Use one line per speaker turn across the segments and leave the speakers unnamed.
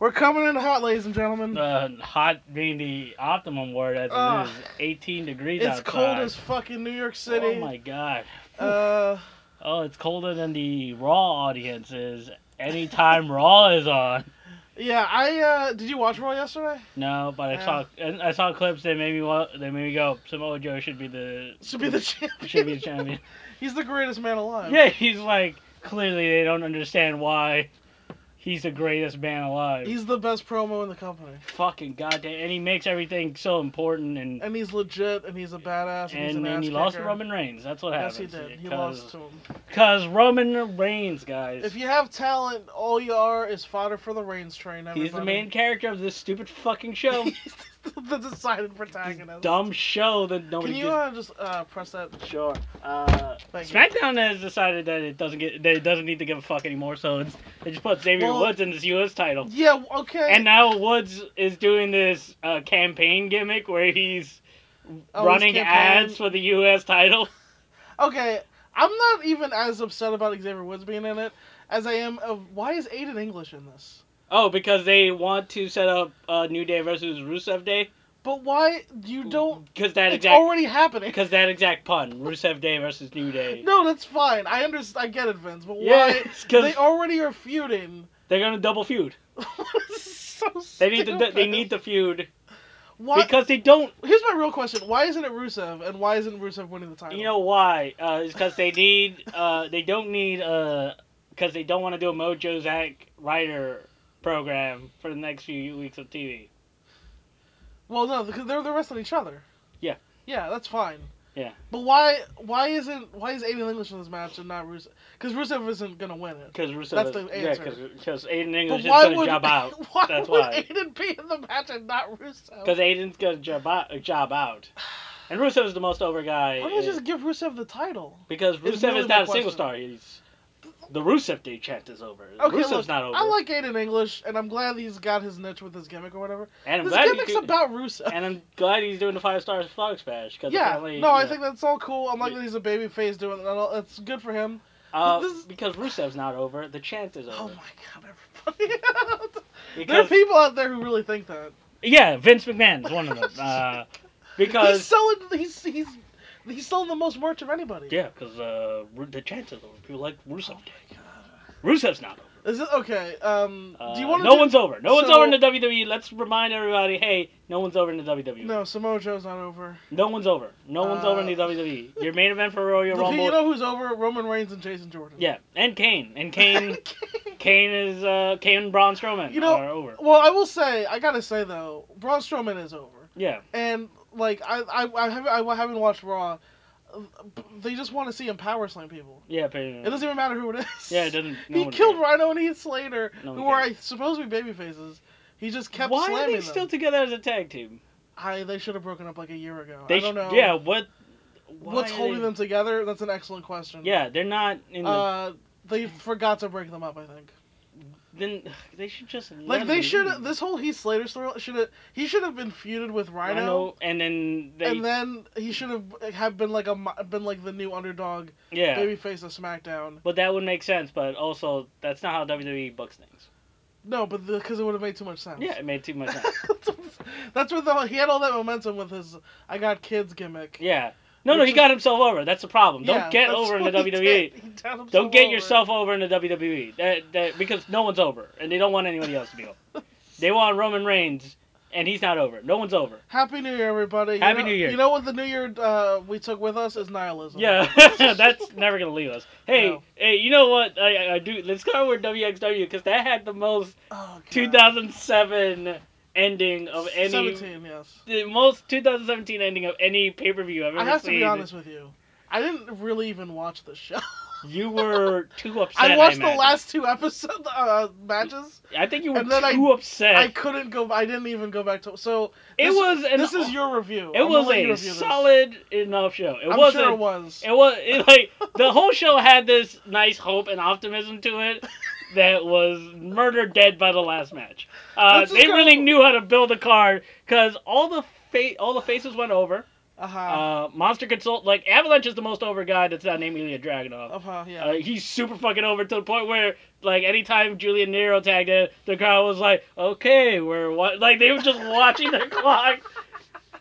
We're coming in hot, ladies and gentlemen.
Uh, hot being the optimum word as
Ah.
it is 18 degrees
it's
outside.
cold as fucking New York City.
Oh my god.
Uh,
Oh, it's colder than the Raw audience is anytime Raw is on.
yeah, I uh, did you watch Raw yesterday?
No, but I
Yeah.
saw I I saw clips that made me wa- that made me go Samoa Joe should be the
Should be the champion.
should be the champion.
He's the greatest man alive.
yeah, he's like clearly they don't understand why he's the greatest man alive.
He's the best promo in the company,
fucking goddamn, and he makes everything so important and
and he's legit, and he's a badass, and, he's
and,
an
and
ass
he lost to
kicker.
Roman Reigns. That's what
Yes, he
happened.
did. He lost to him.
Because Roman Reigns, guys.
If you have talent, all you are is fodder for the Reigns train. Everybody.
He's the main character of this stupid fucking show.
He's the, the decided
this
protagonist.
dumb show that nobody
Can you uh, just uh, press that?
did. Sure. Uh,
Thank you.
SmackDown has decided that it doesn't get that it doesn't need to give a fuck anymore, so it's, they just put Xavier
Well-
Woods in this U.S. title.
Yeah. Okay.
And now Woods is doing this uh, campaign gimmick where he's
Oh,
running
his campaign.
ads for the U.S. title.
Okay, I'm not even as upset about Xavier Woods being in it as I am of why is Aiden English in this?
Oh, because they want to set up uh, New Day versus Rusev Day.
But why you don't?
Because that
It's
exact
already happening.
because that exact pun, Rusev Day versus New Day.
No, that's fine. I understand. I get it, Vince. But
yeah,
why?
because
They already are feuding.
they're gonna double feud.
This is so
They need to
stupid.
they need to feud
Why?
because they don't.
Here's my real question: Why isn't it Rusev, and why isn't Rusev winning the title?
You know why? Uh, it's because they need uh, they don't need uh, because they don't want to do a Mojo Zack Ryder program for the next few weeks of TV.
Well, no, because they're they're wrestling each other.
Yeah.
Yeah, that's fine.
Yeah.
But why why isn't why is Aiden English in this match and not Rusev? Because Rusev isn't gonna win it.
Because Rusev,
That's the
yeah,
answer.
because Aiden
But
English is
why
gonna
would,
job out.
why
That's
would
why.
Aiden be in the match and not Rusev?
Because Aiden's gonna job out, job out, and Rusev is the most over guy.
Why don't
uh,
they just give Rusev the title?
Because Rusev
It's
is
really
not
my
a single
question.
star. He's the Rusev Day chant is over.
Okay,
Rusev's
look,
not over.
I like Aiden English, and I'm glad he's got his niche with his gimmick or whatever.
and I'm
His
glad
gimmick's
he could-
about Rusev.
and I'm glad he's doing the five stars frog smash. 'cause
yeah,
apparently,
no, I
yeah.
think that's all cool. I'm like that he's a baby face doing it. and all- It's good for him.
uh,
this is-
because Rusev's not over. The chant is over.
Oh my god, everybody! there are
because
people out there who really think that.
yeah, Vince McMahon's one of them. Uh,
he's
because
selling, he's he's he's selling the most merch of anybody.
yeah, because uh, Ru- the chant is over. People like Rusev. Day.
Oh my God.
Rusev's not over.
Is it okay? Um,
Uh,
do you want to?
no one's over. No one's
so-
over in the WWE. Let's remind everybody, hey, no one's over in the WWE.
No, Samoa Joe's not over.
No one's over. No one's over in the
Uh,
WWE. Your main event for Royal
The-
Rumble.
You know who's over? Roman Reigns and Jason Jordan.
yeah, and Kane. And Kane. Kane is uh Kane and Braun Strowman
You know-
are over.
well, I will say, I gotta say though, Braun Strowman is over,
Yeah,
and like I I I haven't, I haven't watched Raw. They just want to see him power slam people.
yeah, pretty
It
much.
doesn't even matter who it is.
Yeah, it doesn't. No
he
one
killed
cares.
Rhino and he Slater,
No one
who are supposed to be baby faces. He just kept
Why
slamming
are they
them.
still together as a tag team?
I they should have broken up like a year ago.
They
I don't
sh-
know.
Yeah, what? why
what's
are
holding
they-
them together? That's an excellent question.
Yeah, they're not in. The,
Uh, they forgot to break them up. I think.
then they should just
Like they should. This whole Heath Slater story should have. He should have been feuded with Rhino,
Rhino and then they
and then he should have have been like a mo- been like the new underdog
yeah.
babyface of SmackDown.
But that would make sense. But also, that's not how WWE books things.
No, but because it would have made too much sense.
Yeah, it made too much sense.
That's where the, he had all that momentum with his "I got kids" gimmick.
yeah. No, no,
Which
he
is-
got himself over. That's the problem.
Yeah,
Don't get
that's
over in the
what he
WWE.
did. He got himself
Don't get
over.
yourself over in the WWE. That, that, because no one's over, and they don't want anybody else to be over. They want Roman Reigns, and he's not over. No one's over.
Happy New Year, everybody. You
Happy
know-
New Year.
You know what the New Year uh, we took with us is nihilism. Oh,
Yeah, that's never gonna leave us. Hey,
No.
hey, you know what? I, I- I do. Let's start with WXW because that had the most
Oh, God.
2007 ending of any.
17, yes.
The most 2017 ending of any pay per view I've ever
I have to
seen.
be honest with you. I didn't really even watch the show.
You were too upset.
I watched the
imagine.
last two episode uh, matches.
I think you were
and then I-
too upset.
I couldn't go. I didn't even go back to. So
it
this-
was. An,
this is your review.
It
I'm gonna
was
let you
a
review this.
solid enough show. It
I'm
wasn't.
sure it was.
It was it, like the whole show had this nice hope and optimism to it that was murdered dead by the last match. Uh,
Let's
they
just go-
really knew how to build a card because all the fa- all the faces went over.
Uh huh.
Uh, Monster Consult, like Avalanche is the most over guy that's not named Ilya Dragunov.
uh huh. Yeah.
Uh, he's super fucking over to the point where, like, anytime Julian Nero tagged in, the crowd was like, "Okay, we're what?" Like they were just watching the clock.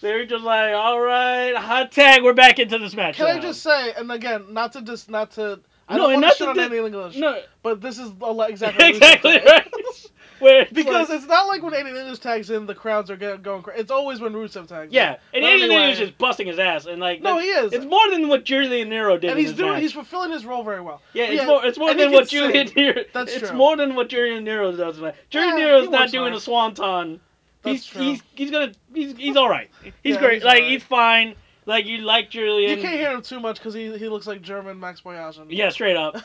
They were just like, "All right, hot tag, we're back into this match."
Can I
now."
just say, and again, not to just not to. I
uh, No,
don't want
and not
to shit
to
on
di-
any English,
no
but this is a lot, exactly what we said
exactly
today.
right? Where it's
Because
like-
it's not like when Aiden English tags in, the crowds are go- going crazy. It's always when Rusev tags in.
yeah, and
I don't
Andy
know why-
was just busting his ass, and like
No,
that's-
he is.
it's more than what Julian Nero did.
and
in
he's
this
doing,
match.
he's fulfilling his role very well.
Yeah, it's
Yeah,
more it's more
and he
than
can
what Julian
sing.
Nero.
That's
it's
true.
more than what Julian Nero does. Man. Julian
Yeah,
Nero's
he
not
works
doing
hard.
a swanton.
That's
He's
true.
he's he's gonna he's he's all right. He's
Yeah,
great.
he's all
like
right.
he's fine. Like you like Julian.
you can't hear him too much because he, he looks like German Max Boyajin.
Yeah, straight up.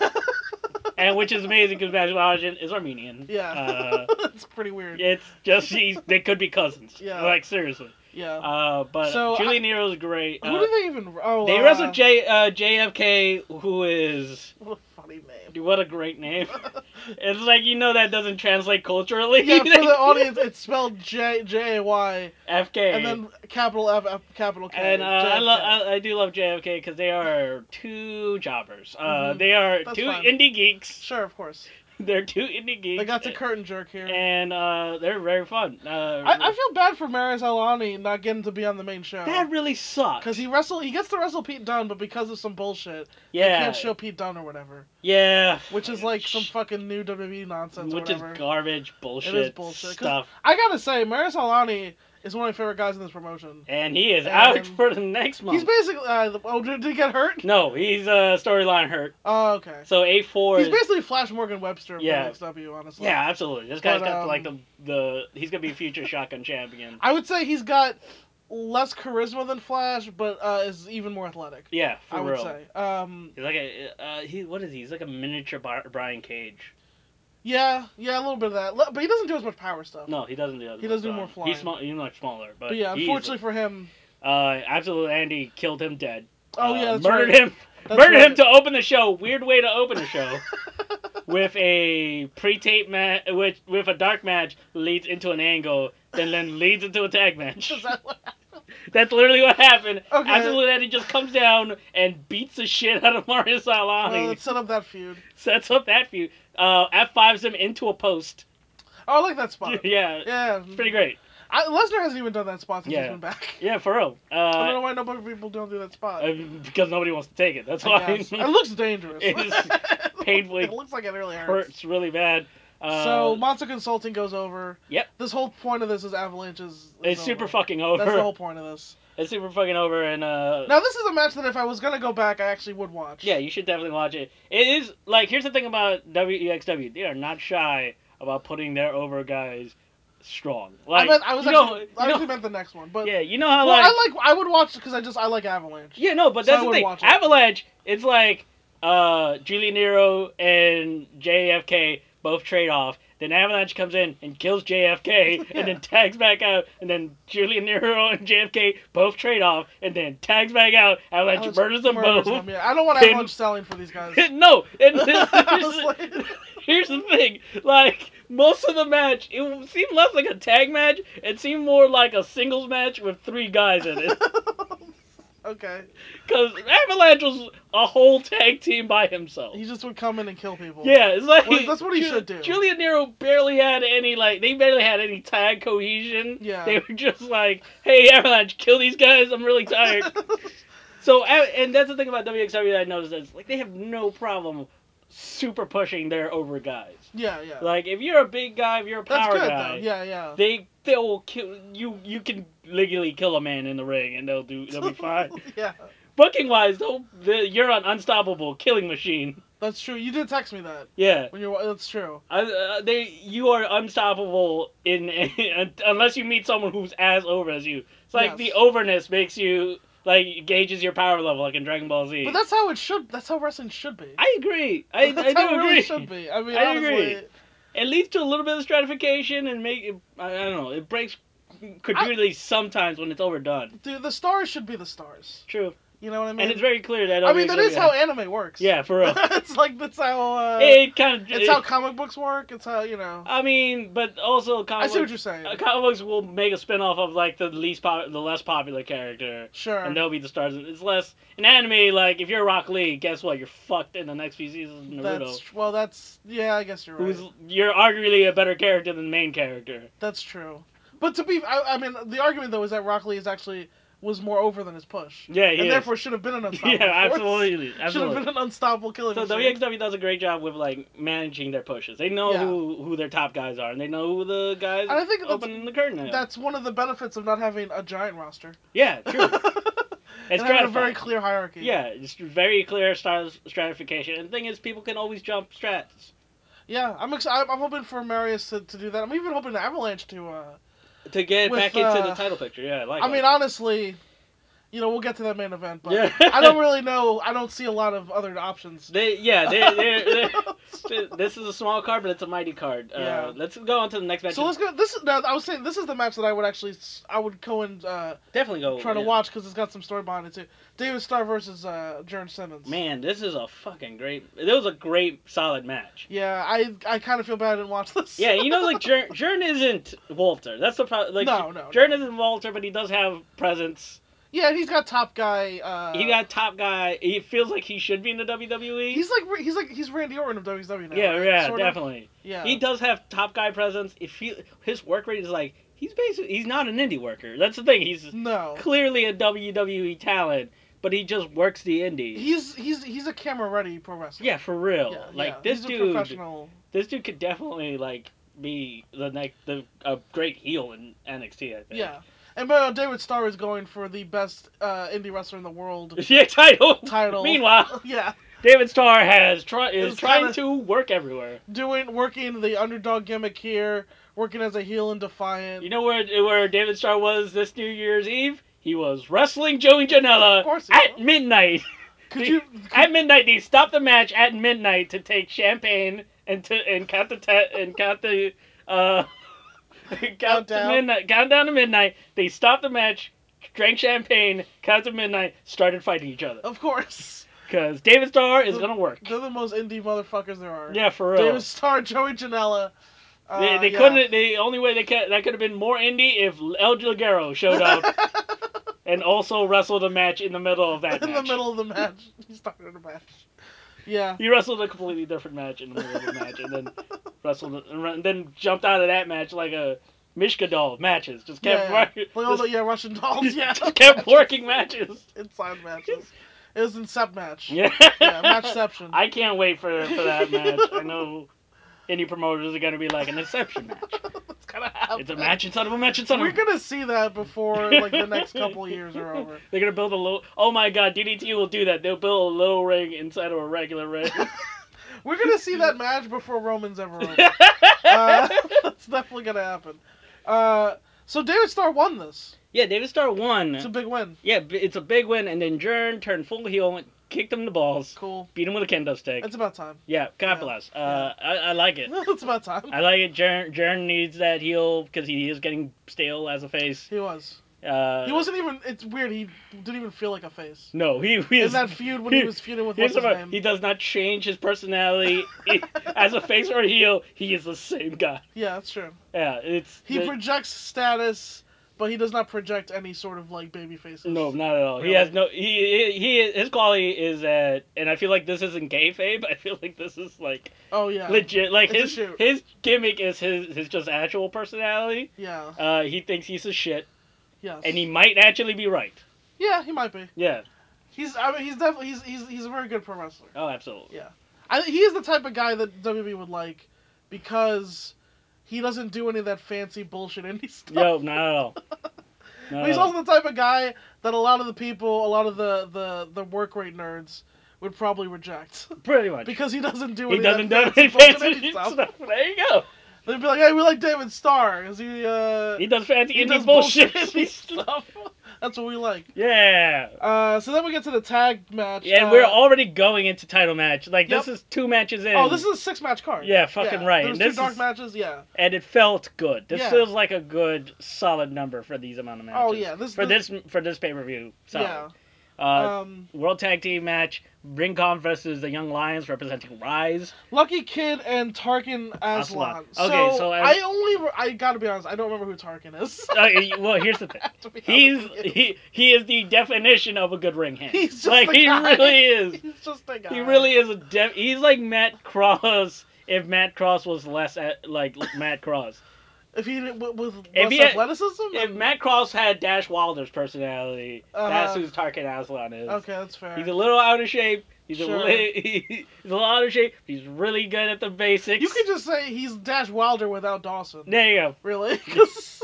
and which is amazing because Bajajan is Armenian.
Yeah.
Uh,
it's pretty weird.
it's just he's, they could be cousins.
Yeah.
Like seriously.
Yeah.
Uh, but
So, I-
Julian Nero's great.
Who
Uh,
do they even? Oh,
they
uh,
wrestled J uh, JFK, who is
What a funny name.
what a great name. It's like you know that doesn't translate culturally.
yeah, for the audience, it's spelled J J Y
FK.
and then capital F, F capital K.
And, uh, I,
JFK.
lo- I, I do love JFK because they are two jobbers. Uh,
Mhm.
They are
That's
two
fine.
indie geeks.
sure, of course.
They're two indie geeks.
They got the curtain jerk here.
and uh, they're very fun. Uh,
I, I feel bad for Marius Alani not getting to be on the main show.
that really sucks.
Because he wrestle, he gets to wrestle Pete Dunne, but because of some bullshit, he
yeah
can't show Pete Dunne or whatever.
yeah,
Which is like some fucking new WWE nonsense. or
which is
whatever.
garbage bullshit,
bullshit, 'cause-
stuff.
I gotta say, Marius Alani is one of my favorite guys in this promotion.
And he is
And-
out for the next month.
He's basically uh, the- oh, did did he get hurt?
no, he's uh, storyline hurt.
Oh, okay.
So A four.
He's basically Flash Morgan Webster
Yeah.
from XW, honestly.
Yeah, absolutely. This guy's
But,
got
um,
like the the he's gonna be a future shotgun champion.
I would say he's got less charisma than Flash, but uh, is even more athletic.
Yeah, for
I would
real.
say. Um,
He's like a uh, he. What is he? He's like a miniature Bar- Brian Cage.
yeah, yeah, a little bit of that, Le- but he doesn't do as much power stuff.
No, he doesn't do that.
He does do more flying.
He's small. He's much smaller, but,
But yeah,
he's-
unfortunately for him.
uh, absolutely, Andy killed him dead.
Oh
Uh,
yeah, that's
murdered
right.
him.
That's
murdered
right.
him to open the show. Weird way to open the show. with a pre-tape match, with with a dark match leads into an angle, then then leads into a tag match.
Is that what-
That's literally what happened.
Okay.
Absolutely, Eddie just comes down and beats the shit out of Mario Salami.
Well, let's set up that feud.
Sets up that feud. Uh, F5s him into a post.
Oh, I like that spot.
yeah,
Yeah,
it's pretty great.
I, Lesnar hasn't even done that spot since
Yeah.
he's been back.
Yeah, for real. Uh,
I don't know why nobody people don't do that spot.
uh, because nobody wants to take it. That's
I
why
guess. it looks dangerous.
It is painfully
It looks like it really
it
hurts.
hurts really bad. Uh,
so Monster Consulting goes over.
Yep.
This whole point of this is Avalanche is. is
it's super
over.
fucking over.
That's the whole point of this.
It's super fucking over, and uh,
Now this is a match that if I was gonna go back, I actually would watch.
yeah, you should definitely watch it. It is like here's the thing about WEXW. They are not shy about putting their over guys strong. Like
I meant I was
you know,
actually
you
I
know-
actually meant the next one, but
yeah, you know how
well,
like
I like I would watch because I just I like Avalanche.
Yeah, no, but
So I
that's the
would
thing.
watch it.
Avalanche, it's like uh Julian Nero and JFK both trade off. Then Avalanche comes in and kills JFK
Yeah.
and then tags back out. And then Julian Nero and JFK both trade off and then tags back out. Avalanche
Avalanche
murders them both.
them, yeah. I don't want
Pin-
Avalanche selling for these guys.
no, and this,
I
here's,
was
the-
like-
here's the thing. Like, most of the match, it seemed less like a tag match. It seemed more like a singles match with three guys in it.
okay,
Because Avalanche was a whole tag team by himself.
he just would come in and kill people.
Yeah, it's like
Well, that's what he should do.
Julian Nero barely had any like they barely had any tag cohesion.
Yeah.
they were just like, "Hey, Avalanche, kill these guys. I'm really tired." so, I- and that's the thing about WXW that I noticed is like they have no problem super pushing their over guys.
yeah, yeah.
Like if you're a big guy, if you're a
That's
power
good
guy,
though. Yeah, yeah.
they they will kill you. You can legally kill a man in the ring, and they'll do they'll be fine.
yeah,
Booking wise, though, the, you're an unstoppable killing machine.
that's true. You did text me that
Yeah.
when you're. That's true.
I- Uh, they, you are unstoppable in unless you meet someone who's as over as you. It's like
Yes.
the overness makes you like gauges your power level, like in Dragon Ball Z.
But that's how it should. That's how wrestling should be.
I agree. I,
that's
I
how
do
it
agree.
really should be. I mean,
I
honestly,
agree. It leads to a little bit of stratification and make I, I don't know. It breaks credulity sometimes when it's overdone.
dude, the stars should be the stars.
True.
You know what I mean?
and it's very clear that.
I mean,
OVW
that is how anime works.
Yeah, for real.
it's like that's how. Uh,
it kind of.
it's how comic books work. It's how you know.
I mean, but also
I
comic
see what
books,
you're saying.
uh, comic books will make a spin-off of like the least pop- the less popular character,
Sure.
and they'll be the stars. It's less in anime. Like if you're Rock Lee, guess what? You're fucked in the next few seasons. of Naruto,
That's well. That's yeah. I guess you're right.
who's you're arguably a better character than the main character.
That's true. But to be, I, I mean, the argument though is that Rock Lee is actually was more over than his push,
Yeah,
and
he is.
therefore should have been an unstoppable.
yeah,
force.
absolutely,
Should have
absolutely.
been an unstoppable killer.
So
machine.
WXW does a great job with like managing their pushes. They know
Yeah.
who who their top guys are, and they know who the guys
And I think that's-
opening the curtain. At.
That's one of the benefits of not having a giant roster.
yeah, true.
and
It's
having a
gratifying.
very clear hierarchy.
Yeah, it's very clear strat- stratification. And the thing is, people can always jump strats
Yeah. I'm ex- I'm I'm hoping for Marius to, to do that. I'm even hoping Avalanche to. Uh,
to get
With,
back into
uh,
the title picture. Yeah, like
I mean, honestly, you know, we'll get to that main event, but
Yeah.
I don't really know. I don't see a lot of other options.
they, yeah, they they they this is a small card, but it's a mighty card. Uh,
Yeah.
Let's go on to the next match.
so let's go. This is now. I was saying this is the match that I would actually s- I would go and uh,
definitely go
try to
Oh, yeah.
watch because it's got some story behind it too. David Starr versus uh, Jern Simmons.
Man, this is a fucking great. It was a great, solid match.
Yeah, I I kind of feel bad I didn't watch this.
Yeah, you know, like Jern, Jern isn't Walter. That's the problem. Like,
No, no,
Jern isn't Walter, but he does have presence.
yeah, and he's got top guy. Uh,
he got top guy. He feels like he should be in the WWE.
He's like he's like he's Randy Orton of WWE now.
yeah,
right?
yeah,
Sort of.
definitely.
Yeah.
He does have top guy presence. If he his work rate is like he's basically he's not an indie worker. That's the thing. He's
no.
clearly a WWE talent, but he just works the indie.
He's he's he's a camera ready pro wrestler.
yeah, for real.
Yeah,
like
yeah.
this
he's a
dude,
professional.
this dude could definitely like be the next the a great heel in NXT. I think.
Yeah. And but uh, David Starr is going for the best uh, indie wrestler in the world
Yeah, title.
title.
Meanwhile,
yeah,
David Starr has try, is
It's
trying
kinda-
to work everywhere.
doing working the underdog gimmick here, working as a heel in Defiant.
You know where where David Starr was this New Year's Eve? He was wrestling Joey Janela
Of course he
at
was.
midnight.
could you?
At midnight, they stopped the match at midnight to take champagne and to and count the te- and count the uh count
Countdown.
to midnight count down to midnight. They stopped the match, drank champagne, counted midnight, started fighting each other
Of course,
because David Starr is gonna work.
they're Oh. the most indie motherfuckers there are.
Yeah, for real.
David Starr, Joey Janela. Uh,
they they
yeah.
couldn't. The only way they could that could have been more indie if El Ligero showed up and also wrestled a match in the middle of that
in the
match.
middle of the match. He started a match. Yeah.
He wrestled a completely different match in the middle of the match, and then wrestled, and then jumped out of that match like a Mishka doll of matches. Just kept
yeah.
working,
Like all the yeah Russian dolls. Yeah.
just kept working matches.
Inside matches. It was Incept match.
Yeah,
Yeah, matchception.
I can't wait for for that match. I know indie promoters are gonna be like an exception match.
That's gonna happen.
It's a match inside of a match inside of.
We're
A...
gonna see that before like the next couple of years are over.
They're gonna build a low. Oh my god, DDT will do that. They'll build a little ring inside of a regular ring.
We're gonna see that match before Roman's ever over. Uh, that's definitely gonna happen. Uh, so David Starr won this.
yeah, David Starr won.
It's a big win.
Yeah, b- it's a big win, and then Jern turned full heel, and kicked him in the balls,
Cool.
beat him with a kendo stick.
It's about time.
Yeah, God bless. Uh, I, I like it.
it's about time.
I like it. Jern, Jern needs that heel because he is getting stale as a face.
He was.
Uh,
He wasn't even. It's weird. He didn't even feel like a face.
No, he, he
In
is.
that feud when he was feuding with
Here's
what's
the
his
part, he
name?
does not change his personality He- as a face or a heel. He is the same guy.
Yeah, that's true.
Yeah, it's
He
the-
projects status, but he does not project any sort of like baby faces.
no, not at all. He
Really?
has no. He, he he his quality is at, and I feel like this isn't kayfabe. I feel like this is like
Oh yeah.
legit. Like
It's a
his
shoot.
his gimmick is his his just actual personality.
Yeah.
Uh, he thinks he's a shit,
Yes.
and he might actually be right.
Yeah, he might be.
Yeah.
He's. I mean, he's definitely. He's. He's. He's a very good pro wrestler.
Oh, absolutely.
Yeah. I, he is the type of guy that WWE would like because he doesn't do any of that fancy bullshit indie stuff.
No, not at all. Not
But
at
he's
all.
also the type of guy that a lot of the people, a lot of the the, the work rate nerds would probably reject
pretty much.
because he doesn't do
he
any
doesn't
of
do
that
any
bullshit
fancy
indie stuff.
stuff. There you go.
They'd be like, "Hey, we like David Starr. Is he? Uh,
He does fancy
He
indie
does
bullshit,
bullshit
indie
stuff.
stuff.
that's what we like."
Yeah.
Uh, so then we get to the tag match.
Yeah, and
uh,
we're already going into title match. Like
Yep.
this is two matches in.
Oh, this is a six match card.
Yeah, fucking right.
There's
And
two
this
dark
is-
matches. Yeah.
and it felt good. This
Yeah.
feels like a good solid number for these amount of matches.
Oh yeah. This
For
this-
this for this pay per view,
Yeah.
solid. Uh,
um,
World Tag Team match: Ring Con versus the Young Lions representing Rise.
Lucky Kid and Tarkin Aslan.
Aslan. Okay,
so,
so
I,
I-
only re- I gotta be honest, I don't remember who Tarkin is.
Uh, well, here's the thing.
To be honest
He's
with you.
he he is the definition of a good ring hand.
He's just
like
a
he
guy.
really is.
he's just a guy.
He really is a def. He's like Matt Cross. If Matt Cross was less at, like Matt Cross,
if he didn't- with, with
If
less
he had-
athleticism.
if Matt Cross had Dash Wilder's personality, that's
Uh-huh.
who Tarkin Aslan is.
okay, that's fair.
He's a little out of shape. He's
Sure.
a li- he's a little out of shape. He's really good at the basics.
You can just say he's Dash Wilder without Dawson.
There you go.
Really? 'Cause-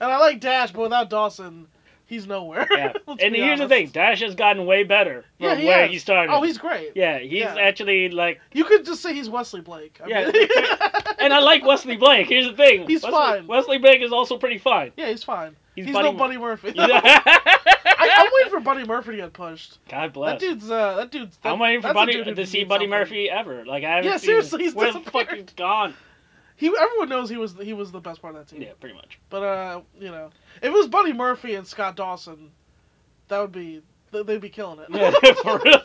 and I like Dash, but without Dawson, he's nowhere.
Yeah.
Let's
and
be
here's the
honest.
thing: Dash has gotten way better from
Yeah, he
where
has.
he started.
Oh, he's great.
yeah, he's
yeah.
actually like,
You could just say he's Wesley Blake. I
Yeah.
mean-
and I like Wesley Blake. Here's the thing:
He's
Wesley,
fine.
Wesley Blake is also pretty fine.
yeah, he's fine. He's,
He's,
no
Mur-
Buddy Murphy.
He's-
I, I'm waiting for Buddy Murphy to get pushed.
God bless.
That dude's uh, that dude's. That,
I'm waiting for
that's a
Buddy
dude who
to
can
see
do
Buddy
something.
Murphy ever. Like I haven't
Yeah,
seen
seriously, he's
where the fuck
disappeared.
he's gone.
He everyone knows he was he was the best part of that team.
Yeah, pretty much.
But uh, you know, if it was Buddy Murphy and Scott Dawson, that would be th- they'd be killing it.
Yeah, for real.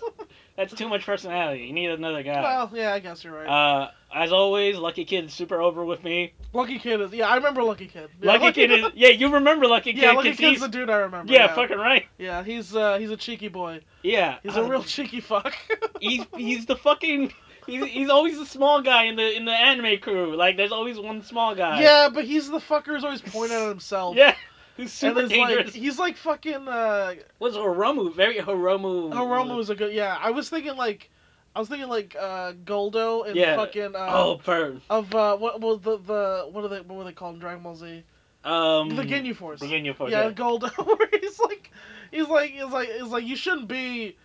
That's too much personality. You need another guy.
well, yeah, I guess you're right.
Uh, as always, Lucky Kid super over with me.
Lucky Kid is yeah, I remember Lucky Kid. Yeah,
Lucky, Kid is yeah, you remember Lucky Kid?
yeah, Lucky
'cause
Kid's
he's-
the dude I remember.
yeah, fucking right.
Yeah, he's uh, he's a cheeky boy.
Yeah,
He's a
Uh,
real cheeky fuck.
He's he's the fucking he's he's always the small guy in the in the anime crew. Like there's always one small guy.
yeah, but he's the fucker who's always pointing at himself.
uh, yeah. Who's super
and it's like
dangerous.
he's like fucking uh,
Was Hiromu very Hiromu?
Hiromu was a good yeah. I was thinking like I was thinking like uh, Goldo and
Yeah.
fucking uh,
Oh, per
of uh, what was the the what are they what were they called in Dragon Ball Z?
um.
the Ginyu Force.
The Ginyu Force.
yeah,
Yeah.
Goldo. Where he's like, he's like, he's like, he's like, you shouldn't be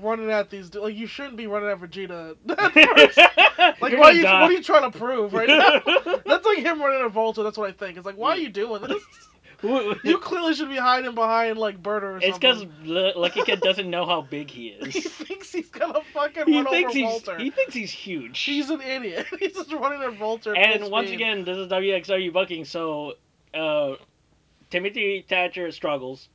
running at these. du- Like, you shouldn't be running at Vegeta. at first. like,
You're
why
gonna
you,
die.
what are you trying to prove right now? That's like him running at Volta. That's what I think. It's like, why are you doing this? You clearly should be hiding behind like Berta or
It's because
something.
Lucky Kid doesn't know how big he is.
he thinks he's gonna fucking
he
run
thinks
over
he's
Volta.
he thinks he's huge.
He's an idiot. He's just running at Volta. at
and
full
once
speed.
again, this is WXW booking, so uh, Timothy Thatcher struggles,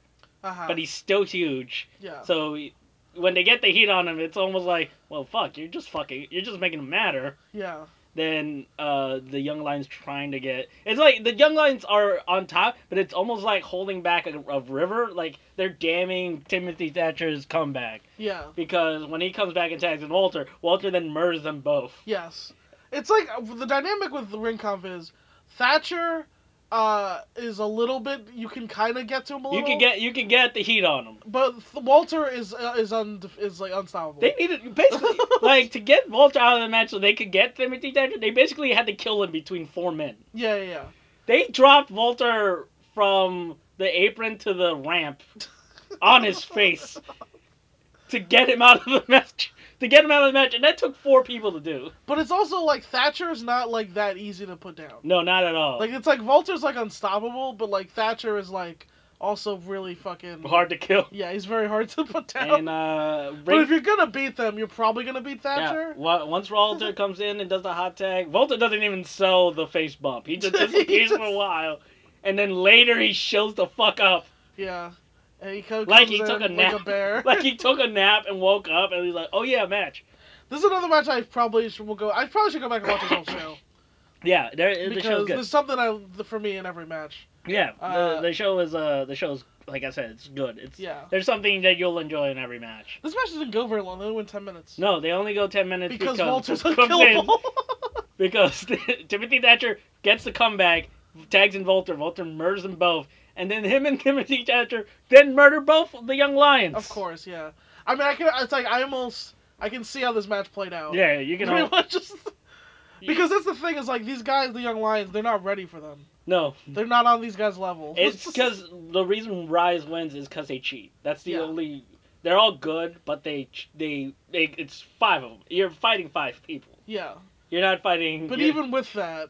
uh-huh.
but he's still huge.
yeah.
So he- when they get the heat on him, it's almost like, well, fuck, you're just fucking, you're just making him matter.
yeah,
Then uh, the young lions trying to get. It's like the young lions are on top, but it's almost like holding back a, a river. Like they're damming Timothy Thatcher's comeback
yeah.
because when he comes back and tags in Walter, Walter then murders them both.
Yes. It's like uh, the dynamic with the ring conf is Thatcher uh, is a little bit you can kind of get to him a
You
little.
can get you can get the heat on him.
but Th- Walter is uh, is un is like unstoppable.
They needed basically like to get Walter out of the match so they could get Timothy Thatcher. They basically had to kill him between four men.
Yeah, yeah, yeah.
They dropped Walter from the apron to the ramp on his face to get him out of the match. To get him out of the match, and that took four people to do.
But it's also like Thatcher is not like that easy to put down.
No, not at all.
Like it's like Walter's like unstoppable, but like Thatcher is like also really fucking
Hard to kill.
Yeah, he's very hard to put down.
And uh,
but
Ring-
if you're gonna beat them, you're probably gonna beat
yeah,
Thatcher.
wa- once Walter comes in and does the hot tag, Walter doesn't even sell the face bump. He just disappears for a while, and then later he shows the fuck up.
Yeah. And he co- comes
Like he
in
took a
like
nap.
a bear.
like he took a nap and woke up and he's like, "Oh yeah, match."
This is another match I probably should will go. I probably should go back and watch this whole show
Yeah, there, the
because
show's good.
there's something I for me in every match.
Yeah,
uh,
the, the show is uh the show's like I said, it's good. It's
Yeah,
there's something that you'll enjoy in every match.
this match didn't go very long. They only went ten minutes.
No, they only go ten minutes
because,
because,
Walter's
comes in-
unkillable.
because Timothy Thatcher gets the comeback, tags in Volter, Volter murders them both, and then him and Timothy Thatcher then murder both the young lions.
of course, yeah. I mean, I can. It's like I almost I can see how this match played out.
Yeah, you can.
pretty
all-
much just because that's the thing is like these guys, the young lions, they're not ready for them.
no,
They're not on these guys' level.
Mm-hmm. It's because the reason Rise wins is because they cheat. That's the
Yeah.
only. They're all good, but they ch- they they. It's five of them. You're fighting five people.
yeah.
You're not fighting.
But
you're-
even with that,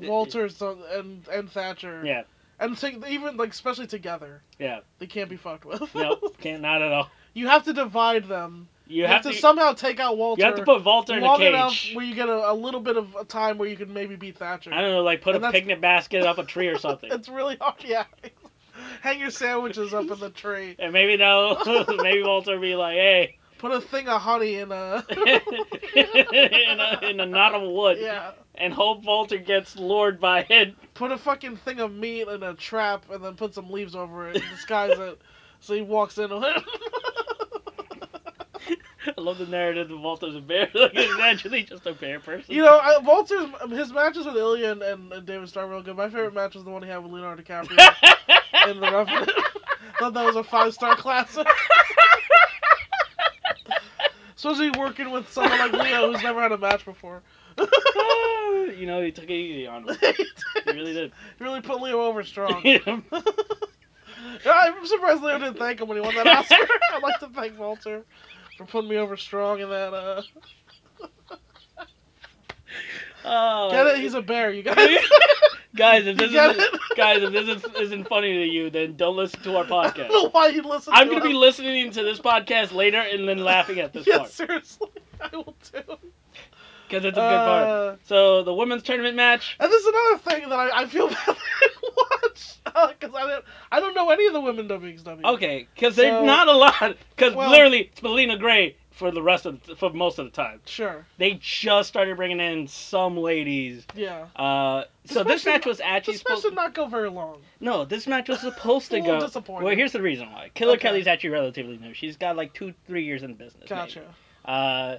Walter's uh, and and Thatcher.
Yeah.
And to, even like especially together,
yeah,
they can't be fucked with.
no, can't not at all.
You have to divide them.
You, have, to.
somehow take out Walter.
you have to put Walter in a
long enough
cage.
where you get a, a little bit of a time where you can maybe beat Thatcher.
I don't know, like put
And
a
that's-
picnic basket up a tree or something.
it's really hard, yeah. Hang your sandwiches up in the tree.
And maybe now, maybe Walter will be like, hey,
Put a thing of honey in a.
in, a, in a knot of wood,
yeah.
and hope Walter gets lured by it.
Put a fucking thing of meat in a trap and then put some leaves over it and disguise it so he walks in on it.
I love the narrative that Walter's a bear. Like, he's actually just a bear person.
You know, I, Walter's his matches with Ilya and, and, and David Starr were real good. My favorite match was the one he had with Leonardo DiCaprio in the rough. Thought that was a five star classic. Especially working with someone like Leo who's never had a match before.
you know, he took it easy on him. He really did.
really put Leo over strong. I'm surprised Leo didn't thank him when he won that Oscar. I'd like to thank Walter for putting me over strong in that. Uh...
oh,
Get it? He's a bear, you guys.
guys, if
You
this
get
isn't,
it?
guys, if this isn't, isn't funny to you, then don't listen to our
I don't know
podcast.
why you listen.
I'm
to
gonna be
him.
listening to this podcast later and then laughing at this
yeah,
part
seriously, I will too.
because it's a good part.
Uh,
So the women's tournament match.
And this is another thing that I, I feel bad that I didn't watch because I don't I don't know any of the women WXW.
Okay, because there's
So-
not a lot. Because
Well-
literally, it's Melina Gray for the rest of for most of the time.
sure,
They just started bringing in some ladies.
yeah.
Uh, so
This
this
match
match was actually
This match
supposed.
did not go very long.
No, this match was supposed to
A little
go.
disappointing.
Well, here's the reason why. Killer
Okay.
Kelly's actually relatively new. She's got like two, three years in business. maybe.
Gotcha.
Uh,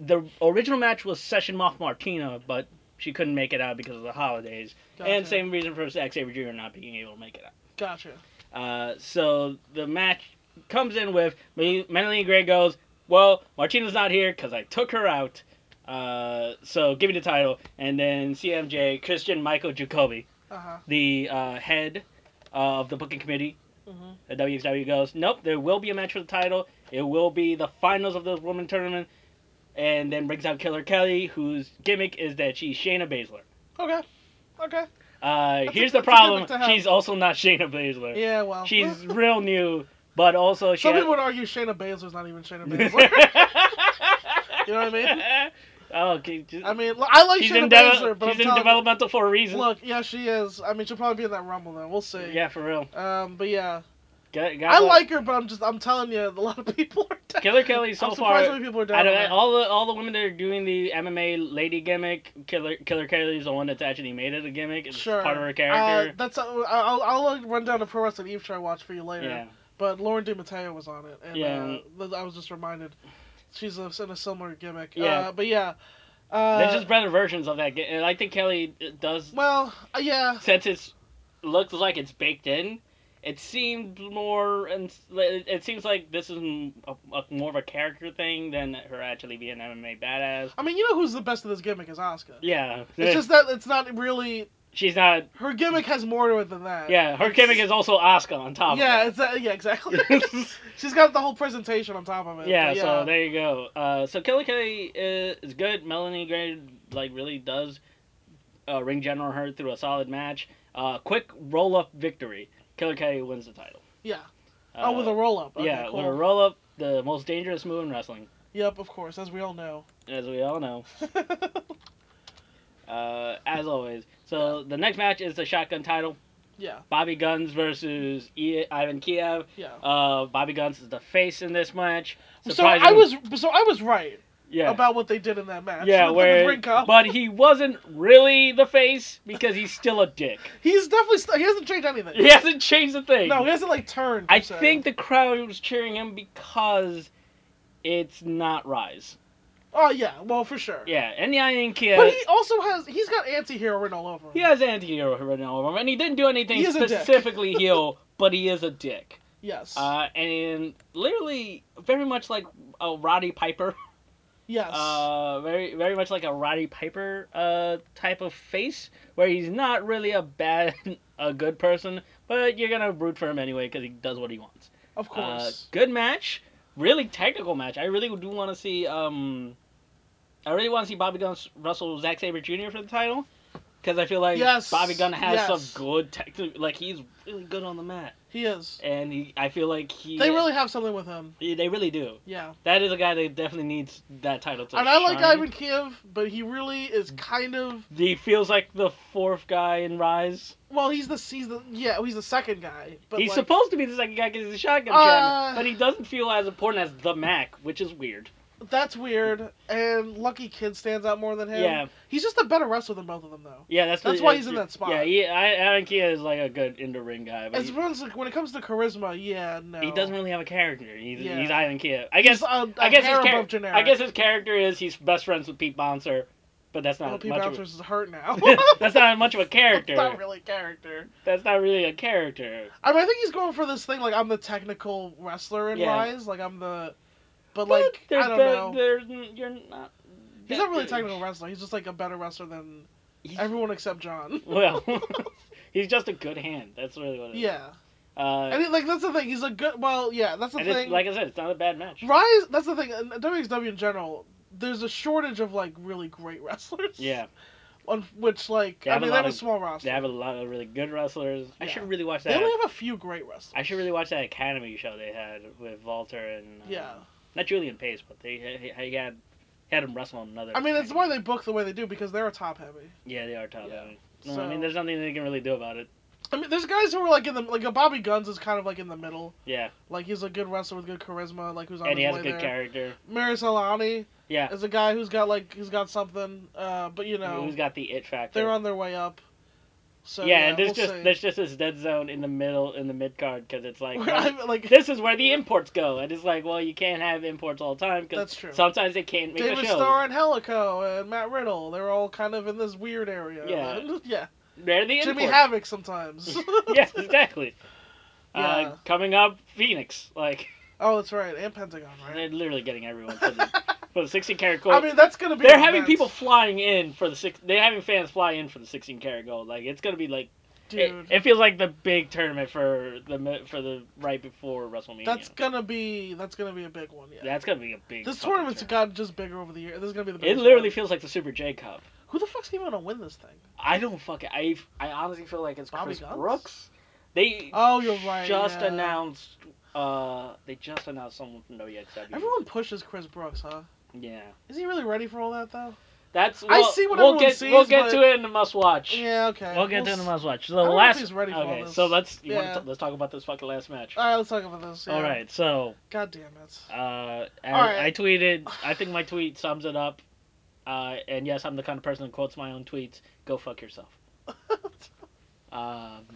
the original match was Session Moff Martina, but she couldn't make it out because of the holidays,
gotcha.
and same reason for Zack Sabre Jr. not being able to make it out.
Gotcha.
Uh, so the match comes in with Mel- Melanie Gray goes, well, Martina's not here because I took her out. Uh, so give me the title, and then CMJ Christian Michael Jacoby,
Uh huh.
the uh, head of the booking committee
hmm
at WXW, E goes, nope, there will be a match for the title. It will be the finals of the women tournament, and then brings out Killer Kelly, whose gimmick is that she's Shayna Baszler.
Okay. Okay.
Uh,
That's a- that's a
here's the
gimmick
problem:
to have.
she's also not Shayna Baszler.
Yeah. Well.
She's real new, but also she.
Some
has-
people would argue Shayna Baszler's not even Shayna Baszler. You know what I mean?
Oh, okay. just-
I mean, l- I like
she's
Shayna
in, deve-
Baszler, but
she's
I'm
in
telling
developmental for a
you,
reason.
look, yeah, she is. I mean, she'll probably be in that Rumble then. We'll see.
yeah, for real.
Um, but yeah,
Got,
I like her, but I'm just I'm telling you, a lot of people are. down.
Killer Kelly so
I'm
far.
surprised how many people are down.
I don't,
on her.
all the all the women that are doing the MMA lady gimmick, Killer Killer Kelly is the one that's actually made it a gimmick. It's
Sure.
part of her
Uh,
character.
that's uh, I'll, I'll uh, run down a pro wrestling Eve show I watched for you later.
yeah.
But Lauren DiMatteo was on it, and
Yeah.
uh, th- I was just reminded she's a, in a similar gimmick.
Yeah.
Uh, but yeah. Uh,
They're just better versions of that. gi- And I think Kelly does
well, uh, yeah.
since it's looks like it's baked in, it seemed more and it seems like this is m- a, a- more of a character thing than her actually being an MMA badass.
I mean, you know who's the best of this gimmick is Asuka.
Yeah,
It's just that it's not really
she's not.
her gimmick has more to it than that.
Yeah, her gimmick is also Oscar on top.
Yeah,
of
it's that, yeah, exactly.
that.
She's got the whole presentation on top of it.
yeah,
but
So there you go. Uh, so Kelly Kelly uh, is, is good. Melanie Gray like really does uh, ring general her through a solid match. Uh, quick roll up victory. Killer Kelly wins the title.
yeah.
Uh,
oh, with a roll up. Okay,
yeah,
cool.
with a roll up, the most dangerous move in wrestling.
Yep, of course, as we all know.
as we all know, uh, as always. So the next match is the shotgun title:
yeah,
Bobby Guns versus I- Ivan Kiev.
yeah.
Uh, Bobby Guns is the face in this match.
So I was so I was right
yeah
about what they did in that match.
yeah
with the
where
ring cup.
but he wasn't really the face because he's still a dick.
he's definitely st- he hasn't changed anything.
He hasn't changed a thing.
No, he hasn't like turned. per
I
se.
think the crowd was cheering him because it's not Rise.
Oh yeah, well for sure.
Yeah, and the Ivan Kiev.
But he also has he's got anti-hero written all over him.
He has anti-hero written all over him, and he didn't do anything
He is a dick.
specifically heel, but he is a dick.
Yes.
Uh, and literally, very much like a Roddy Piper.
yes.
Uh, very, very much like a Roddy Piper uh, type of face, where he's not really a bad, a good person, but you're gonna root for him anyway because he does what he wants.
of
Uh,
course.
good match, really technical match. I really do want to see. Um, I really want to see Bobby Guns wrestle Zack Saber Jr. for the title, because I feel like
Yes,
Bobby Gunn has
yes.
some good technical. Like he's really good on the mat,
He is.
and he, I feel like he.
They really have something with him.
Yeah, They really do.
Yeah.
That is a guy that definitely needs that title to
and I like
shine. Mm-hmm.
Ivan Kiev, but he really is kind of
He feels like the fourth guy in Rise.
well. He's the he's the yeah. He's the second guy. But
he's
like,
supposed to be the second guy because he's a shotgun
Uh,
champion, but he doesn't feel as important as the Mac, which is weird.
That's weird. And Lucky Kid stands out more than him.
Yeah,
He's just a better wrestler than both of them, though.
yeah, that's
That's
the-
why he's in that spot.
Yeah, he, I, Aaron Kia is like a good in the ring guy, but
As
he,
far as like, when it comes to charisma, yeah, no.
he doesn't really have a character. He's,
Yeah.
he's Iron Kia. I guess
He's a, a
I guess
hair
his char-
above generic.
I guess his character is he's best friends with Pete Bouncer, but that's
Well,
not
Pete
much. Of
Bouncers is hurt now.
a, that's not much of a
It's
character.
not really character.
That's not really a character.
I mean, I think he's going for this thing like I'm the technical wrestler in
Yeah.
Rise, like I'm the, but
But
like
there's-
I don't
there-
know.
there's n- you're not.
He's not really a technical wrestler. He's just like a better wrestler than
He's-
everyone except John.
Well, he's just a good hand. That's really what it is.
Yeah,
Uh,
and he, like that's the thing. He's a good. Well, yeah, that's the
and
thing.
it's, like I said, it's not a bad match.
Rise. That's the thing. in WXW in general, there's a shortage of like really great wrestlers.
Yeah,
On which like
They
I
have a
mean they
lot
have a
of-
small roster.
they have a lot of really good wrestlers. I
Yeah.
should really watch
They
that.
only have a few great wrestlers.
I should really watch that Academy show they had with Walter and uh,
Yeah.
not Julian Pace, but they he, he had had him wrestle on another.
I mean, it's
Academy.
why they book the way they do because they're a top heavy.
Yeah, they are top.
Yeah.
heavy. No,
So-
I mean, there's nothing they can really do about it.
I mean, there's guys who are like in the like a Bobby Guns is kind of like in the middle.
Yeah,
Like he's a good wrestler with good charisma. Like who's on
and he
his
has
way
a good
there.
character.
Marius Alani
Yeah,
is a guy who's got like who's got something. Uh, but you know
who's got the it factor?
they're on their way up. So
yeah, and there's
we'll
just
see.
there's just this dead zone in the middle in the mid card because it's like
Where I'm, like
this is where the imports go, and it's like, well, you can't have imports all the time because
That's true.
sometimes they can't make
David
a show.
Starr and Helico and Matt Riddle. They're all kind of in this weird area.
Yeah.
yeah.
They're the
Jimmy
imports.
Havoc sometimes.
yes, exactly.
Yeah.
Uh, coming up, Phoenix. Like
Oh, that's right. And Pentagon, right?
they're literally getting everyone for the, for the 16 karat gold.
I mean, that's gonna be.
they're
an
having
event.
people flying in for the six. They're having fans fly in for the 16 karat gold. Like it's gonna be like it,
Dude,
it feels like the big tournament for the mi- for the right before WrestleMania.
that's gonna be that's gonna be a big one. Yeah.
That's gonna be a big.
This
fucking
tournament's
tournament.
gotten just bigger over the year. This is gonna be the.
It
biggest
literally
one.
feels like the Super J Cup.
Who the fuck's even gonna win this thing?
I don't fucking. I I honestly feel like it's
Bobby
Chris
Guns?
Brooks. They
Oh, you're right,
Just
yeah.
announced. Uh, they just announced someone from WXW.
Everyone pushes Chris Brooks, huh?
Yeah,
Is he really ready for all that though?
that's.
I
we'll-
see what
we'll
everyone
get.
sees,
we'll get
but-
to it in the must watch.
Yeah. Okay.
We'll get
We'll
to it in the
s-
must watch. The
don't know if
last.
he's ready for all
okay,
this.
so let's you
Yeah.
want to, let's talk about this fucking last match.
All right, let's talk about this. Yeah.
All right, so
God damn it.
uh, I,
right.
I tweeted. I think my tweet sums it up. Uh, and yes, I'm the kind of person who quotes my own tweets. Go fuck yourself. Um,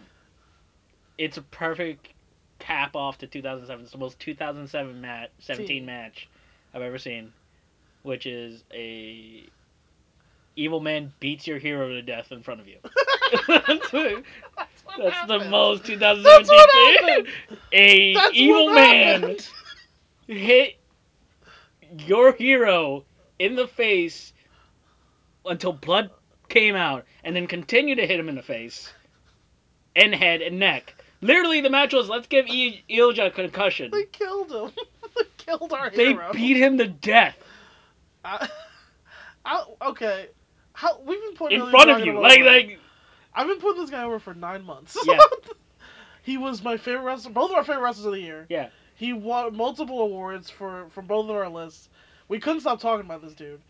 it's a perfect cap off to 2007. It's the most 2007 mat 17
Team.
match I've ever seen, which is a evil man beats your hero to death in front of you. that's
that's what
the
happened.
most 2017
That's what
thing.
happened.
A
That's
evil
what
man
happened.
hit your hero in the face until blood came out, and then continue to hit him in the face and head and neck. Literally, the match was let's give I- Ilja a concussion.
They killed him. they killed our
They
hero.
beat him to death
I, I, okay. How we've been putting
in
Ilya
front of
Dragunov
you.
over.
Like, like,
I've been putting this guy over for nine months.
Yeah.
he was my favorite wrestler. Both of our favorite wrestlers of the year.
Yeah.
He won multiple awards for from both of our lists. We couldn't stop talking about this dude.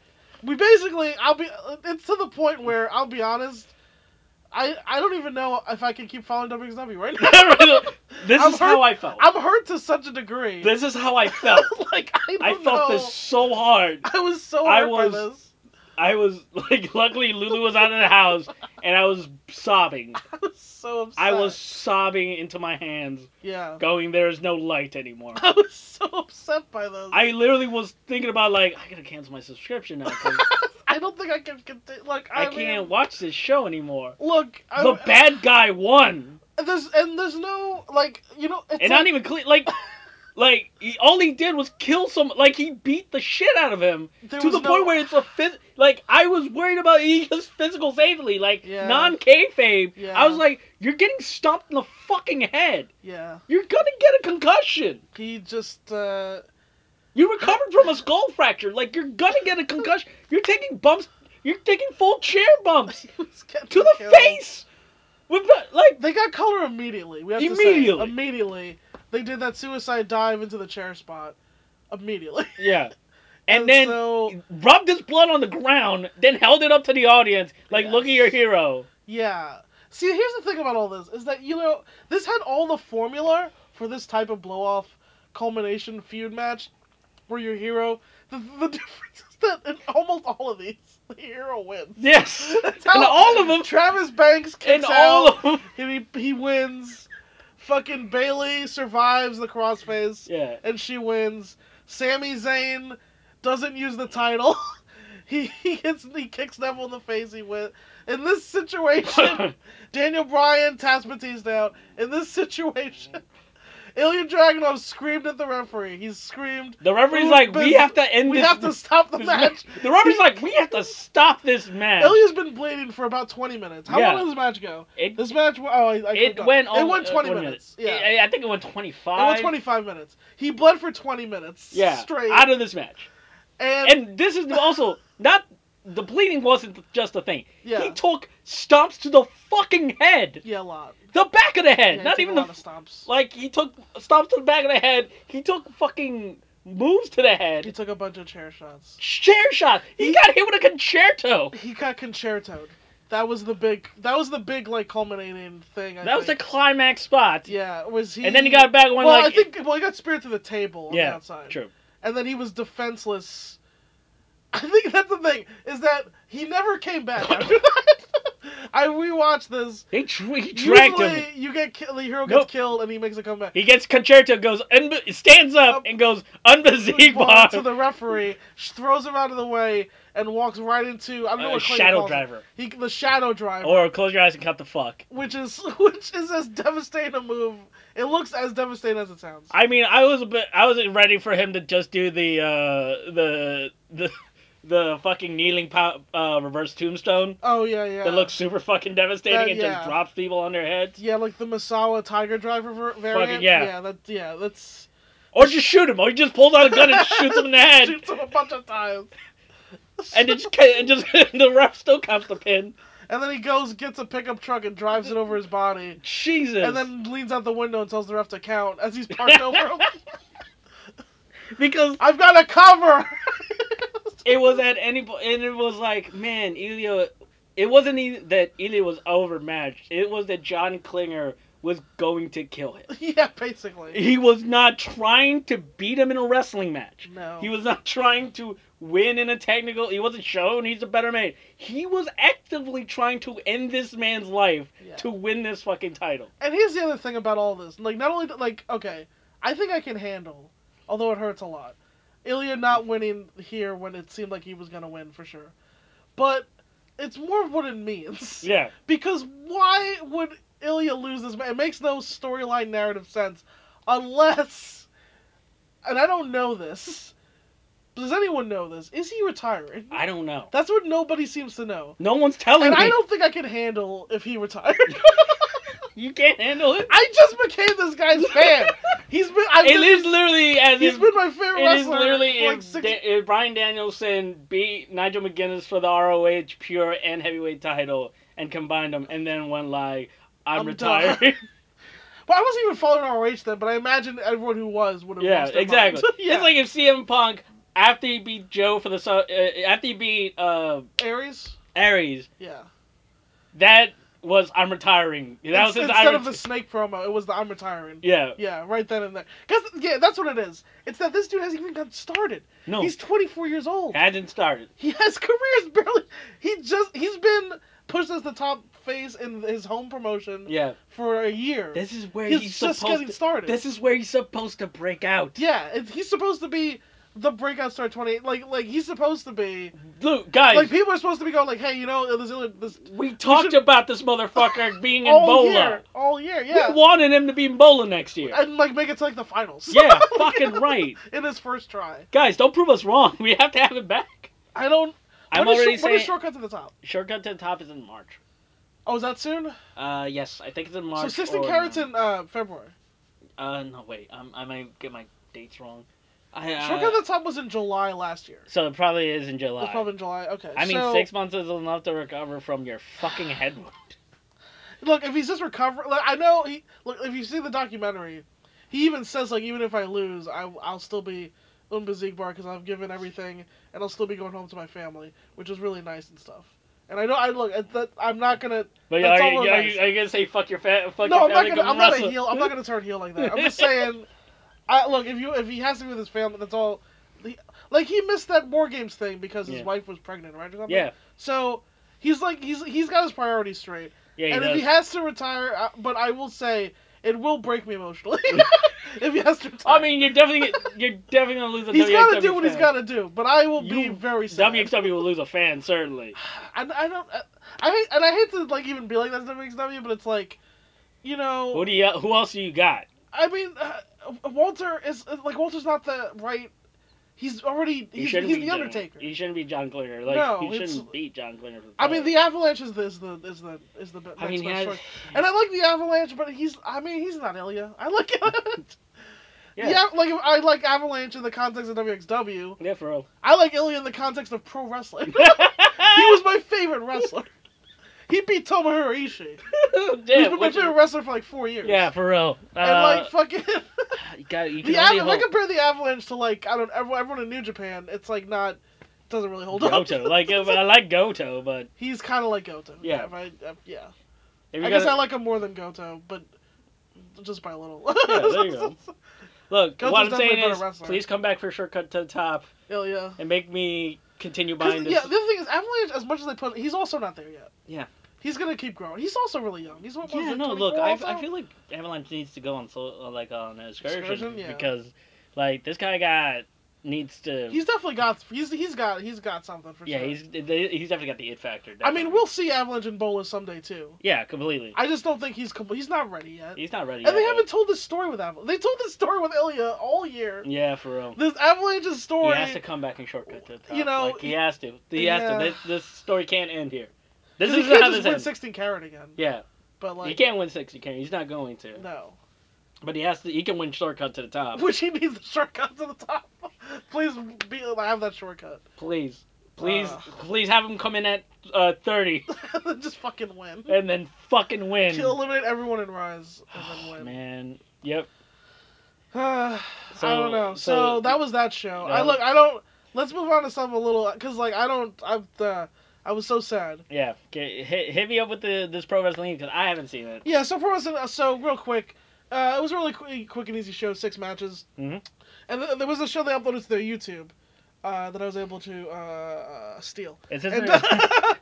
We basically, I'll be. It's to the point where I'll be honest. I I don't even know if I can keep following WXW right now.
this
I'm
is how
hurt-
I felt.
I'm hurt to such a degree.
This is how I felt.
like I don't
I
know.
felt this so hard.
I was so
I
hurt
was-
by this.
I was like, luckily Lulu was out of the house, and I was sobbing.
I was so upset.
I was sobbing into my hands,
yeah.
going, "There is no light anymore."
I was so upset by this.
I literally was thinking about like, I gotta cancel my subscription now. 'cause
I don't think I can continue. Like I,
I
mean,
can't watch this show anymore.
Look, I, uh,
The bad guy won,
There's and there's no like you know. It's like,
and not even clean. Like, like he, all he did was kill some. Like he beat the shit out of him
there
to
was
the
no-
point where it's a phys- Like I was worried about Ilya's physical safety, like
Yeah.
non kayfabe.
Yeah.
I was like, you're getting stomped in the fucking head.
Yeah,
You're gonna get a concussion.
he just. uh
You recovered from a skull fracture. Like you're gonna get a concussion. You're taking bumps. You're taking full chair bumps
He was getting
to the
killed.
face. With the- like
They got color immediately. We have to
Immediately.
say immediately they did that suicide dive into the chair spot immediately.
yeah, and, then
so
rubbed his blood on the ground, then held it up to the audience like,
Yes.
look at your hero.
yeah. See, here's the thing about all this is that you know this had all the formula for this type of blow off culmination feud match where your hero. The, the difference is that in almost all of these, the hero wins.
Yes,
That's
and
how-
all of them,
Travis Banks
and
kicks
all
out.
of them.
and he, he wins. Fucking Bailey survives the crossface.
Yeah,
and she wins. Sami Zayn doesn't use the title. he he hits he kicks Neville in the face. He wins. In this situation, Daniel Bryan taps Batista out. In this situation, Ilya Dragunov screamed at the referee. He screamed,
the referee's
Ooh,
like,
but
we have to end
"We
this.
have to stop the
this
match."
The referee's like, we have to stop this match.
Ilya's been bleeding for about 20 minutes. How
Yeah.
long did this match go?
It-
This match, oh, I, I
it
forgot.
went.
It
al-
went
uh,
20
one
minutes.
minute.
Yeah,
I, I think it went twenty
it
five.
went 25 minutes. He bled for 20 minutes.
Yeah,
straight.
out of this match.
and,
And this is also not the bleeding wasn't just a thing.
yeah,
He took stomps to the fucking head,
yeah, a lot.
the back of the head,
Yeah, he
not
took
even
a
the
lot of stomps.
like. He took stomps to the back of the head. He took fucking moves to the
He
head,
took a bunch of chair shots.
chair shot. He, got hit with a concerto.
He got concertoed. That was the big. That was the big like culminating thing. I
that was the
think.
climax spot.
Yeah, was he?
And then he got back one
Well,
like
I think. Well, he got speared through the table on the
yeah,
outside.
true.
And then he was defenseless. I think that's the thing is that he never came back after that. I rewatched this.
They tra- he dragged
Usually,
him.
you get ki- the hero gets
Nope.
killed and he makes a comeback.
He gets concerto, goes unbe- stands up
Up.
and goes unbesieged
Bar
bar.
to the referee, sh- throws him out of the way, and walks right into I don't know
Uh,
what Clayton
shadow
calls it.
driver,
He the shadow driver.
or close your eyes and count the fuck.
which is which is as devastating a move. It looks as devastating as it sounds.
I mean, I was a bit, I wasn't ready for him to just do the uh, the the the fucking kneeling pow- uh, reverse tombstone
oh yeah, yeah.
that looks super fucking devastating
That-
and
yeah.
just drops people on their heads,
Yeah, like the Masawa Tiger Driver ver- variant.
yeah.
yeah, that yeah, that's
or just shoot him, or he just pulls out a gun and shoots him in the head,
shoots him a bunch of times.
and it just ca- and just the ref still counts the pin.
And then he goes, gets a pickup truck, and drives it over his body.
Jesus,
And then leans out the window and tells the ref to count as he's parked over him.
because
I've got a cover.
it was at any point, and it was like, man, Ilya. It wasn't e- that Ilya was overmatched. It was that John Klinger was going to kill him.
yeah, basically.
He was not trying to beat him in a wrestling match.
No.
He was not trying to win in a technical. He wasn't shown he's a better man. He was actively trying to end this man's life
Yeah.
to win this fucking title.
And here's the other thing about all this. Like, not only, like, okay, I think I can handle, although it hurts a lot, Ilya not winning here when it seemed like he was going to win for sure. But it's more of what it means.
Yeah.
Because why would Ilya lose this? ma- It makes no storyline narrative sense unless, and I don't know this. Does anyone know this? Is he retiring?
I don't know.
That's what nobody seems to know.
No one's telling
And
me.
I don't think I can handle if he retired.
You can't handle it.
I just became this guy's fan. He's been I've
It
been,
is literally as
he's
if
been my favorite
it is
wrestler.
literally
for like
if,
six,
Da- if Brian Danielson beat Nigel McGuinness for the ROH pure and heavyweight title and combined them and then went like, I'm,
I'm
retiring.
done. well, I wasn't even following ROH then, but I imagine everyone who was would have.
Yeah,
lost their
exactly.
mind. yeah,
It's like if CM Punk after he beat Joe for the su- uh, after he beat uh,
Aries.
Aries,
Yeah.
that was I'm retiring. That was
Ins-
his
instead
I
of the snake promo, it was the I'm retiring.
yeah.
Yeah, right then and there. Cause yeah, that's what it is. It's that this dude hasn't even got started.
No,
He's 24 years old.
hasn't started.
He has careers barely. He just he's been pushed as the top face in his home promotion
Yeah,
for a year.
this is where
he's,
he's
just
supposed.
getting
To,
started.
this is where he's supposed to break out.
Yeah, it, he's supposed to be the breakout star twenty eight. Like like he's supposed to be.
Look, guys,
Like people are supposed to be going like, hey, you know, this this
we talked
should-
about this motherfucker being in
all
Bola.
year, all year, yeah.
We wanted him to be in Bola next year.
And like make it to like the finals.
yeah, fucking right.
In his first try,
Guys, don't prove us wrong. We have to have it back.
I don't.
I'm
what is
already
shor-
saying
What is shortcut to the top?
shortcut to the top is in March.
Oh, is that soon?
Uh, yes, I think it's in March.
so sixteen
or-
carats in uh, February.
Uh, no, wait. Um, I might get my dates wrong. I, uh,
Shrek on the Top was in July last year.
so it probably is in
It
July.
was probably in July. Okay.
I mean,
so,
six months is enough to recover from your fucking head wound.
Look, if he's just recovering, like I know he. Look, if you see the documentary, he even says like, even if I lose, I I'll still be unbezigbar because I've given everything, and I'll still be going home to my family, which is really nice and stuff. And I know I look. at That, I'm not gonna.
But
That's
are,
all
you,
that
are, you,
matters.
are you gonna say fuck your fat? Fuck
no,
your
I'm not
family,
gonna.
come
I'm not a
wrestle?
heel. I'm not gonna turn heel like that. I'm just saying. I look if you if he has to be with his family, that's all. He, like he missed that war games thing because his
Yeah.
wife was pregnant, right? Or something.
Yeah,
So he's like he's he's got his priorities straight.
yeah, he
and
does.
if he has to retire, uh, but I will say it will break me emotionally if he has to retire.
I mean, you're definitely you're definitely gonna lose a
he's got
WXW
to do what
fan.
he's got to do, but I will be
You-
very sad.
WXW will lose a fan certainly.
And I don't, I, I hate, and I hate to like even be like that to WXW, but it's like, you know,
Who do you? Who else do you got?
I mean, uh, Walter is uh, like Walter's not the right. He's already
He
he's,
shouldn't
he's
be
the
John-
Undertaker.
He shouldn't be John Klinger. Like
No,
he
it's-
shouldn't beat John Klinger. For the
I mean,
title.
the Avalanche is the is the is the is the be- next
I mean, he
best
has,
choice. And I like the Avalanche, but he's I mean he's not Ilya. I like it. Yeah.
yeah, yeah,
like if I like Avalanche in the context of WXW.
for real.
I like Ilya in the context of pro wrestling. he was my favorite wrestler. He beat Tomohiro Ishii. He's
yeah,
been my
which-
favorite wrestler for like four years.
yeah, for real. Uh,
And like fucking
you got you can
the
only
Avalanche. If I
hope
compare the Avalanche to like I don't everyone, everyone in New Japan, it's like not doesn't really hold up.
Goto. Like if- I like Goto, but
He's kind of like Goto.
Yeah.
if I, if- yeah.
if
I
you
guess
gotta-
I like him more than Goto, but just by a little.
Yeah, there you go. Look,
Goto's
what
definitely
I'm
a
saying
better
is,
wrestler.
please come back for shortcut to the top
Ilya.
and make me continue
'Cause,
buying this.
Yeah, the other thing is Avalanche. As much as they put, he's also not there yet.
Yeah.
He's gonna keep growing. He's also really young. He's what? what
Yeah,
is it,
no, look,
24
I,
also?
I feel like Avalanche needs to go on so uh, like on an excursion,
Excursion, yeah.
because like this guy got needs to.
he's definitely got. He's he's got he's got something for
yeah,
sure.
he's they, he's definitely got the it factor.
I mean,
definitely.
we'll see Avalanche and Bola someday too.
yeah, completely.
I just don't think he's complete. He's not ready yet.
He's not ready.
and they
yet,
haven't told this story with Avalanche. They told this story with Ilya all year.
but- Yeah, for real.
This Avalanche's
He
story.
has to come back and shortcut to the top.
You know,
like, he has to. He
yeah.
has to. This, this story can't end here.
'cause
This
he
is
can't
how
just
this
win
ends.
16 carat again.
Yeah,
But like,
he can't win sixty. Can he's not going to.
No.
But he has to. He can win shortcut to the top.
Which he needs the shortcut to the top. Please be have that shortcut.
Please, please,
Ugh.
please have him come in at uh, thirty
just fucking win.
and then fucking win.
Kill, eliminate everyone and rise, and then win.
Oh, Man, yep.
I
So-
don't know. So,
so-
that was that show. I
Yeah.
look. I don't. Let's move on to something a little because like I don't. I'm. Uh, I was so sad.
Yeah, okay, hit, hit me up with the this pro wrestling because I haven't seen it.
Yeah. So for us, uh, so real quick. Uh, it was a really quick, quick and easy show. Six matches.
Mhm.
And th- there was a show they uploaded to their YouTube. Uh, that I was able to uh, steal.
Is this,
And-
their,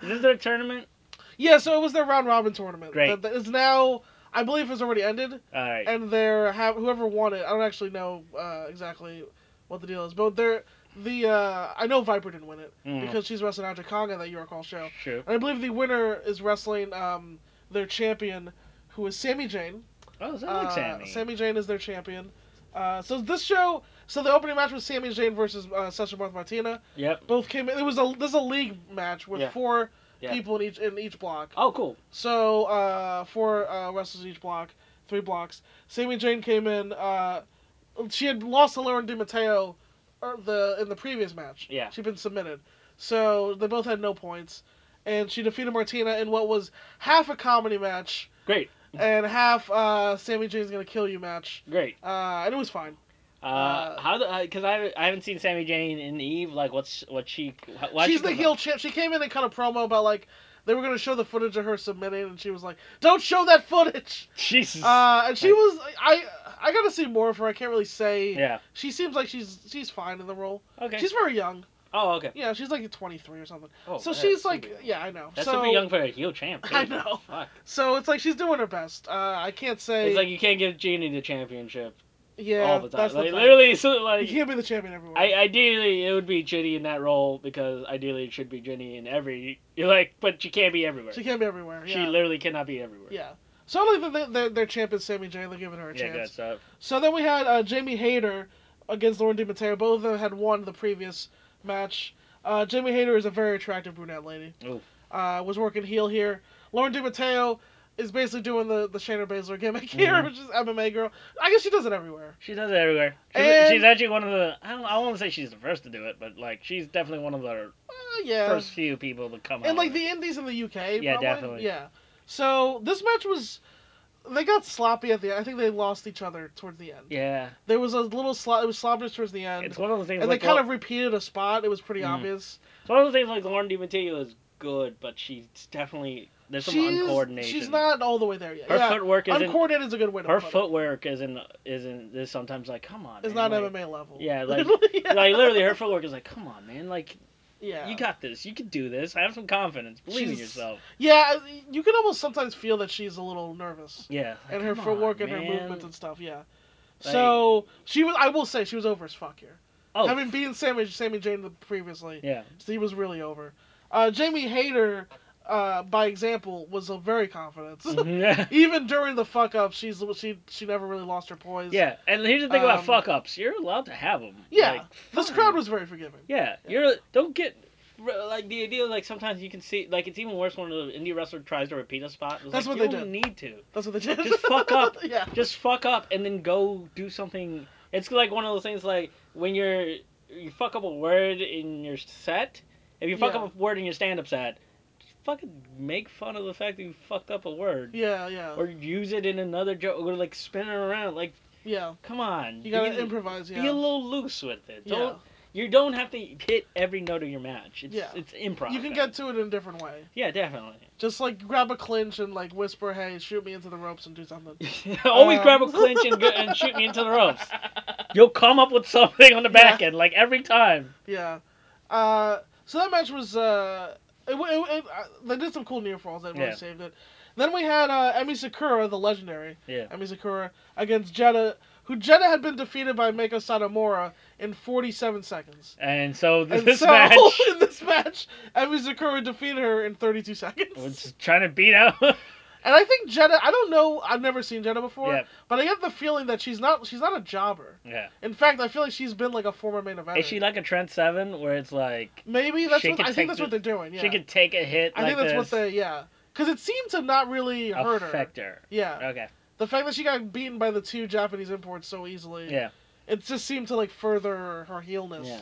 is this their tournament?
yeah, so it was their round robin tournament.
Great.
That- that is now, I believe, has already ended.
All right.
and they're have whoever won it. I don't actually know uh, exactly what the deal is, but they're the uh, I know Viper didn't win it
Mm,
because she's wrestling Aja Kong at that York Hall show,
true.
and I believe the winner is wrestling um, their champion, who is Sammy Jane.
Oh, sounds
Uh,
like Sammy.
Jane is their champion. Uh, so this show, so the opening match was Sammy Jane versus uh, Sasha Marth Martina.
Yep.
Both came. It was a this is a league match with
Yeah.
four
Yeah.
people in each in each block.
Oh, cool.
So uh, four uh, wrestlers each block, three blocks. Sammy Jane came in. Uh, she had lost to Lauren DiMatteo er, the in the previous match.
Yeah.
she'd been submitted. So they both had no points, and she defeated Martina in what was half a comedy match
Great.
and half uh, Sammy Jane's gonna kill you match.
Great.
Uh, and it was fine.
Uh,
Uh,
how the? Because I I haven't seen Sammy Jane in Eve. Like, what's what she? Why
She's the heel champ. She came in and cut a promo about like they were gonna show the footage of her submitting, and she was like, "Don't show that footage."
Jesus.
Uh, and she
Like-
was I I gotta see more of her. I can't really say.
yeah.
She seems like she's she's fine in the role.
Okay.
She's very young.
oh, okay.
Yeah, she's like 23 or something.
Oh,
so
that's
she's
super
like,
young.
yeah, I know.
That's
so,
super young for a heel champ.
I
too.
know.
Fuck.
So it's like she's doing her best. Uh, I can't say.
It's like you can't give Genie the championship
yeah,
all the time.
that's
like
the thing.
literally, so,
You
like
can't be the champion everywhere.
I, ideally it would be Ginny in that role because ideally it should be Ginny in every. You're like, but she can't be everywhere.
she
She,
can't be everywhere. Yeah.
literally cannot be everywhere.
yeah. So I don't think their their champ is Sammy Jane. They're giving her a
yeah,
chance.
good stuff.
So then we had uh, Jamie Hayter against Lauren DiMatteo. Both of them had won the previous match. Uh, Jamie Hayter is a very attractive brunette lady.
Ooh.
Uh, was working heel here. Lauren DiMatteo is basically doing the the Shayna Baszler gimmick here,
Mhm.
which is MMA girl. I guess she does it everywhere.
She does it everywhere. She's,
And-
she's actually one of the. I don't. I won't say she's the first to do it, but like she's definitely one of the
Uh, yeah,
first few people to come out.
and like
with it.
the Indies in the UK.
Yeah,
probably.
definitely.
Yeah. So this match was, they got sloppy at the. end. I think they lost each other towards the end.
yeah,
There was a little slo- it was sloppiness towards the end,
it's one of the things.
and
like,
they kind
Lau-
of repeated a spot. It was pretty
Mhm.
obvious.
it's one of the things like Lauren DiMatteo is good, but she's definitely there's some uncoordination.
She's not all the way there yet.
Her
yeah,
footwork isn't.
uncoordinated is a good way to
Her
put it.
footwork isn't isn't is sometimes like come on.
It's
man,
not
like,
MMA level.
yeah, like-
yeah.
Like literally, her footwork is like come on, man. Like
yeah.
you got this. You can do this. Have some confidence. Believe in
She's-
yourself.
Yeah, you can almost sometimes feel that she's a little nervous.
Yeah. like,
and her
come
footwork
on,
and her
man.
movements and stuff. Yeah.
Like-
so she was. I will say she was over as fuck here.
Oh,
Having beaten Sammy Sammy Jane the- previously,
yeah.
she was really over. Uh, Jamie Hayter, uh, by example, was a very confident.
Mhm.
Even during the fuck up, she's she she never really lost her poise.
Yeah, and here's the thing about
Um,
fuck ups. You're allowed to have them.
Yeah,
Like,
This
fine.
crowd was very forgiving.
Yeah, you're don't get r- like the idea. Like sometimes you can see like it's even worse when an indie wrestler tries to repeat a spot. It's
That's
like,
what
you
they
don't
did.
need to.
That's what they did.
Just fuck up.
yeah.
Just fuck up and then go do something. It's like one of those things like when you're you fuck up a word in your set. If you fuck
Yeah.
up a word in your stand up set, just fucking make fun of the fact that you fucked up a word.
Yeah, yeah,
Or use it in another joke, or like spin it around. Like,
yeah.
come on.
You gotta
can-
improvise. Yeah.
be a little loose with it.
Yeah.
Don't you don't have to hit every note of your match. It's
Yeah.
it's improv.
You can get to it in a different way.
yeah, definitely.
Just like grab a clinch and like whisper, "Hey, shoot me into the ropes and do something."
Always
Um.
grab a clinch and, go- and shoot me into the ropes. You'll come up with something on the back end, like every time.
Yeah. Uh, so that match was. Uh, it, wa- it, it, uh, they did some cool near falls. That really
Yeah.
saved it. Then we had uh, Emi Sakura, the legendary
Yeah.
Emi Sakura, against Jetta, who Jetta had been defeated by Mako Satomura in 47 seconds.
And so this
And so
match
in this match, Emi Sakura defeated her in 32 seconds.
was trying to beat out.
And I think Jetta. I don't know. I've never seen Jetta before,
yeah,
but I get the feeling that she's not. She's not a jobber.
yeah.
In fact, I feel like she's been like a former main eventer.
Is she like a Trent Seven, where it's like
Maybe that's
She
what
could
I
take
think that's
the-
what they're doing. Yeah.
she could take a hit?
I
like
think that's what
this,
they yeah. Because it seemed to not really hurt her.
affect her.
Yeah.
Okay.
The fact that she got beaten by the two Japanese imports so easily.
Yeah.
It just seemed to like further her heelness.
Yeah.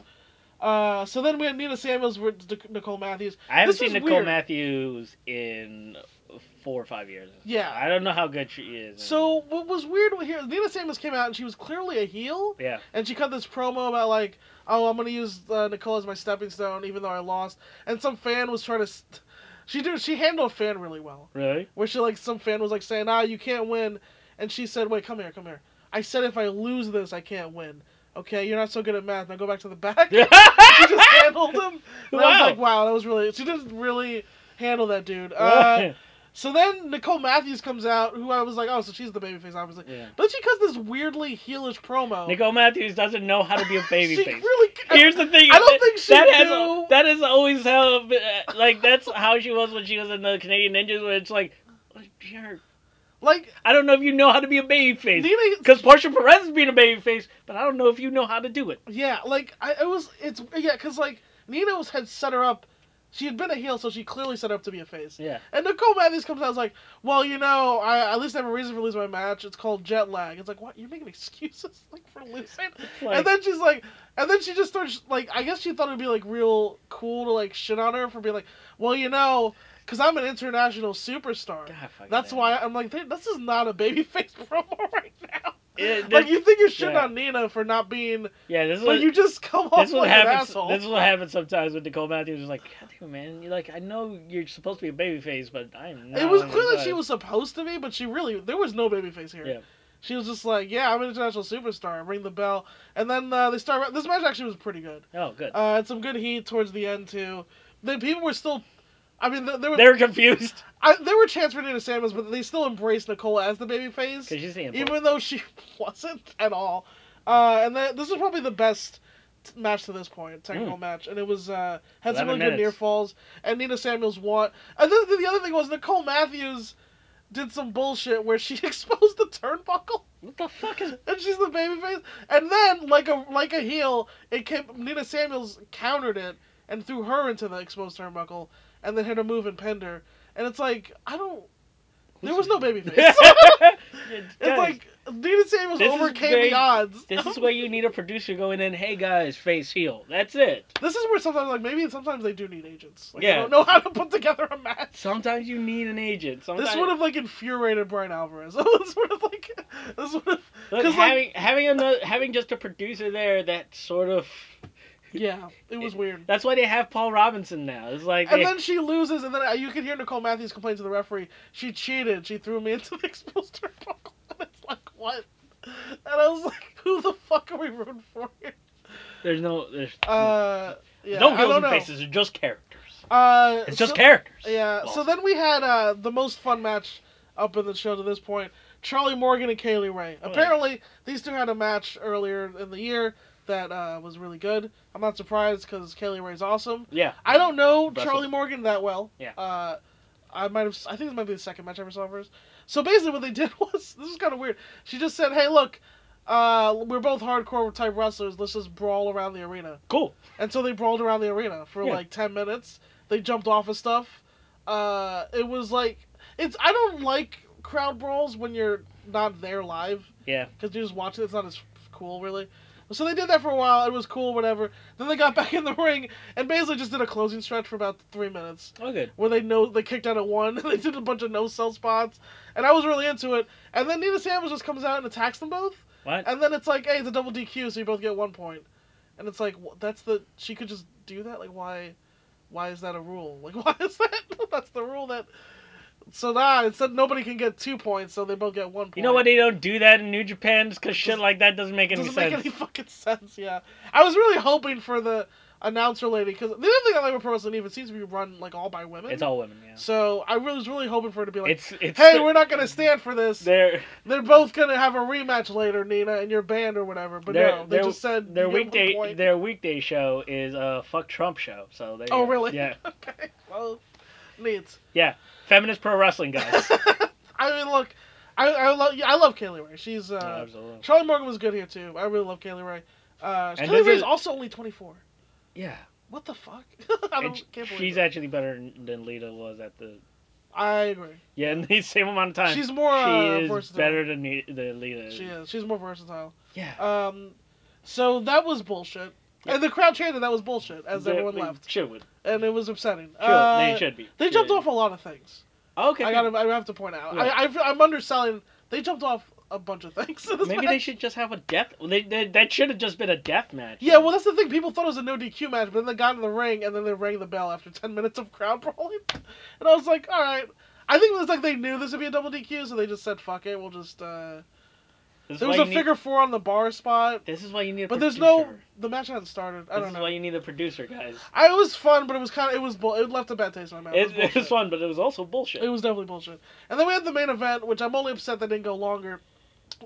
Uh, so then we had Nina Samuels with Nic- Nicole Matthews.
I haven't
This
seen
was
Nicole
weird.
Matthews in four or five years.
Yeah.
I don't know how good she is.
So what was weird here? Nina Samuels came out and she was clearly a heel,
yeah,
and she cut this promo about like, oh, I'm gonna use uh, Nicole as my stepping stone, even though I lost. And some fan was trying to. St- she did. She handled a fan really well.
really?
where she like some fan was like saying, "Ah, you can't win," and she said, "Wait, come here, come here. I said if I lose this, I can't win. Okay, you're not so good at math. Now go back to the back." she just handled him. And I was
Wow.
like, "Wow, that was really." She didn't really handle that dude. Uh, so then Nicole Matthews comes out, who I was like, "Oh, so she's the babyface, obviously."
Yeah.
But she cuts this weirdly heelish promo.
Nicole Matthews doesn't know how to be a
she
babyface.
really. uh,
Here's the thing.
I don't
that-
think she
that
knew.
has that is always how uh, like that's how she was when she was in the Canadian Ninjas. Where it's like, you're,
like
I don't know if you know how to be a babyface
Nina.
because Portia Perez is being a babyface, but I don't know if you know how to do it.
Yeah, like I it was it's yeah, cause like Nina was, had set her up. She had been a heel, so she clearly set up to be a face.
Yeah,
And Nicole Matthews comes out and is like, well, you know, I at least have a reason for losing my match. It's called jet lag. It's like, what? You're making excuses like for losing?
like,
and then she's like, and then she just starts like, I guess she thought it'd be like real cool to like shit on her for being like, well, you know, cause I'm an international superstar.
God, fucking
That's
hell.
why I'm like, "Dude, this is not a babyface promo right now.
It- this-
Like you think you're shitting
yeah.
on Nina for not being
yeah, this is
but
what,
you just come off
this is
like
what
an
happens.
asshole.
This is what happens sometimes with Nicole Matthews. Is like, God damn, man, you're like, I know you're supposed to be a babyface, but I'm. Not Oh
it was
on the
clear that
side."
she was supposed to be, but she really there was no babyface here.
Yeah.
She was just like, yeah, I'm an international superstar. Ring the bell, and then uh, they start. This match actually was pretty good.
Oh, good.
Uh, had some good heat towards the end too. The people were still. I mean, there, there were
they were confused
I, there were chants for Nina Samuels, but they still embraced Nicole as the babyface,
because she's the important.
even though she wasn't at all. Uh, and then, this was probably the best t- match to this point, technical match, and it was uh, had some
11
really good
minutes.
near falls. And Nina Samuels won. And then the other thing was Nicole Matthews did some bullshit where she exposed the turnbuckle,
What the fuck is?
and she's the babyface. And then like a like a heel, it came Nina Samuels countered it and threw her into the exposed turnbuckle, and then hit a move and pinned her. And it's like I don't. There was no baby face.
it's
it's like Dina Samuels
this is
overcame
very-
the odds.
this is where you need a producer going in. Hey guys, face heel. That's it.
This is where sometimes like maybe sometimes they do need agents. Like,
Yeah.
They don't know how to put together a match.
Sometimes you need an agent. Sometimes
This would have like infuriated Brian Alvarez. this would have like this would have
Look,
'cause, like-
having having another having just a producer there that sort of
yeah. It was weird.
that's why they have Paul Robinson now. It's like eh,
And
they-
then she loses, and then uh, you can hear Nicole Matthews complain to the referee. She cheated. She threw me into the exposed turnbuckle. And it's like what? And I was like, who the fuck are we rooting for here?
there's no there's
Uh, yeah,
no
I
heels
don't
and
know.
faces. They're just characters.
Uh,
It's just
so-
characters.
Yeah.
Well,
So then we had uh, the most fun match up in the show to this point: Charlie Morgan and Kaylee Ray.
Right.
Apparently, these two had a match earlier in the year that uh, was really good. I'm not surprised because Kaylee Ray's awesome.
yeah.
I don't know
Wrestle.
Charlie Morgan that well.
Yeah.
Uh, I might have. I think this might be the second match I ever saw of hers. So basically, what they did was this is kind of weird. She just said, "Hey, look, uh, we're both hardcore type wrestlers. Let's just brawl around the arena."
Cool.
And so they brawled around the arena for
Yeah.
like ten minutes. They jumped off of stuff. Uh, it was like it's. I don't like crowd brawls when you're not there live
Yeah.
because you just watch it. It's not as cool, really. So they did that for a while. It was cool, whatever. Then they got back in the ring and basically just did a closing stretch for about three minutes
Oh good.
where they know they kicked out at one. and they did a bunch of no sell spots, and I was really into it. And then Nina Samuels just comes out and attacks them both.
What?
And then it's like, hey, it's a double DQ, so you both get one point. And it's like, wh- that's the she could just do that. Like, why, why is that a rule? Like, why is that? that's the rule that. So nah, it said nobody can get two points, so they both get one point.
You know why they don't do that in New Japan? Just because shit
Doesn't-
like that doesn't make any
doesn't
sense.
make any fucking sense. Yeah, I was really hoping for the announcer lady because the other thing I like with pro wrestling even seems to be run like all by women.
It's all women. Yeah.
So I really- was really hoping for it to be like,
It's it's.
hey, we're not gonna stand for this. They're,
They're
both gonna have a rematch later, Nina, and your band or whatever. But
Their-
no, they
their-
just said
Their
you get one
weekday
point.
their weekday show is a fuck Trump show. So they
Oh really?
yeah
okay. Well, neat.
feminist pro wrestling guys.
I mean, look, I I love I love Kaylee Ray. She's uh,
Yeah, absolutely.
Charlie Morgan was good here too. I really love Kaylee Ray. Uh,
And
Kaylee
this
Ray
is-
is also only twenty four.
Yeah,
What the fuck? I
and
don't,
sh-
can't believe
she's
it.
actually better than- than Lita was at the
I agree.
yeah in the same amount of time.
She's more
she
uh,
is
versatile.
better than, Ne- than Lita.
She is. She's more versatile.
Yeah.
Um, so that was bullshit.
Yeah.
And the crowd chanted that was bullshit as
They-
everyone
they
left,
Should would.
and it was upsetting.
Should,
Uh,
they should be.
they jumped
Yeah.
off a lot of things.
Okay.
I got. to I have to point out.
Yeah.
I, I, I'm underselling. They jumped off a bunch of things. in this
Maybe
match.
they should just have a death. well, They, they, that should have just been a death match.
Yeah, well, that's the thing. People thought it was a no DQ match, but then they got in the ring and then they rang the bell after 10 minutes of crowd brawling. And I was like, all right. I think it was like they knew this would be a double DQ, so they just said, fuck it, we'll just. uh...
This is
There
why
was
you
a
need-
figure four on the bar spot,
This is why you need a
but there's
producer.
no. The match hadn't started. I
this
don't
is
know.
why you need a producer, guys.
I, it was fun, but it was kind of. It was. Bull- it left a bad taste in my mouth. It,
It,
was
it was
bullshit.
fun, but it was also bullshit.
It was definitely bullshit. And then we had the main event, which I'm only upset that didn't go longer.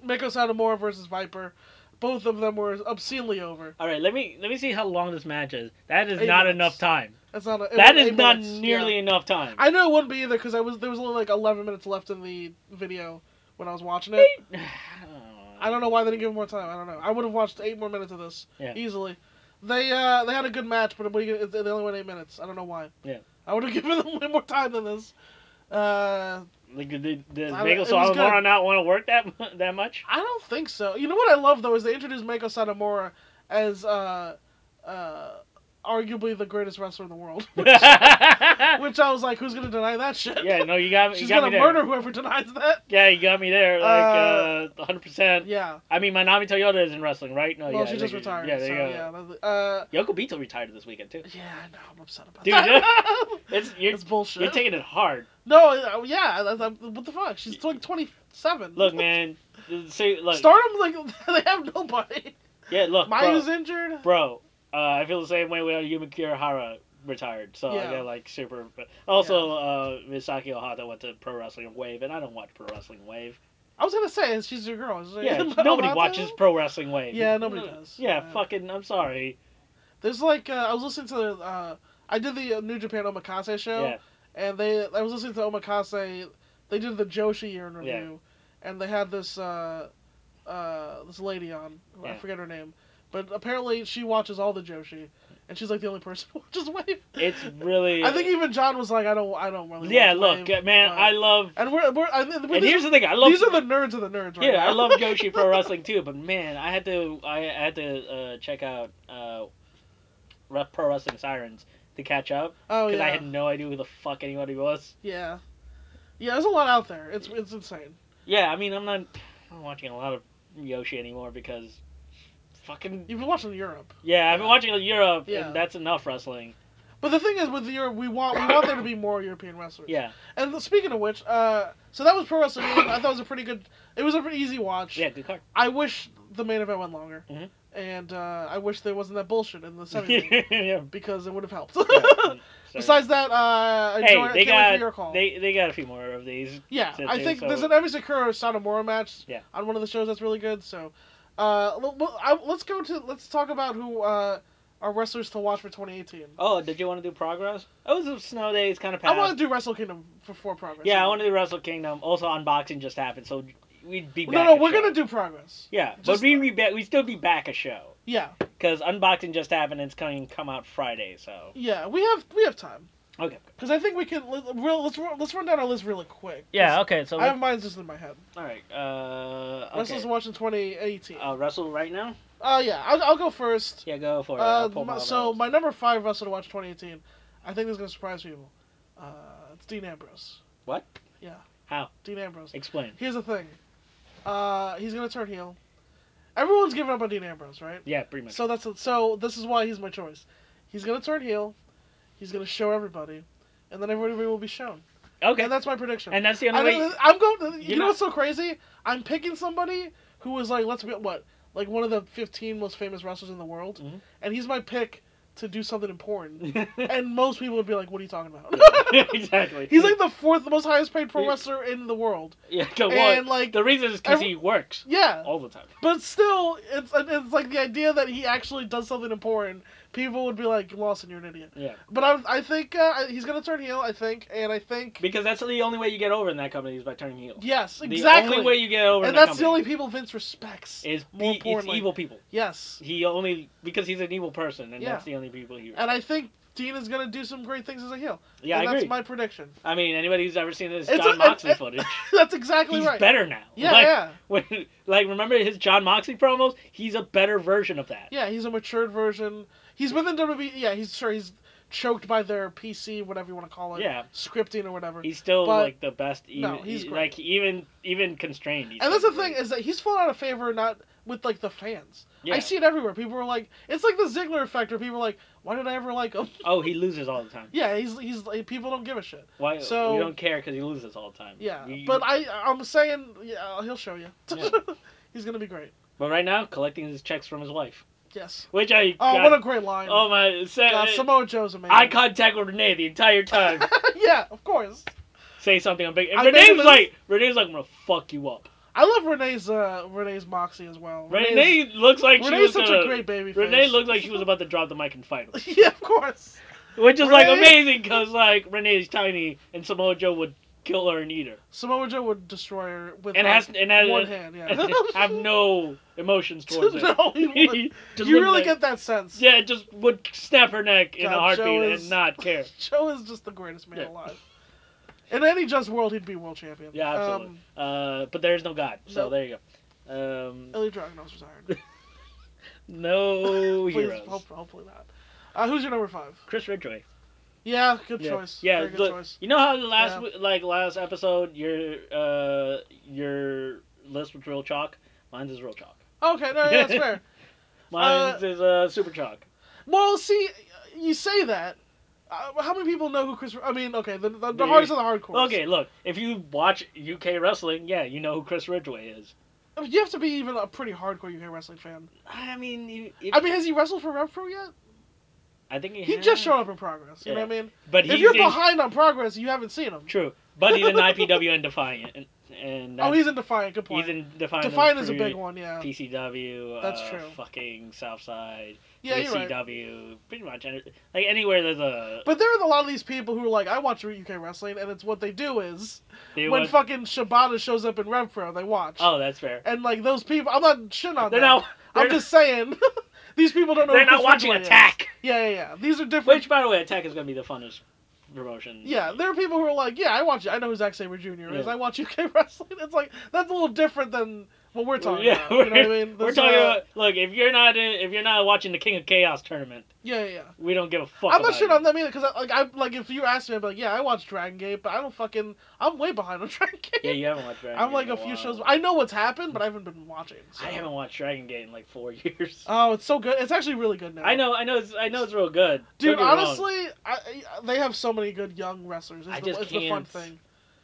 Mako Satomura versus Viper. Both of them were obscenely over.
All right, let me let me see how long this match is. That is
Eight
not
minutes.
enough time.
That's not. A, it
that
was
is
eight
not
minutes, yeah.
nearly enough time.
I know it wouldn't be either because I was there was only like 11 minutes left in the video when I was watching it.
They-
I don't know why they didn't give it more time. I don't know. I would have watched eight more minutes of this
Yeah.
easily. They uh they had a good match, but we, they only went eight minutes. I don't know why.
Yeah.
I would have given them way more time than this. Uh,
Like, did, did, did
I-
Bagel
it was
Solomora
good.
not want to work that mu- that much?
I don't think so. You know what I love though is they introduced Mako Satomura as uh uh arguably the greatest wrestler in the world,
yeah,
which I was like, who's gonna deny that shit?
no, you got you
She's
got
gonna
me there.
murder whoever denies that.
Yeah, you got me there. Like, uh, 100%.
Yeah.
I mean, Manami Toyota is in wrestling, right? No,
well,
Oh, yeah,
she just
there you go.
retired.
Yeah, there
so,
you go.
yeah, that's- uh,
Yoko Bito retired this weekend too.
yeah, I know. I'm upset about
Dude,
that.
It's you're,
it's bullshit.
you're taking it hard.
no, uh, yeah. That's, that's- what the fuck? She's like 27.
Look, man. See, look.
Stardom, like they have nobody.
yeah, look, bro.
Mayu's injured.
bro uh, I feel the same way when Yuma Kurihara retired. So I
Yeah.
got like super. But also, uh, Misaki Ohata went to Pro Wrestling Wave, and I don't watch Pro Wrestling Wave.
I was gonna say she's your girl. She's like-
Yeah,
Not
nobody
about
watches
that.
Pro Wrestling Wave.
Oh, Yeah, nobody
No.
does.
Yeah,
Yeah.
fucking. I'm sorry.
There's like uh, I was listening to the. Uh, I did the uh, New Japan Omakase show,
Yeah,
and they I was listening to Omakase. They did the Joshi year in review, and they had this uh, uh, this lady on. I
Yeah.
forget her name, but apparently she watches all the Joshi, and she's like the only person who watches Wave.
It's really.
I think even John was like, I don't, I don't really.
yeah,
watch
look,
Wave,
uh, man,
but-
I love.
And we're, we're, I mean,
And
these,
here's the thing, I love.
these are the nerds of the nerds, right?
yeah, I
now.
love Yoshi Pro Wrestling too, but man, I had to, I had to uh, check out uh, Re- Pro Wrestling Sirens to catch up
Oh
because
yeah,
I had no idea who the fuck anybody was.
yeah, yeah. There's a lot out there. It's it's insane.
Yeah, I mean, I'm not, I'm not watching a lot of Yoshi anymore because, fucking.
You've been watching Europe,
Yeah, I've been watching Europe,
Yeah.
and that's enough wrestling.
but the thing is, with Europe, we want we want there to be more European wrestlers.
Yeah,
And speaking of which, uh, so that was Pro Wrestling. Noon. I thought it was a pretty good. It was a pretty easy watch.
yeah, good card.
I wish the main event went longer,
Mhm.
and uh, I wish there wasn't that bullshit in the semi
yeah.
because it would have helped.
Sorry.
Besides that, uh, I
Hey,
enjoy, I
they
can't wait
got-
for your call.
they they got a few more of these.
Yeah,
So
I
too,
think
so-
there's an Emi Sakura Satomura match
Yeah.
on one of the shows that's really good. So, uh, l- well, I, let's go to let's talk about who uh, are wrestlers to watch for 2018.
Oh, did you want to do progress? Oh, it was a snow day. It's kind of
I
past.
want to do Wrestle Kingdom for four progress.
yeah, I want to do Wrestle Kingdom. Also, unboxing just happened, so we'd be
No,
back.
no,
a
we're
show.
gonna do progress.
Yeah, but
just-
we be back. We still be back a show
Yeah,
because unboxing just happened. and It's going to come out Friday, so
yeah, we have we have time
okay.
because I think we can. Let, real, let's run- let's run down our list really quick.
Yeah, okay. So
I have mine just in my head.
all right. Uh, okay.
Wrestlers to watch in 2018.
Uh, wrestle right now?
Uh, yeah, I'll, I'll go first.
Yeah, go for it.
Uh,
I'll pull
my-
mine
so
out.
my number five wrestler to watch 2018, I think this is gonna surprise people. Uh, it's Dean Ambrose.
What?
Yeah.
How?
Dean Ambrose.
explain.
Here's the thing. Uh, he's gonna turn heel. Everyone's giving up on Dean Ambrose, right?
Yeah, pretty much.
So that's so. This is why he's my choice. He's gonna turn heel. He's gonna show everybody, and then everybody will be shown.
okay,
And that's my prediction.
and that's the
I
only way.
don't- I'm going. You
You're
know
not-
what's so crazy? I'm picking somebody who was like, let's be what, like one of the 15 most famous wrestlers in the world,
Mhm.
and he's my pick to do something important. and most people would be like, "What are you talking about?"
exactly.
he's like the fourth most highest paid pro
Yeah.
wrestler in the world.
yeah, come
and
on.
like,
The reason is because he works
yeah,
all the time.
but still, it's it's like the idea that he actually does something important. People would be like, "Lawson, you're an idiot."
Yeah,
But I, I think uh, he's gonna turn heel. I think, and I think
because that's the only way you get over in that company is by turning heel.
yes,
The
exactly.
only way you get over in
and
that
that's the only
company
people Vince respects.
is
more
be, it's
importantly-
evil people.
Yes,
He only because he's an evil person, and
Yeah.
that's the only people he.
and I think Dean is gonna do some great things as a heel.
yeah,
and
I
that's
agree.
my prediction.
I mean, anybody who's ever seen this
It's
John
a-
Moxley
it-
footage,
that's exactly
he's
right.
better now.
Yeah,
like,
yeah,
When, like remember his John Moxley promos? He's a better version of that.
yeah. He's a matured version. He's within WWE. E, Yeah, he's sure he's choked by their PC, whatever you want to call it.
Yeah.
scripting or whatever.
He's still
But-
like the best. Even,
No, he's
he-
great.
like even even constrained. he's
and that's
still
the thing
great.
is that he's fallen out of favor not with like the fans.
Yeah.
I see it everywhere. People are like, it's like the Ziggler effect, where people are like, why did I ever like him?
Oh, he loses all the time.
yeah, he's he's like, people don't give a shit.
Why?
So-
we don't care because he loses all the time.
Yeah,
We-
but I I'm saying yeah, uh, he'll show you.
Yeah.
he's gonna be great.
but right now collecting his checks from his wife,
Yes.
which I
Oh,
got-
what a great line.
oh my say, uh,
God, Samoa Joe's amazing.
eye contact with Renee the entire time.
yeah, of course.
Say something on big. And
I made
Renee's
him-
like Renee's like I'm gonna fuck you up.
I love Renee's uh, Renee's moxie as well.
Renee looks like she
Renee's
was
such
gonna,
a great baby.
Renee
face.
looked like she was about to drop the mic and fight him,
yeah, of course.
which is like
Renee-
amazing because like Renee's tiny and Samoa Joe would kill her and eat her
Samoa Joe would destroy her with
and
like,
has and has
one hand. Yeah.
and have no emotions towards it.
no, he wouldn't.
Just
you
wouldn't,
really
like-
get that sense.
Yeah, it just would snap her neck in
God,
a
Joe
heartbeat
is-
and not care.
Joe is just the greatest man
Yeah.
alive. In any just world, he'd be world champion.
Yeah, absolutely.
Um,
Uh, but there is no God, so
Nope.
there you go. Um,
Ilya Dragunov's retired.
no
Please,
heroes.
hope, hopefully not. Uh, who's your number five?
Chris Ridgway.
Yeah, good
yeah.
choice.
Yeah,
Very good
look,
choice.
you know how the last
Yeah.
w like last episode your uh your list was real chalk. Mine's is real chalk.
Okay, no, yeah, that's fair.
Mine's is uh super chalk.
Well, see, you say that. Uh, how many people know who Chris? I mean, okay, the the, the
Yeah.
hardest of the hardcore.
Okay, look, if you watch UK wrestling, yeah, you know who Chris Ridgway is.
you have to be even a pretty hardcore UK wrestling fan.
I mean, you, if,
I mean, has he wrestled for Rev Pro yet?
I think he,
He
has,
just showed up in Progress. You know
Yeah.
what I mean?
But
if
he's
you're
in-
behind on Progress, you haven't seen him.
True, but he's in IPW and Defiant, and, and
Oh,
that's-
he's in Defiant. Good point.
he's in Defiant.
Defiant is a
Fury,
big one. Yeah.
PCW.
That's
uh,
true.
Fucking Southside.
Yeah, you're right.
PCW. Pretty much any, like anywhere there's a
But there are a lot of these people who are like, I watch UK wrestling, and it's what they do is
they
when
want-
fucking Shibata shows up in Rev Pro, they watch.
oh, that's fair.
And like those people, I'm not shitting on
They're
them.
not.
I'm
they're-
just saying These people don't know.
They're
who
not
Chris
watching
Ridgway is.
Attack.
Yeah, yeah, yeah. These are different.
Which, by the way, Attack is gonna be the funnest promotion.
yeah, there are people who are like, yeah, I watch. I know who Zack Saber Jr. is.
Yeah.
I watch UK wrestling. It's like that's a little different than what we're talking
yeah,
about. You know what I mean?
We're
This,
talking
uh,
about look if you're not in, if you're not watching the King of Chaos tournament,
Yeah, yeah. yeah.
we don't give a fuck.
I'm not
about
shit
you.
on them either because like I like if you asked me, I'd be like, yeah, I watch Dragon Gate, but I don't fucking. I'm way behind on Dragon Gate.
Yeah, you haven't watched Dragon.
I'm
Gate
like
in
a few
while.
shows. I know what's happened, but I haven't been watching. so.
I haven't watched Dragon Gate in like four years.
Oh, it's so good. It's actually really good now.
I know, I know, it's, I know it's real good. Don't
Dude,
get me wrong.
honestly, I, I- they have so many good young wrestlers. It's,
I
the,
just
it's the fun
can't.
thing.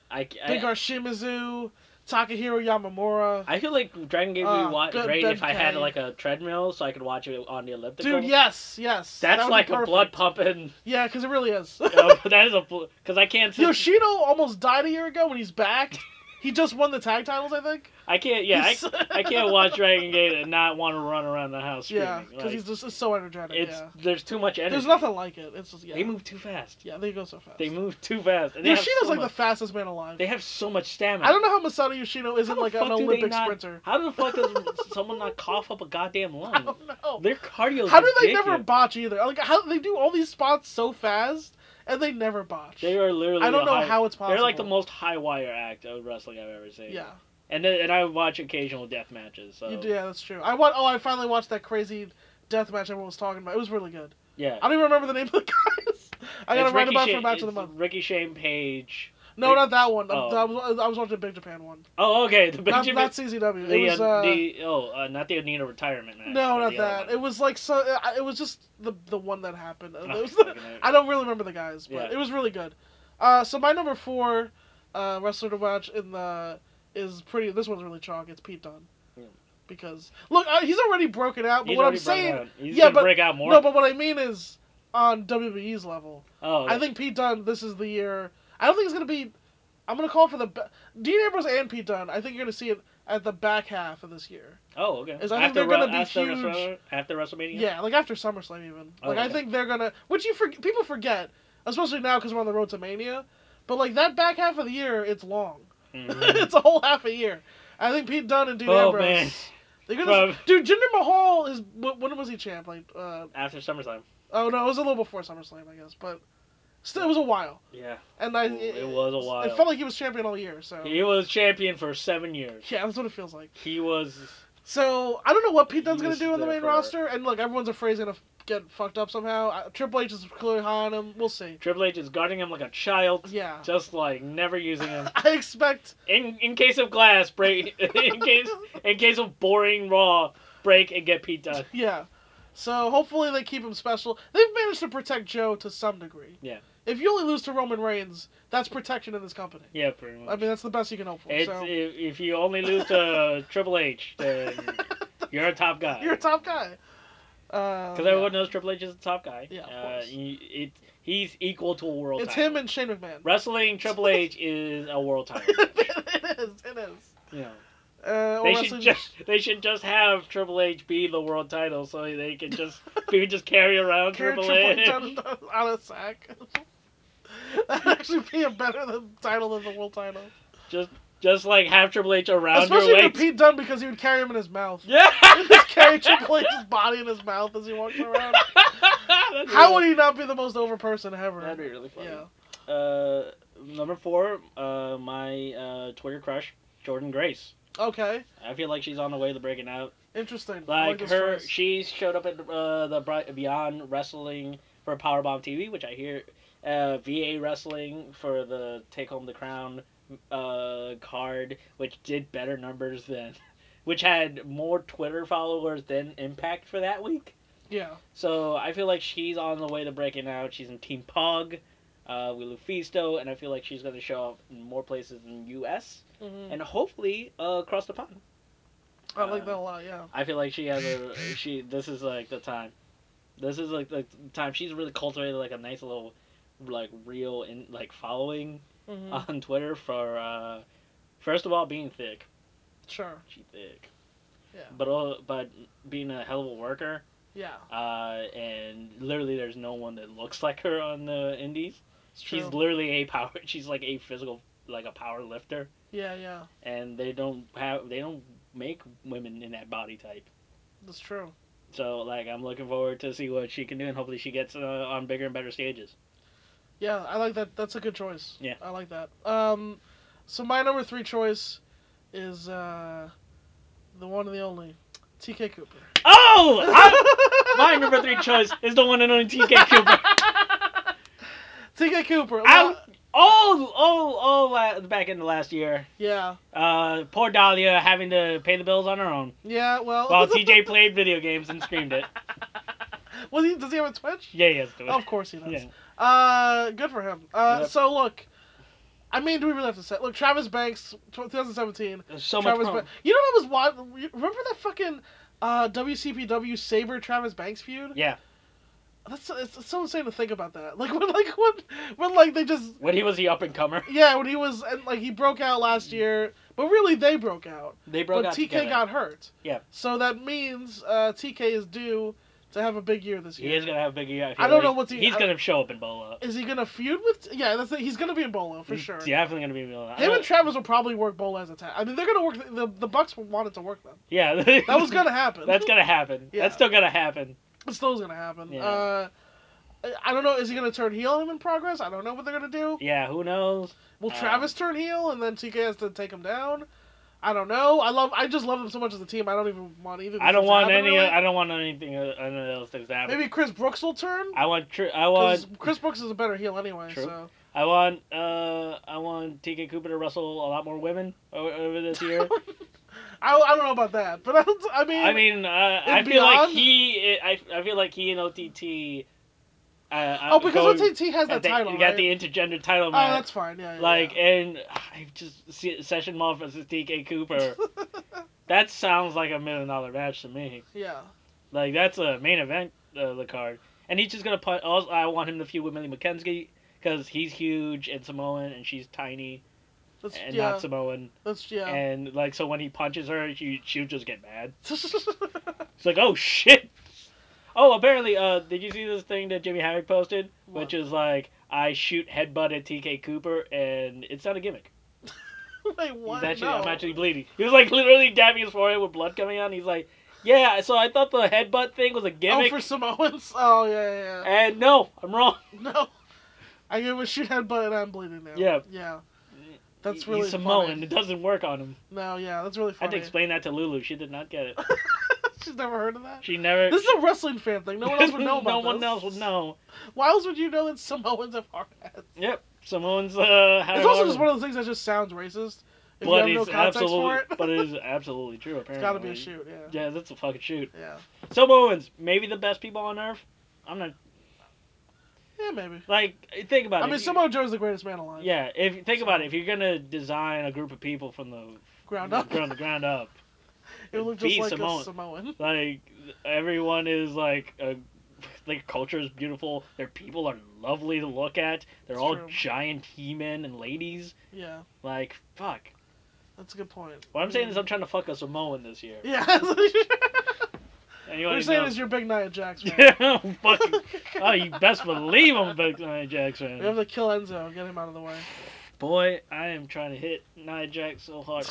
I,
Big
I,
R Shimizu, Takahiro Yamamura.
I feel like Dragon Gate would
Ah,
be wa-
good-
great if I had
good
like a treadmill so I could watch it on the elliptical.
Dude, yes, yes. that
That's
would be
like a
perfect.
blood pumping.
Yeah, because it really is.
um, that is a because I can't. Sit,
Yoshino almost died a year ago when he's back. He just won the tag titles, I think.
I can't. Yeah, I,
He's-
I can't watch Dragon Gate and not want to run around the house screaming.
Yeah, because
like,
he's just it's so energetic.
it's
yeah.
there's too much energy.
There's nothing like it. It's just yeah.
They move too fast.
Yeah, they go so fast.
They move too fast. And they have
Yoshino's
so
like
much,
the fastest man alive.
They have so much stamina.
I don't know how Masato Yoshino
How
isn't
the
like
fuck
an
do they
Olympic
not-
sprinter.
How the fuck does someone not cough up a goddamn
I
lung?
don't know.
Their cardio.
How do they never botch either? Like how they do all these spots so fast and they never botch.
They are literally.
I don't
the
know
high-
how it's possible.
They're like the most high wire act of wrestling I've ever seen.
Yeah,
And then, and I watch occasional death matches. So
you do, yeah, that's true. I want. Oh, I finally watched that crazy death match everyone was talking about. It was really good.
yeah.
I don't even remember the name of the guys. I gotta
It's
write about it
Ricochet-
for match of the
it's
month.
Ricky Shane Page.
No,
Rick-
not that one. Um,
Oh.
I, was, I was watching the Big Japan one.
Oh, okay. The
Not,
Benjamin.
not CZW.
the,
It was,
uh,
uh,
the oh, uh, not the Anita retirement match.
no, not
but the other
that.
one.
It was like so. uh, It was just the the one that happened. It
Oh,
was-
fucking hell.
I don't really remember the guys, but
Yeah.
it was really good. Uh, so my number four uh, wrestler to watch in the is pretty. This one's really chalk. It's Pete Dunne.
Yeah.
Because look, uh, he's already broken out. But
Hmm. He's
what I'm
already broke
saying,
out. He's
yeah,
gonna
but-
break out more.
no, but what I mean is on WWE's level.
oh,
I think Pete Dunne. This is the year. I don't think it's gonna be. I'm gonna call for the be- Dean Ambrose and Pete Dunne. I think you're gonna see it at the back half of this year.
Oh, okay.
is I think
after
they're gonna
Ru-
be
after
huge.
Wrestle- after WrestleMania.
Yeah, like after SummerSlam even.
Oh,
Like I
okay.
think they're gonna, which you for, people forget, especially now because we're on the road to Mania. But like that back half of the year, it's long.
Mhm.
it's a whole half a year. I think Pete Dunne and Dean
Oh,
Ambrose.
man.
They're gonna,
Bro.
dude, Jinder Mahal is wh- when was he champ? Like, uh,
after SummerSlam.
oh no, it was a little before SummerSlam, I guess, but still, it was a while.
Yeah.
And I,
Ooh, it was a while.
It felt like he was champion all year. So
He was champion for seven years.
yeah, that's what it feels like.
He was.
So I don't know what Pete Dunne's
He
gonna
was
do in the
there
main
for-
roster. And look, everyone's afraid he's gonna f- get fucked up somehow. Uh, Triple H is clearly high on him. We'll see.
Triple H is guarding him like a child,
Yeah.
just like never using him.
I expect.
In in case of glass break, in case in case of boring Raw break and get Pete Dunne.
Yeah. So hopefully they keep him special. They've managed to protect Joe to some degree.
Yeah.
If you only lose to Roman Reigns, that's protection in this company.
Yeah, pretty much.
I mean, that's the best you can hope for.
it's,
so
if, if you only lose to Triple H, then you're a top guy.
you're a top guy. Uh, Because
Because everyone knows Triple H is the top guy.
Yeah, of
uh,
course.
he, it, he's equal to a world.
It's
title.
him and Shane McMahon.
wrestling Triple H is a world title.
it is. It is.
You know,
Uh, or
they
wrestling-
should just they should just have Triple H be the world title, so they can just we can just carry around
Carry
Triple, H.
Triple H on, on a sack. That'd actually be a better than, title than the world title.
Just like have Triple H around
Especially
your
if
waist.
Pete Dunne because he would carry him in his mouth.
Yeah.
He'd just carry Triple H's body in his mouth as he walks around.
That'd be
How would
really-
he not be the most over person ever?
That'd be really funny.
Yeah.
Uh, number four, uh, my uh, Twitter crush, Jordan Grace.
Okay.
I feel like she's on the way to breaking out.
Interesting. I
Like
this
her,
choice.
she showed up at uh, the Bri- Beyond Wrestling for Powerbomb TV, which I hear uh, VA Wrestling for the Take Home the Crown uh, card, which did better numbers than, which had more Twitter followers than Impact for that week.
Yeah.
So I feel like she's on the way to breaking out. She's in Team Pog. Uh, with Lufisto, and I feel like she's going to show up in more places in the U.S.
Mhm.
and hopefully uh, across the pond.
I like
uh,
that a lot. Yeah.
I feel like she has a she. This is like the time. This is like the time she's really cultivated like a nice little, like real in like following
hmm
on Twitter for uh, first of all being thick.
sure.
She thick.
Yeah.
But uh, but being a hell of a worker.
Yeah.
Uh, and literally there's no one that looks like her on the indies.
It's true.
She's literally a power. She's like a physical like a power lifter,
yeah. Yeah.
and they don't have they don't make women in that body type.
That's true.
So like I'm looking forward to see what she can do, and hopefully she gets uh, on bigger and better stages.
Yeah, I like that. That's a good choice.
Yeah.
I like that. Um, so my number three choice is uh, the one and the only, TK Cooper.
Oh, I- my number three choice is the one and only TK Cooper.
TK Cooper.
I-
well,
all all all la- back in the last year.
yeah.
Uh, poor Dahlia having to pay the bills on her own
Yeah. Well.
while TJ played video games and screamed it.
Was he? Does he have a Twitch?
Yeah, yes, do it.
Of course he does.
Yeah.
Uh, good for him. Uh,
Yep.
so look, I mean, do we really have to say? Look, Travis Banks, tw- 2017.
There's so much.
Travis,
Prom-
Ba- you know what I was watching? Remember that fucking uh, WCPW Saber Travis Banks feud?
yeah,
That's it's, it's so insane to think about that. Like when like when when like they just
when he was the up and comer,
yeah when he was and like he broke out last year, but really they broke out.
they Mm. broke
but
out
TK
together.
got hurt.
Yeah.
So that means uh, TK is due to have a big year this
He
year.
is gonna have a big year.
I don't know what's he-
he's
I-
gonna show up in Bola.
Is he gonna feud with? Yeah, that's it. he's gonna be in Bolo for
He's
sure.
definitely gonna be in Bola. I
Him
don't-
and Travis will probably work Bolo as a tag. I mean, they're gonna work the the Bucks wanted to work them.
Yeah,
That was gonna happen.
That's gonna happen.
Yeah.
That's still gonna happen.
It still's gonna happen.
Yeah.
Uh, I- I don't know. Is he gonna turn heel him in progress? I don't know what they're gonna do.
Yeah, who knows?
Will
Um,
Travis turn heel and then TK has to take him down? I don't know. I love. I just love them so much as a team. I don't even want either. of
I
these
don't
to
want
happen,
any.
really.
I don't want anything. uh, None of those things to happen.
Maybe Chris Brooks will turn.
I want. Tr- I
'cause
want.
Chris Brooks is a better heel anyway.
True.
So
I want. Uh, I want TK Cooper to wrestle a lot more women o- over this year.
I, I don't know about that, but I, don't, I mean,
I mean, uh, I
And
feel like
beyond-
he. I, I feel like he and OTT. Uh,
oh, because
going-
OTT has that
they-
title,
You got
right?
the intergender title
oh,
match.
that's fine. Yeah, yeah,
Like
yeah.
and I just see Session Mob versus DK Cooper. that sounds like a million dollar match to me.
yeah.
Like that's a main event uh, the card, and he's just gonna put. Also, I want him to feud with Millie McKenzie because he's huge and Samoan, and she's tiny
That's
and
yeah.
not Samoan.
that's yeah.
And like so, when he punches her, she she'll just get mad.
Which
It's like oh shit. Oh, apparently, uh, did you see this thing that Jimmy Havoc posted, which is like I shoot headbutt at TK Cooper, and it's not a gimmick.
Wait, what?
He's actually,
no.
I'm actually bleeding. He was like literally dabbing his forehead with blood coming out. And he's like, yeah. So I thought the headbutt thing was a
oh,
gimmick,
for Samoans. Oh yeah, yeah. yeah.
and no, I'm wrong.
No, I give a shoot headbutt and I'm bleeding now.
Yeah.
Yeah. That's
He-
really
he's Samoan.
funny.
It doesn't work on him.
No, yeah, that's really
I had to
funny.
explain that to Lulu. She did not get it.
She's never heard of that.
She never.
This is a wrestling fan thing. No one else would know about
no one
this.
else would know.
Why else would you know that Samoans have hard hats?
Yep. Samoan's uh. had
It's
a
also
hard
just
one.
one of those things that just sounds racist. If
But
you have no
it's
context for
absolutely.
it,
but it is absolutely true. Apparently.
it's gotta be a shoot. Yeah.
Yeah, that's a fucking shoot.
Yeah.
Samoans, maybe the best people on earth. I'm not
Yeah, maybe.
like think about
I
it.
mean,
You-
Samoa Joe's the greatest man alive.
Yeah, if think about it, if you're gonna design a group of people from the
Ground up.
from the ground up,
It would look just
Be
like
Samoan.
a Samoan.
like everyone is like a, their culture is beautiful, their people are lovely to look at, they're
It's
all
true.
giant he-men and ladies.
Yeah,
Like fuck.
that's a good point.
What I'm saying is I'm trying to fuck a Samoan this year.
Yeah. that's what you're- what
And you
you're
already
saying
know-
is you're big Nia Jax fan.
yeah, I'm fucking. Oh, you best believe I'm a big Nia Jax fan.
We have to kill Enzo. Get him out of the way.
Boy, I am trying to hit Nia Jax so hard.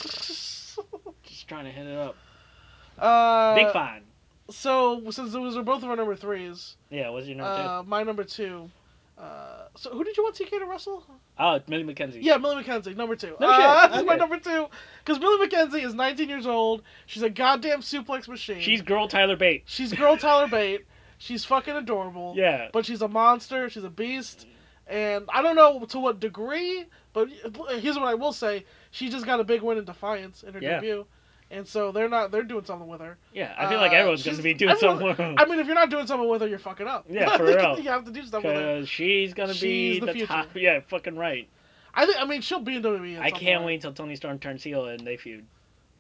Just trying to hit it up.
uh,
Big fine.
So since those are both of our number threes,
Yeah, what's your number two?
uh, my number two. Uh, so who did you want TK to wrestle?
Oh, Millie McKenzie.
Yeah, Millie McKenzie, number two.
No
uh,
shit,
This is my
okay.
number two because Millie McKenzie is 19 years old. She's a goddamn suplex machine.
She's girl Tyler Bate.
she's girl Tyler Bate. She's fucking adorable.
Yeah.
but she's a monster. She's a beast, and I don't know to what degree. But here's what I will say: she just got a big win in Defiance in her
Yeah.
debut, and so they're not they're doing something with her.
Yeah, I feel like
Uh,
everyone's going
she's-
to be doing
everyone-
something.
I mean, if you're not doing something with her, you're fucking up.
Hmm. Yeah, for real.
you have to do something with her.
Because she's going to be
She's the
the,
future.
top. Yeah, fucking right.
I think. I mean, she'll be in WWE. At
I
some
can't
point.
wait until Tony Storm turns heel and they feud.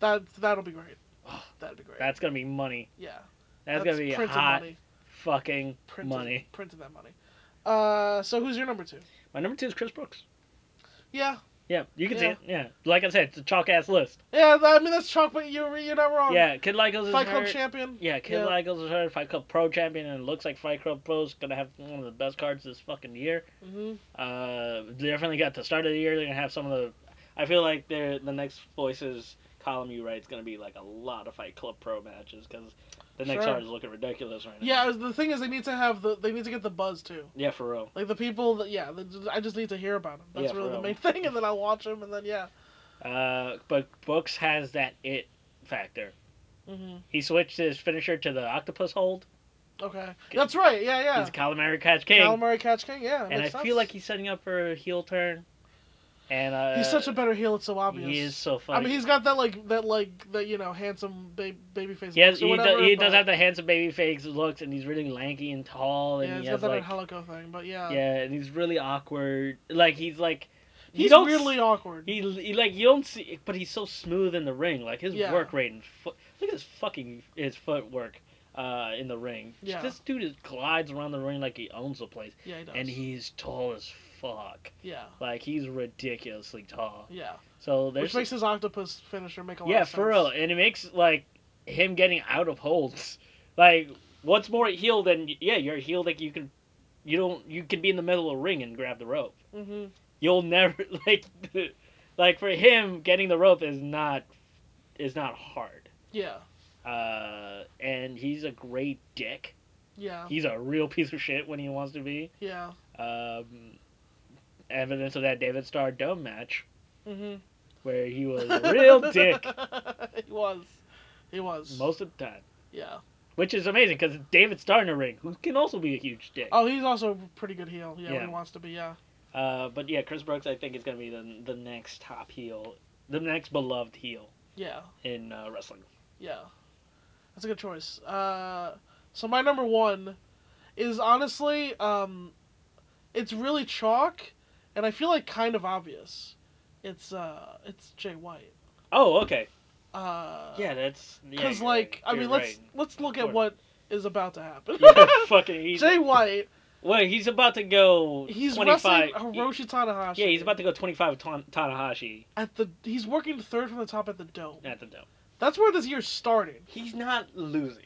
That that'll be great. That'd be great.
That's going to be money.
yeah.
That's, going to be
printing
hot
money.
fucking
Printing,
money.
Printing that money. Uh, so who's your number two?
My number two is Chris Brooks.
Yeah,
Yeah, you can see
Yeah.
it. Yeah. Like I said, it's a chalk ass list.
yeah. I mean, that's chalk, but you're you're not wrong.
yeah, Kid Lycos is
Um, Fight Club
hurt.
champion.
Yeah, Kid
Yeah.
Lycos is hurt. Fight Club Pro champion, and it looks like Fight Club Pro's going to have one of the best cards this fucking year.
hmm
Uh, they definitely got the start of the year. They're gonna have some of the. I feel like they're the next voices column you write's gonna be like a lot of Fight Club Pro matches because The next
Sure.
art is looking ridiculous right now.
Yeah, it was- the thing is, they need to have the they need to get the buzz too.
Yeah, for real.
Like the people that yeah, the, I just need to hear about them. That's
Yeah, for
really the
real.
main thing, and then I'll watch them, and then yeah.
Uh, but Books has that it factor.
hmm
He switched his finisher to the octopus hold.
Okay,
Okay.
that's right. Yeah, yeah.
He's a calamari catch king.
Calamari Catch King. Yeah, that
and I
makes
feel
sense.
like he's setting up for a heel turn. And uh,
he's such a better heel. It's so obvious.
he is so funny.
I mean, he's got that like that like that you know handsome ba- baby face.
he,
looks
has,
or
he,
whatever,
do, he
but-
does have the handsome baby face looks, and he's really lanky and tall, and
Yeah,
he
he's
has
got that
like
Helico thing, but yeah,
yeah, and he's really awkward. Like he's like you
he's
don't s-
weirdly awkward.
He, he like you don't see, but he's so smooth in the ring. Like his
Yeah.
work rate and foot. Look at his fucking his footwork uh, in the ring.
Yeah.
This dude is, glides around the ring like he owns the place,
yeah, he does.
and he's tall as fuck.
yeah,
Like he's ridiculously tall.
yeah,
So there's
which makes his octopus finisher make a lot.
yeah
of sense.
for real, and it makes like him getting out of holds. Like what's more heel than yeah you're a heel that you can you don't you can be in the middle of the ring and grab the rope
hmm
you'll never like like for him getting the rope is not is not hard
Yeah,
uh and he's a great dick
yeah,
he's a real piece of shit when he wants to be
yeah.
um evidence of that david starr dome match
Mm-hmm.
where he was a real dick
he was. He was.
most of the time
Yeah.
which is amazing because david starr in a ring who can also be a huge dick
Oh, he's also a pretty good heel. Yeah, when
Yeah.
he wants to be. Yeah.
uh but yeah chris brooks i think is gonna be the, the next top heel the next beloved heel
Yeah.
in uh, wrestling
Yeah. That's a good choice. Uh, so my number one is honestly, um, it's really chalk, and I feel like kind of obvious. It's uh, it's Jay White.
oh okay
Uh,
yeah that's yeah,
Because
you're
like, I
right. You're
mean, let's
right.
let's look at
Sure.
what is about to happen.
Yeah, fucking he's,
Jay White,
well, he's about to go
he's
25.
wrestling Hiroshi Tanahashi.
yeah, he's about to go 25 ton- Tanahashi
at the he's working third from the top at the dome.
at the dome.
That's where this year started.
He's not losing.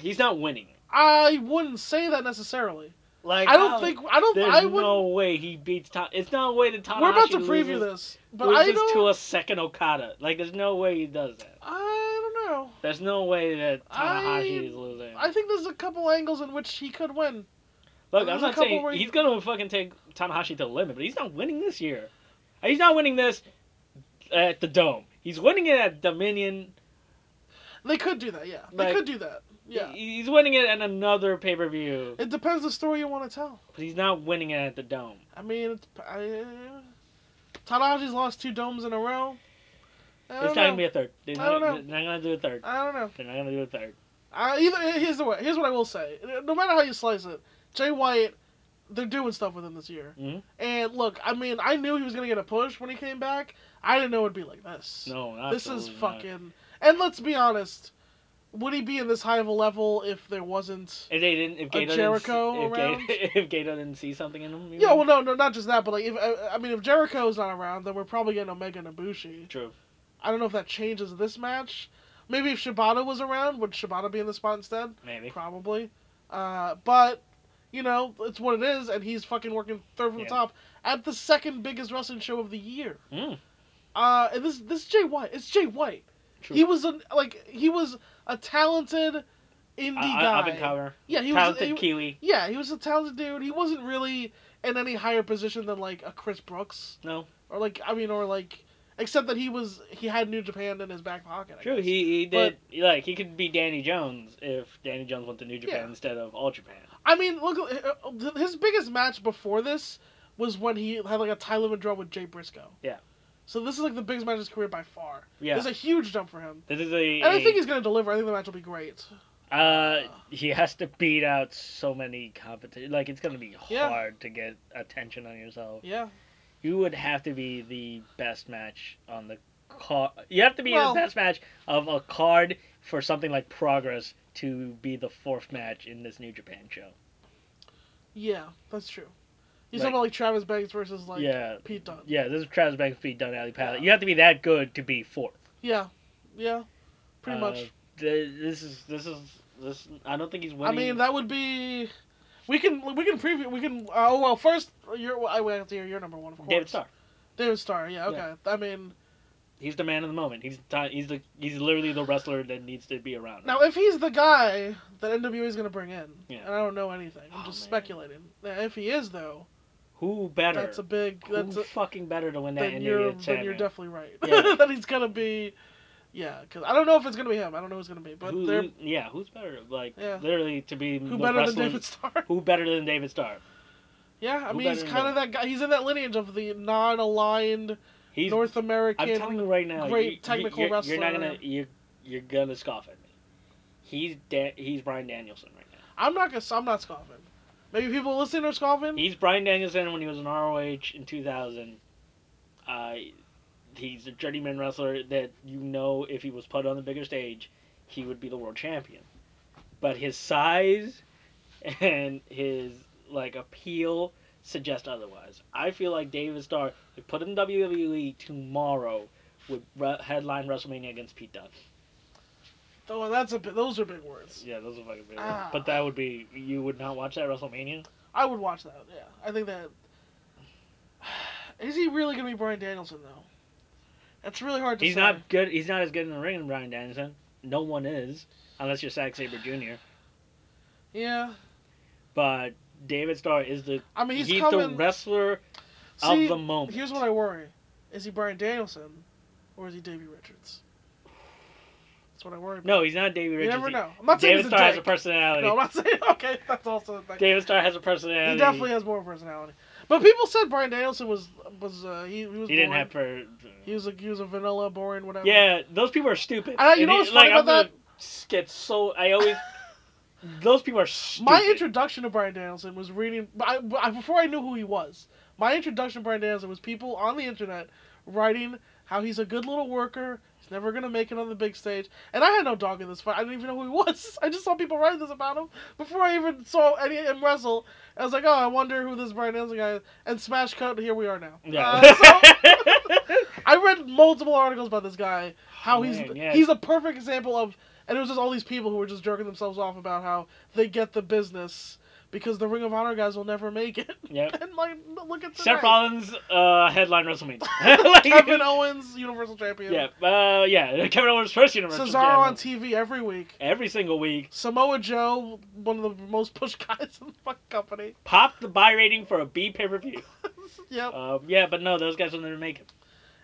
He's not winning.
I wouldn't say that necessarily.
Like
I don't
how-
think I don't
there's
I would.
no way he beats Tanahashi. It's not a way that Tanahashi
We're about to preview
loses,
this, but
loses
I don't.
to a second Okada. Like there's no way he does that.
I don't know.
There's no way that
I-
Tanahashi is losing.
I think there's a couple angles in which he could win.
Look,
There's
I'm
a
not
couple
saying
where you-
he's gonna fucking take Tanahashi to the limit, but he's not winning this year. He's not winning this at the Dome. He's winning it at Dominion.
They could do that. Yeah, they
Like-
could do that. Yeah.
He- He's winning it at another pay per view,
It depends the story you want to tell.
but he's not winning it at the Dome.
I mean, it's, I, Tanahashi's lost two domes in a row. I
It's not
don't
gonna
know.
be a third. They're
I
not,
don't know.
they're not gonna do a third.
I don't know.
They're not gonna do a third.
I, either here's the way. Here's what I will say. No matter how you slice it, Jay White, they're doing stuff with him this year.
Mhm.
And look, I mean, I knew he was gonna get a push when he came back. I didn't know it'd be like this.
No,
this is
absolutely not.
fucking. And let's be honest, would he be in this high of a level if there wasn't?
If they didn't, if
a
Gato
Jericho
didn't, see- if Gato, if Gato didn't see something in him, you
Yeah,
know?
well, no, no, not just that, but like, if I, I mean, if Jericho's not around, then we're probably getting Omega and Ibushi.
true.
I don't know if that changes this match. Maybe if Shibata was around, would Shibata be in the spot instead?
Maybe.
Probably. Uh, but, you know, it's what it is, and he's fucking working third from
Yeah.
the top at the second biggest wrestling show of the year.
Mm,
Uh, and this this is Jay White. It's Jay White.
true.
He was an like he was a talented indie
I,
guy.
I, up and comer.
Yeah, he was.
Talented
he-
Kiwi.
yeah, he was a talented dude. He wasn't really in any higher position than like a Chris Brooks
No,
or like I mean, or like except that he was he had New Japan in his back pocket. I
true.
guess.
He he did
But-
like he could be Danny Jones if Danny Jones went to New Japan
Yeah.
instead of All Japan.
I mean, look, uh, his biggest match before this was when he had like a Ty Limit draw with Jay Briscoe.
Yeah.
So this is like the biggest match of his career by far.
Yeah,
It's a huge jump for him,
this is a.
and I
a-
think he's gonna deliver. I think the match will be great.
Uh, he has to beat out so many competition. Like it's gonna be
Yeah.
hard to get attention on yourself.
Yeah.
You would have to be the best match on the card. You have to be
Well-
the best match of a card for something like Progress to be the fourth match in this New Japan show.
Yeah, that's true. You
Like-
talking about like Travis Banks versus like
yeah,
Pete Dunne.
yeah. This is Travis Banks beat Don Alley Pally.
Yeah.
You have to be that good to be fourth.
Yeah. Yeah. Pretty
Uh,
much.
th- This is this is this. I don't think he's
I
winning.
mean, that would be. We can we can preview we can uh, oh well first your I have to hear your number one of course
David Starr.
David Starr, yeah, okay. I mean,
He's the man of the moment. He's ti he's the he's literally the wrestler that needs to be around.
Now, if he's the guy that NWA is going to bring in,
Yeah.
and I don't know anything, I'm
Oh,
just
man.
speculating. Now, If he is though,
who better?
that's a big. That's
who
a,
fucking better to win that
then you're
NWA
then you're
champion?
definitely right.
Yeah.
that he's going to be. Yeah, because I don't know if it's going to be him. I don't know who's going to be, but
who,
they're
who- yeah, who's better? Like
Yeah.
literally to be
who
the
better
wrestler,
than David Starr?
Who better than David Starr?
Yeah, I
Who
mean he's
better than
kind of that guy. He's in that lineage of the non-aligned
He's
North American.
I'm telling you right now,
great
you- you,
technical
you're, You're not
wrestler.
gonna you you're gonna scoff at me. He's da- he's Brian Danielson right now.
I'm not gonna. I'm not scoffing. Maybe people listening are scoffing.
He's Brian Danielson when he was in ROH in 2000. Uh, he's a journeyman wrestler that you know if he was put on the bigger stage, he would be the world champion. But his size and his like appeal suggest otherwise. I feel like David Starr, if put in WWE tomorrow, would re- headline WrestleMania against Pete Dunne.
Oh, that's a. bi- Those are big words.
Yeah, those are fucking big.
Ah.
But that would be you would not watch that WrestleMania.
I would watch that. Yeah, I think that. Is he really gonna be Brian Danielson though? That's really hard to
He's
say.
not good. He's not as good in the ring as Brian Danielson. No one is, unless you're Zack Saber Jr.
Yeah,
But David Starr is the
I mean he's,
he's the
coming.
wrestler
See,
of the moment.
here's what I worry: is he Brian Danielson, or is he Davey Richards? That's what I worry. About.
No, he's not David
you
Richards.
never know. I'm not saying
David
he's a
Starr has a
dick.
personality.
No, I'm not saying. Okay, that's also a thing.
David Starr has a personality.
He definitely has more personality. But people said Brian Danielson was was uh, he, he was
He didn't
boring.
have per.
He was a he was a vanilla boring whatever.
Yeah, those people are stupid.
I know- uh, you
And
know
he-
what's funny
like,
about
I'm gonna Get so I always those people are stupid.
My introduction to Brian Danielson was reading I, I- before I knew who he was. My introduction to Brian Danielson was people on the internet writing how he's a good little worker. He's never gonna make it on the big stage. And I had no dog in this fight. I didn't even know who he was. I just saw people writing this about him before I even saw any him wrestle. I was like, oh, I wonder who this Brian Danielson guy is. And smash cut, and here we are now.
Yeah.
Uh, so- I read multiple articles about this guy. How
Oh,
he's
man, yeah.
he's a perfect example of, and it was just all these people who were just jerking themselves off about how they get the business because the Ring of Honor guys will never make it.
yep.
and like, look at
Seth
tonight.
Rollins uh, headline WrestleMania. Like,
Kevin Owens, Universal Champion.
Yeah, uh, yeah. Kevin Owens first Universal
Cesaro
Champion.
on TV every week.
every single week.
Samoa Joe, one of the most pushed guys in the fucking company.
Pop the buy rating for a B pay per view.
Yep.
Um, yeah, but no, those guys will never make it.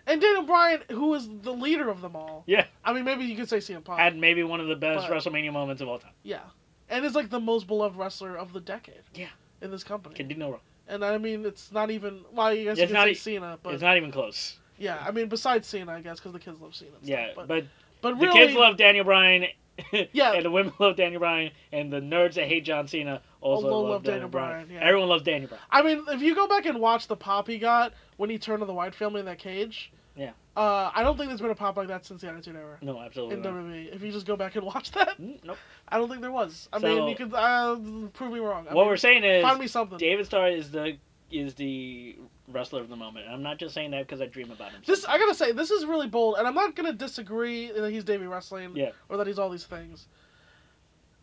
and Daniel Bryan, who is the leader of them all.
Yeah.
I mean, maybe you could say CM Punk.
Had maybe one of the best
But-
WrestleMania moments of all time.
yeah. And is like the most beloved wrestler of the decade.
Yeah.
In this company.
Can do no wrong.
And I mean, it's not even. Well, I guess
It's
you could
not
say
e-
Cena, but
it's not even close.
yeah, I mean, besides Cena, I guess, because the kids love Cena. and stuff,
Yeah,
but,
but,
but
the
really,
kids love Daniel Bryan.
Yeah.
and the women love Daniel Bryan, and the nerds that hate John Cena also
Although
love,
love
Daniel,
Daniel
Bryan.
Bryan, yeah.
Everyone loves Daniel Bryan.
I mean, if you go back and watch the pop he got when he turned on the White family in that cage,
Yeah.
uh, I don't think there's been a pop like that since the Attitude Era
No, absolutely
in
not.
WWE. If you just go back and watch that,
Mm, Nope.
I don't think there was. I
So-
mean, you could uh, prove me wrong. I
what
mean,
we're saying is
find me something.
David Starr is the is the wrestler of the moment. And I'm not just saying that because I dream about him.
This I gotta say, this is really bold, and I'm not gonna disagree that he's Davey wrestling,
Yeah.
or that he's all these things.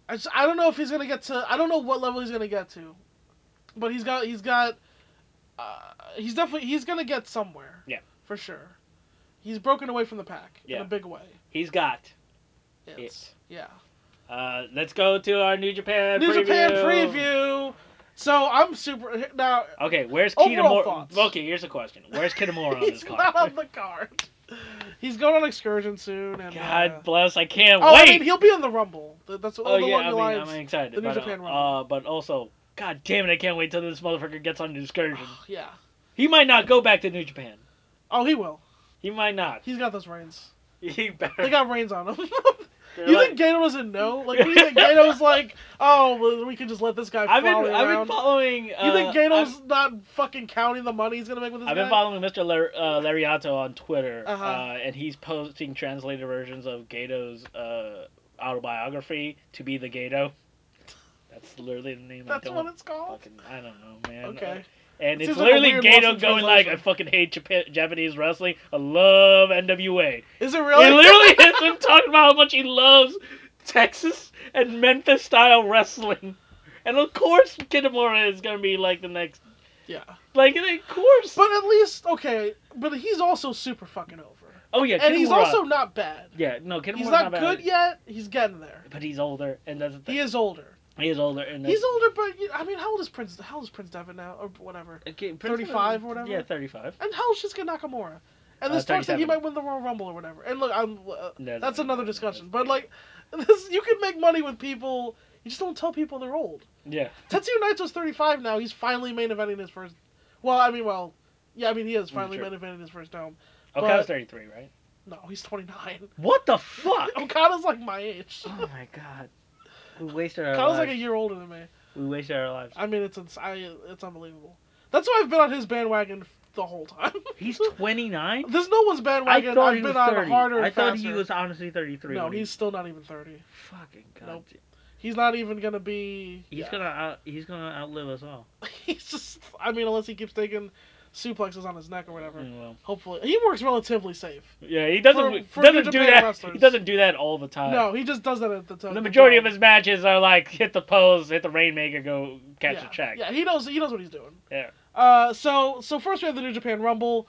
I just, I don't know if he's gonna get to. I don't know what level he's gonna get to, but he's got he's got. Uh, he's definitely he's gonna get somewhere.
Yeah.
For sure, he's broken away from the pack in
Yeah.
a big way.
He's got
It's, Yeah.
Uh, let's go to our New Japan
New
preview.
Japan preview. So I'm super now.
Okay, where's
Overall
Kitamura?
thoughts.
Okay, here's a question. Where's Kitamura on
He's
this
not
card?
on the card. He's going on excursion soon, and uh,
God bless, I can't
oh, I
wait.
mean, he'll be on the Rumble. Th- That's all
oh
the
yeah,
one
I
who
mean,
lines.
I'm excited.
the New
but,
Japan
uh,
Rumble.
uh, but also, god damn it, I can't wait till this motherfucker gets on an excursion.
yeah.
he might not go back to New Japan.
Oh, he will.
He might not.
He's got those reins.
He better.
They got reins on him.
They're
you
like-
think Gato doesn't know? Like, what do you think Gato's like, oh, well, we can just let this guy
I've been
follow
I've been
around?
following. Uh,
you think
I've-
Gato's not fucking counting the money he's gonna make with this
I've
guy?
been following Mr. Lar- uh, Lariato on Twitter,
Uh-huh.
uh, and he's posting translated versions of Gato's uh, autobiography, "To Be the Gato." That's literally the name.
That's
I don't
what it's called.
fucking. I don't know, man.
Okay.
Uh, and
It seems
it's
like a
literally
weird
Gato
lost in
going like, "I
translation.
fucking hate Japan- Japanese wrestling. I love NWA."
Is it really?
It literally is him talking about how much he loves Texas and Memphis style wrestling, and of course Kitamura is gonna be like the next.
yeah.
Like, of course.
But at least okay. But he's also super fucking over.
Oh yeah,
and he's
Kimura.
also not bad.
yeah. No, Kid
he's
Amura's
not,
bad
good
either.
yet. He's getting there.
but he's older, and that's the thing.
He is older.
He is older, and
He's older, but you- I mean, how old is Prince? How old is Prince Devitt now, or whatever?
okay,
35 or whatever?
Yeah, thirty-five.
And how old is Shinsuke Nakamura? And
Uh,
this talks that he
37.
might win the Royal Rumble or whatever. And look, I'm uh,
No, no,
that's
no,
another
no, no,
discussion.
no.
But like, this you can make money with people. You just don't tell people they're old.
Yeah,
Tetsuya Naito's 35 now. He's finally main eventing his first. Well, I mean, well, yeah, I mean, he is
Mm,
finally
sure.
main eventing his first dome.
Okada's
But-
Oh, thirty-three, right?
No, he's 29.
What the fuck?
Okada's like my age.
oh my god, we wasted our
Okada's
lives.
like a year older than me.
We wasted our lives.
I mean, it's it's, I, it's unbelievable. That's why I've been on his bandwagon the whole time.
He's twenty-nine.
There's no one's
I
bandwagon
thought
I've
he was
been on
thirty.
harder and
I thought he
faster.
was honestly thirty-three.
No,
when he-
he's still not even 30.
fucking god.
Nope.
dude.
He's not even gonna be.
He's
yeah.
gonna out, he's gonna outlive us all.
He's just. I mean, unless he keeps taking suplexes on his neck or whatever.
Mm, well.
Hopefully, he works relatively safe.
Yeah, he doesn't
For-
he
for
doesn't
New
do
Japan
that. He
wrestlers.
doesn't do that all the time.
No, he just does that at the time.
Uh, The majority of his matches are like hit the pose, hit the rainmaker, go catch
yeah.
a check.
Yeah, he knows. He knows what he's doing.
Yeah.
Uh, so so first we have the New Japan Rumble.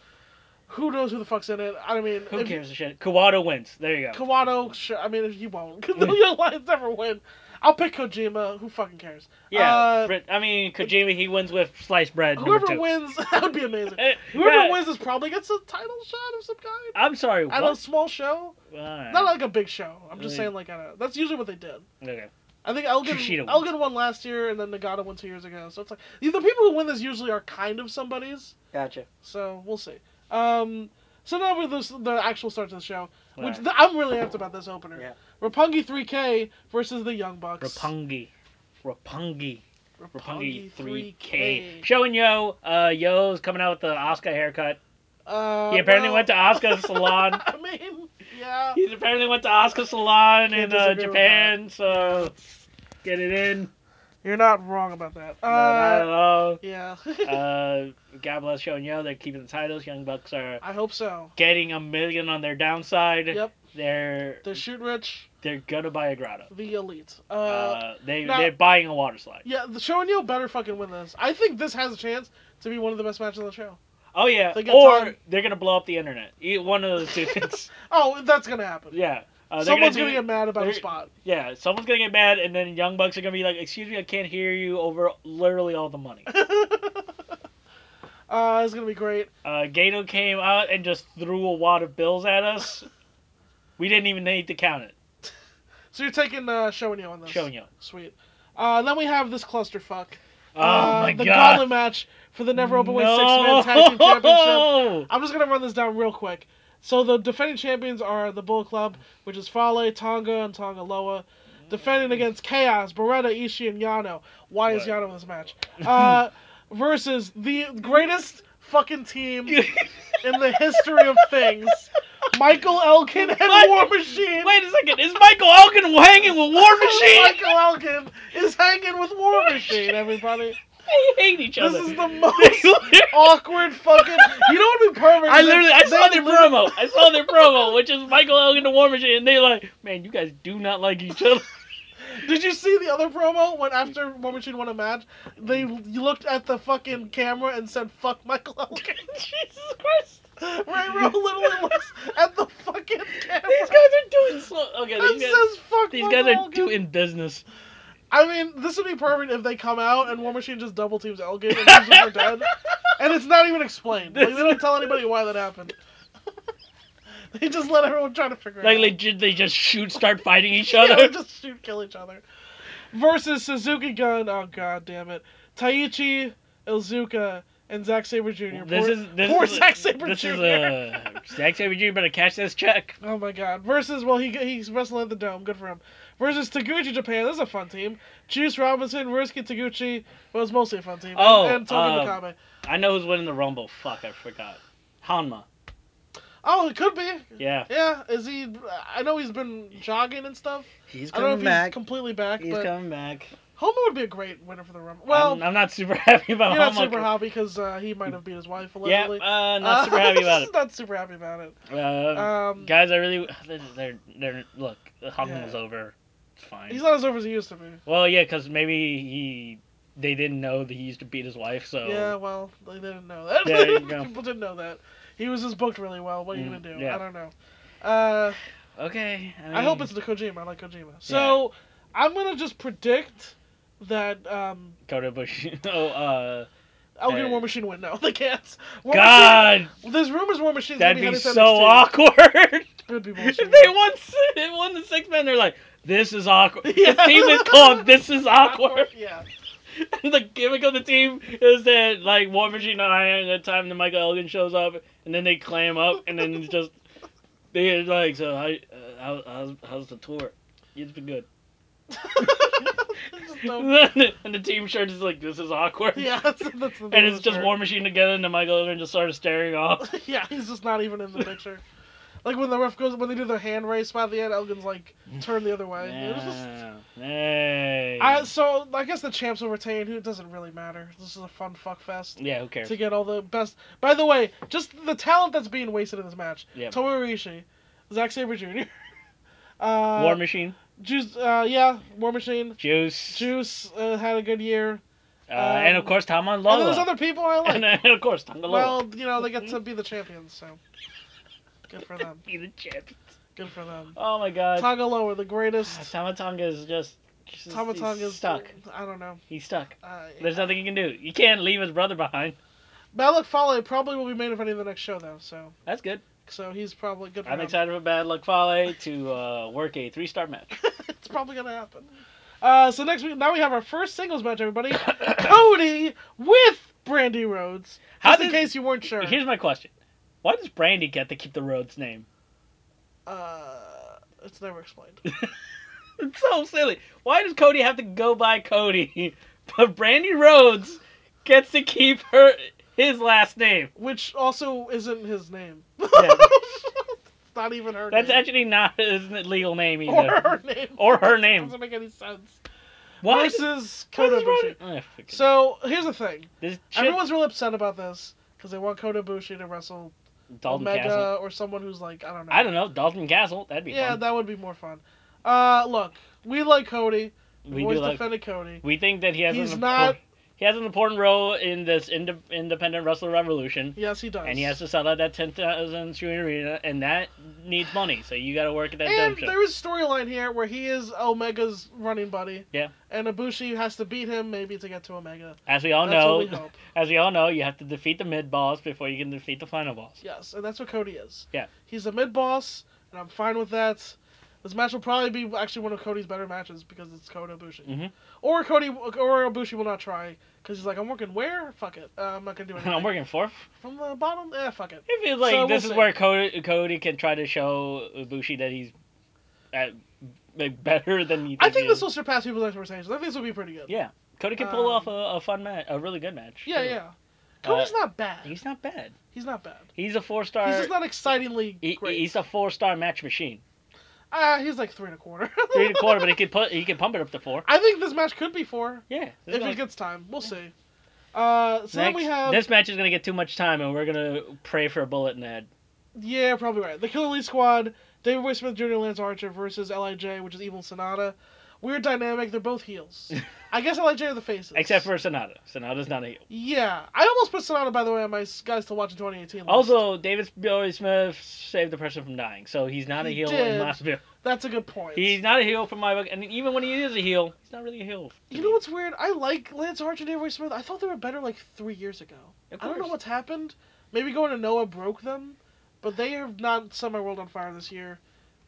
Who knows who the fuck's in it? I mean,
Who
if-
cares a shit? Kawada wins. There you go.
Kawano. Sure, I mean, if he won't, 'cause the Young Lions never win. I'll pick Kojima. Who fucking cares?
Yeah.
uh,
Brit- I mean, Kojima he wins with sliced bread. number
Whoever
two.
wins, that would be amazing.
Eh,
Whoever
yeah,
wins is probably gets a title shot of some kind.
I'm sorry. What? Uh,
At a small show,
Alright.
not like a big show. I'm just
Mm.
saying like at a, that's usually what they did.
Okay.
I think Elgin
Kushida won.
Elgin won last year, and then Nagata won two years ago. So it's like the the people who win this usually are kind of somebody's.
Gotcha.
So we'll see. Um, so now with this, the actual start to the show, which
Alright.
th- I'm really amped about this opener.
Yeah.
Rapungi 3K versus the Young Bucks.
Rapungi. Rapungi. Rapungi 3K.
3K.
Showing Yo. Uh, Yo's coming out with the Oscar haircut.
Uh,
He apparently
well-
went to Asuka's salon.
I mean, yeah.
He apparently went to Oscar Salon
Can't
in uh,
disagree with
Japan, so get it in.
You're not wrong about that.
no, not
Uh,
at all.
yeah.
Uh, God bless Shonyo. They're keeping the titles. Young Bucks are
I hope so.
getting a million on their downside.
Yep.
They're
They're shoot rich,
they're gonna buy a grotto.
the elite. Uh,
Uh, they
now-
they're buying a water slide.
yeah, the show and you better fucking win this. I think this has a chance to be one of the best matches on the show.
Oh yeah,
They got
or
time.
they're gonna blow up the internet. E- One of those two things.
Oh, that's gonna happen.
Yeah. Uh, they're
Someone's
gonna,
gonna,
do-
get mad about a
they're-
spot.
yeah, someone's gonna get mad, and then Young Bucks are gonna be like, "Excuse me, I can't hear you over literally all the money."
uh, it's gonna be great.
Uh, Gato came out and just threw a wad of bills at us. We didn't even need to count it.
So you're taking uh, showing you on this.
Showing you.
Sweet. Uh, then we have this clusterfuck.
Oh
uh,
my
the
god.
gauntlet match for the Never Open Weight Six Man Tag Team Championship.
No!
I'm just gonna run this down real quick. So the defending champions are the Bull Club, which is Fale, Tonga, and Tonga Loa, defending against Chaos, Beretta, Ishii, and Yano. Why is
Right.
Yano in this match? Uh, versus the greatest fucking team in the history of things, Michael Elgin and
What?
War Machine.
Wait a second. Is Michael Elgin hanging with
Oh
War Machine?
Michael Elgin is hanging with War Machine, everybody.
they hate each
This
other.
is the most awkward fucking. You know what would be perfect?
I
is if
literally, I saw
they
their promo. I saw their promo, which is Michael Elgin to War Machine, and they're like, "Man, you guys do not like each other."
Did you see the other promo when after War Machine won a match, they looked at the fucking camera and said "fuck Michael Elgin."
Jesus Christ!
Ray Rowe literally looks at the fucking camera
These guys are doing so. Okay,
and
these guys,
says "fuck
these
Michael
guys are
Elgin."
doing business.
I mean, this would be perfect if they come out and War Machine just double teams Elgin and he's just for dead, and it's not even explained. Like, they don't tell anybody why that happened. they just let everyone try to figure it
Like
out.
legit, they just shoot, start fighting each
Yeah,
other.
they just shoot, kill each other. Versus Suzuki Gun. Oh god damn it. Taiichi, Ilzuka, and Zack Saber Jr.
This
Poor-
is this
poor
is a-
Zack Sabre
this is
Jr.
a Zack Sabre Jr. Better catch this check.
Oh my god. Versus well he he's wrestling at the dome. Good for him. Versus Taguchi Japan. This is a fun team. Juice Robinson, Risky Taguchi. Well, it's mostly a fun team.
Oh,
and, and Toki
um,
Nakame.
I know who's winning the Rumble. Fuck, I forgot. Hanma.
Oh, it could be.
Yeah,
Yeah, is he? I know he's been jogging and stuff.
he's
I don't know if he's completely back, but
coming back.
Homer would be a great winner for the Rumble. Well,
I'm, I'm not super happy about
you're not
Hanma.
super happy because uh, he might have beat his wife
yeah,
allegedly.
uh, not super happy about it.
Not super happy about it.
Uh,
Um,
guys, I really they're they're, they're look. Hanma
Yeah.
was over. It's fine.
he's not as over as he used to be.
well, yeah, because maybe he they didn't know that he used to beat his wife, so
Yeah, well, they didn't know that.
There you go.
People didn't know that. He was just booked really well. What are you
Mhm,
gonna do?
yeah. Mm.
I don't know. Uh,
Okay. I,
I hope
mean,
it's the Kojima. I like Kojima. So I'm gonna just predict that um,
Kota Ibushi. oh, uh,
Elgin
Uh,
War Machine win. No, they can't. War
God,
Machine, there's rumors War Machine's
that'd
gonna
be
be, headed to
so
NXT.
awkward.
It would be bullshit.
if they won, s- they won the six men. They're like, this is awkward.
Yeah.
The team is called This Is Awkward.
Yeah.
the gimmick of the team is that like War Machine and Iron at the time that Michael Elgin shows up, and then they clam up, and then it's just they're like, so how, uh, how how's, how's the tour? It's been good.
Just don't-
and the team shirt is like, this is awkward.
Oh. yeah, that's, that's the
And it's just
shirt.
War Machine together, and then Michael Elgin just started staring off.
yeah, he's just not even in the picture. Like when the ref goes, when they do the hand race by the end, Elgin's like, turn the other way. It was just-
Yeah. Hey.
I, so I guess the champs will retain. Who it doesn't really matter. This is a fun fuck fest
yeah. Who cares?
to get all the best. By the way, just the talent that's being wasted in this match.
Yeah.
Tomohiro Ishii, Zack Saber Jr. Uh,
War Machine,
Juice. Uh, yeah, War Machine.
Juice,
Juice uh, had a good year.
uh, and of
um,
course Tama and
And then
Lola.
there's other people I like.
And then, Mm-hmm. of course Tama and Lola.
Well, you know they get to be the champions, so good for them.
Be the champion.
Good for them.
Oh my God.
Tagaloa, the greatest.
Tamatonga Ah, is just, just
Tamatanga
he's stuck.
I don't know.
He's stuck.
Uh,
There's nothing he can do. You can't leave his brother behind.
Malik Fale probably will be main eventing the next show though, so
That's good.
so he's probably good. For
I'm
him.
excited for Bad Luck Fale to uh, work a three-star match.
it's probably gonna happen. Uh, so next week, now we have our first singles match, everybody. Cody with Brandy Rhodes.
How
just in
does-
case you weren't sure.
Here's my question: Why does Brandy get to keep the road's name?
Uh, it's never explained.
It's so silly. Why does Cody have to go by Cody, but Brandy Rhodes gets to keep her his last name?
Which also isn't his name.
Yeah.
it's not even her
That's
name.
actually not his legal name
or
either,
her name.
or her name.
doesn't make any sense.
Why? does-
Versus
why
Kota
does
Ibushi.
Brandy- Eh, fuck it.
So here's the thing.
This chick-
Everyone's real upset about this because they want Kota Ibushi to wrestle
Dalton
Omega
Castle.
or someone who's like I don't know.
I don't know, Dalton Castle. That'd be
Yeah,
fun.
that would be more fun. Uh, look, we like Cody. We've
we do
always
like.
defended Cody.
We think that he has
He's
an
not-
important, he has an important role in this inde- independent wrestler revolution,
Yes, he does.
and he has to sell out that ten thousand screen arena, and that needs money. So you got to work at that
And
dump show.
there is a storyline here where he is Omega's running buddy.
Yeah.
And Ibushi has to beat him maybe to get to Omega.
As we all
that's
know,
what we hope.
as we all know, you have to defeat the mid boss before you can defeat the final boss.
Yes, and that's what Cody is.
Yeah.
He's a mid boss, and I'm fine with that. This match will probably be actually one of Cody's better matches because it's Kota Ibushi.
Mhm.
Or Cody or Ibushi will not try because he's like, I'm working where? Fuck it. Uh, I'm not gonna do anything.
I'm working for.
from the bottom. Eh, fuck it.
It feels like
So
this
we'll
is
see.
where Cody, Cody can try to show Ibushi that he's at, like, better than you.
I think
he
this
is.
will surpass people's expectations. I think this will be pretty good.
Yeah, Cody can pull
Um,
off a, a fun match, a really good match.
Yeah,
too.
yeah. Cody's not bad. He's,
Uh, He's not bad.
not bad.
He's a four star.
He's just not excitingly
He,
great.
he's a four star match machine.
Ah, he's like three and a quarter.
Three and a quarter, but he could put he could pump it up to four.
I think this match could be four
Yeah. This,
if
match,
it gets time. We'll see. Uh, so then
next-
we have
this match is gonna get too much time, and we're gonna pray for a bullet in the head.
yeah, probably right. The Killer Elite Squad: David Boy Smith Jr. and Lance Archer versus Lij, which is Evil and Sonata. Weird dynamic. They're both heels. I guess Lij are the faces.
Except for Sonata. Sonata's not a heel.
yeah, I almost put Sonata by the way on my s- guys to watch in 2018. list.
Also, David Bowie Smith saved the person from dying, so he's not a
He
heel in
did.
my book.
that's a good point.
He's not a heel from my book, and even when he is a heel, he's not really a heel.
You know what's weird? I like Lance Archer and David Boy Smith. I thought they were better like three years ago.
Of
I don't know
course.
what's happened. Maybe going to Noah broke them, but they have not set my world on fire this year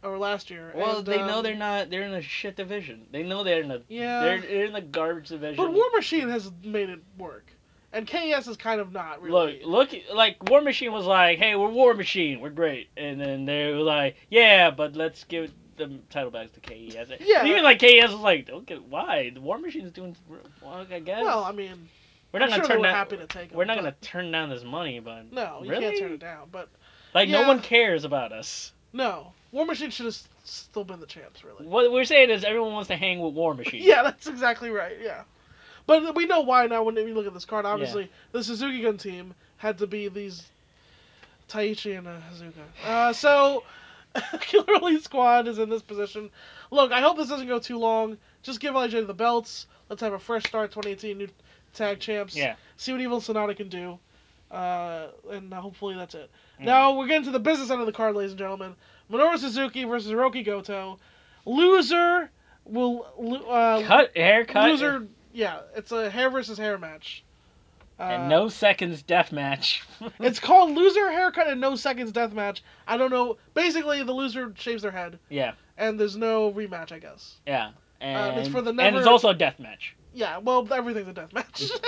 or last year.
Well,
and,
they know
um,
they're not. They're in a shit division. They know they're in a.
Yeah.
They're, they're in the garbage division.
But War Machine has made it work, and KES is kind of not
Look,
really.
look, like War Machine was like, "Hey, we're War Machine, we're great," and then they were like, "Yeah, but let's give the title back to KES."
Yeah.
even like KES was like, "Okay, why? The War Machine's doing well, I guess."
well, I mean,
we're
I'm
not gonna
sure
turn
they were
down.
happy to take 'em,
we're not gonna
but-
turn down this money, but
no, you
really?
can't turn it down. But
Like
Yeah.
no one cares about us.
no, War Machine should have s- still been the champs, really.
What we're saying is everyone wants to hang with War Machine.
Yeah, that's exactly right. Yeah, but we know why now. When we look at this card, obviously the Suzuki Gun team had to be these Taichi and uh, Hazuka. Uh, so Killer Elite Squad is in this position. Look, I hope this doesn't go too long. Just give LJ the belts. Let's have a fresh start. 2018 new tag champs.
Yeah.
See what Evil Sonata can do. Uh, and hopefully that's it.
Mm.
Now we're getting to the business end of the card, ladies and gentlemen. Minoru Suzuki versus Hiroki Goto. Loser will lo- uh,
cut haircut
loser. Yeah, it's a hair versus hair match. Uh,
and no seconds death match.
it's called loser haircut and no seconds death match. I don't know. Basically, the loser shaves their head,
yeah,
and there's no rematch. I guess.
yeah. And,
um, it's for the
and it's
never-
also a death match.
Yeah. Well, everything's a death match.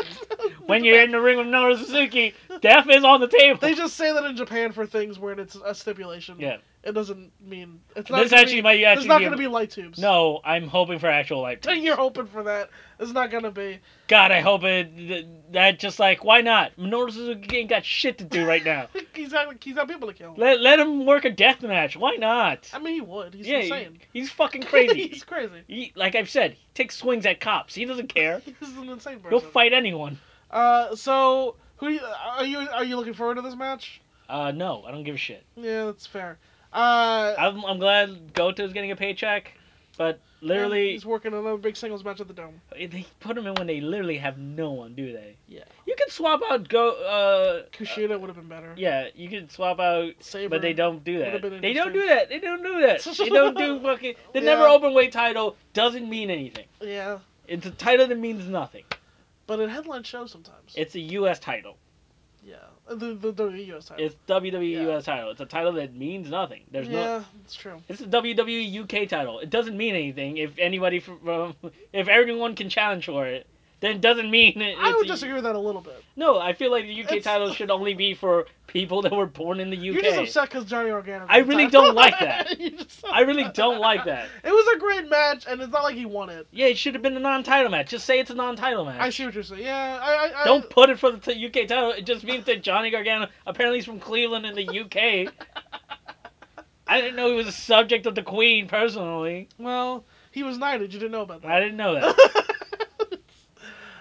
When you're in the ring with Minoru Suzuki, death is on the table.
They just say that in Japan for things when it's a stipulation.
Yeah.
It doesn't mean it's not.
This
gonna
actually
be,
might
there's
actually
not
be a-
going to be light tubes.
No, I'm hoping for actual life.
You're hoping for that. It's not going to be.
God, I hope it th- that just like why not? Minoru Suzuki ain't got shit to do right now.
He's got he's got people to kill.
let let him work a death match. Why not?
I mean, he would. He's
yeah, he-
insane.
he's fucking crazy.
he's crazy.
He- like I've said, he takes swings at cops. He doesn't care.
He's an insane person.
He'll fight anyone.
Uh, so who you- are you? Are you looking forward to this match?
Uh, no, I don't give a shit.
Yeah, that's fair. Uh,
I'm, I'm glad Goto's getting a paycheck, but
and
literally,
he's working another big singles match at the Dome.
they put him in when they literally have no one, do they?
Yeah.
You could swap out Go. Uh,
Kushida would have been better.
yeah, you could swap out
Saber.
But they don't do
Would've
that.
been
They don't do
interesting.
that. They don't do that. They don't do fucking. The never
Yeah.
open weight title doesn't mean anything.
Yeah,
It's a title that means nothing.
but in headline shows sometimes.
It's a U.S. title.
yeah, the the, the US title.
It's WWE
Yeah.
U.S. title. It's a title that means nothing. There's
yeah,
no.
it's true.
It's a WWE U.K. title. It doesn't mean anything if anybody from if everyone can challenge for it. Then it doesn't mean it,
I
it's
would
a-
disagree with that a little bit.
No, I feel like the UK
It's-
title should only be for people that were born in the UK.
You're just upset because Johnny Organa.
I really
retired.
don't like that.
You're just so
I really
upset.
don't like that.
It was a great match, and it's not like he won it.
Yeah, it should have been a non-title match. Just say it's a non-title match.
I see what you're saying. Yeah, I, I, I
Don't put it for the t- UK title. It just means that Johnny Gargano apparently he's from Cleveland in the UK. I didn't know he was a subject of the Queen personally.
Well, he was knighted. You didn't know about
I
that.
didn't know
I,
that.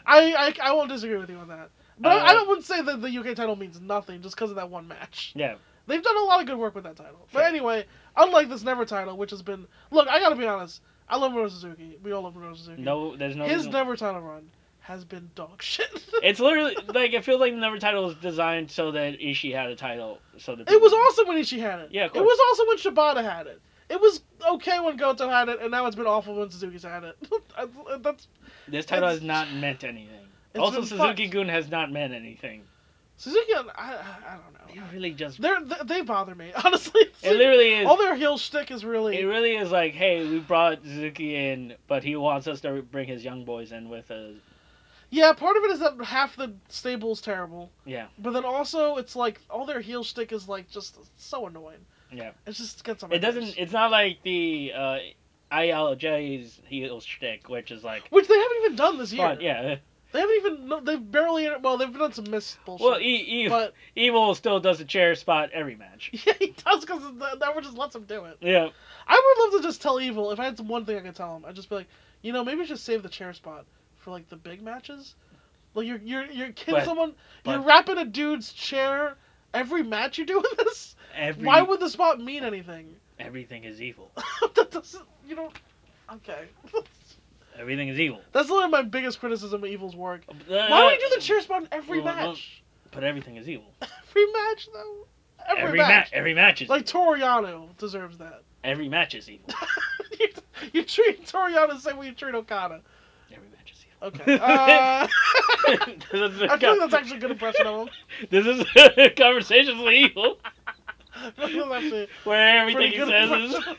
I, I won't disagree with you on that. But I, I
Uh,
don't wouldn't say that the UK title means nothing just because of that one match.
Yeah.
They've done a lot of good work with that title. But
Sure.
anyway, unlike this Never title, which has been look, I gotta be honest. I love Minoru Suzuki. We all love Minoru Suzuki.
No, there's no.
His
reason-
Never title run has been dog shit.
It's literally like it feels like the never title was designed so that Ishii had a title. So that
It was awesome when Ishii had it.
Yeah, of
it
course.
was awesome when Shibata had it. It was okay when Goto had it, and now it's been awful when Suzuki's had it. I- That's
This title
it's-
has not meant anything.
It's
Also,
been
Suzuki
fucked.
Gun has not meant anything.
Suzuki. I, I, I don't
They
know.
really just.
They're, they they bother me honestly.
It literally is.
All their heel shtick is really.
It really is like, hey, we brought Suzuki in, but he wants us to bring his young boys in with us.
Yeah, part of it is that half the stable's terrible,
Yeah,
but then also it's like all their heel shtick is like just so annoying.
yeah.
It just gets on my
It doesn't.
nerves.
It's not like the uh, ILJ's heel shtick, which is like,
Which they haven't even done this year.
but yeah.
They haven't even. No, they've barely. Well, they've done some missed bullshit.
Well, e- E-
but
Evil still does a chair spot every match.
yeah, he does because network just lets him do it.
Yeah,
I would love to just tell Evil if I had some one thing I could tell him. I'd just be like, you know, maybe just save the chair spot for like the big matches. Like you're you're you're kidding
But-
someone. you're
but-
wrapping a dude's chair every match you do in this.
every
Why would the spot mean anything?
everything is evil?
that doesn't. You don't. Okay.
Everything is evil.
That's literally my biggest criticism of Evil's work.
Uh,
Why would he do the chair spot in every
Well, well-
match?
But everything is evil.
Every match though. Every,
Every, match.
match.
every match is
Like
evil.
Toriano deserves that.
every match is evil.
you, you treat Toriano the same way you treat Okada.
Every match is evil.
Okay. Uh,
this is,
I feel like that's actually a good impression of him.
this is conversations with evil,
I feel that's actually
where
a
everything
pretty
he
good
says is.
impression.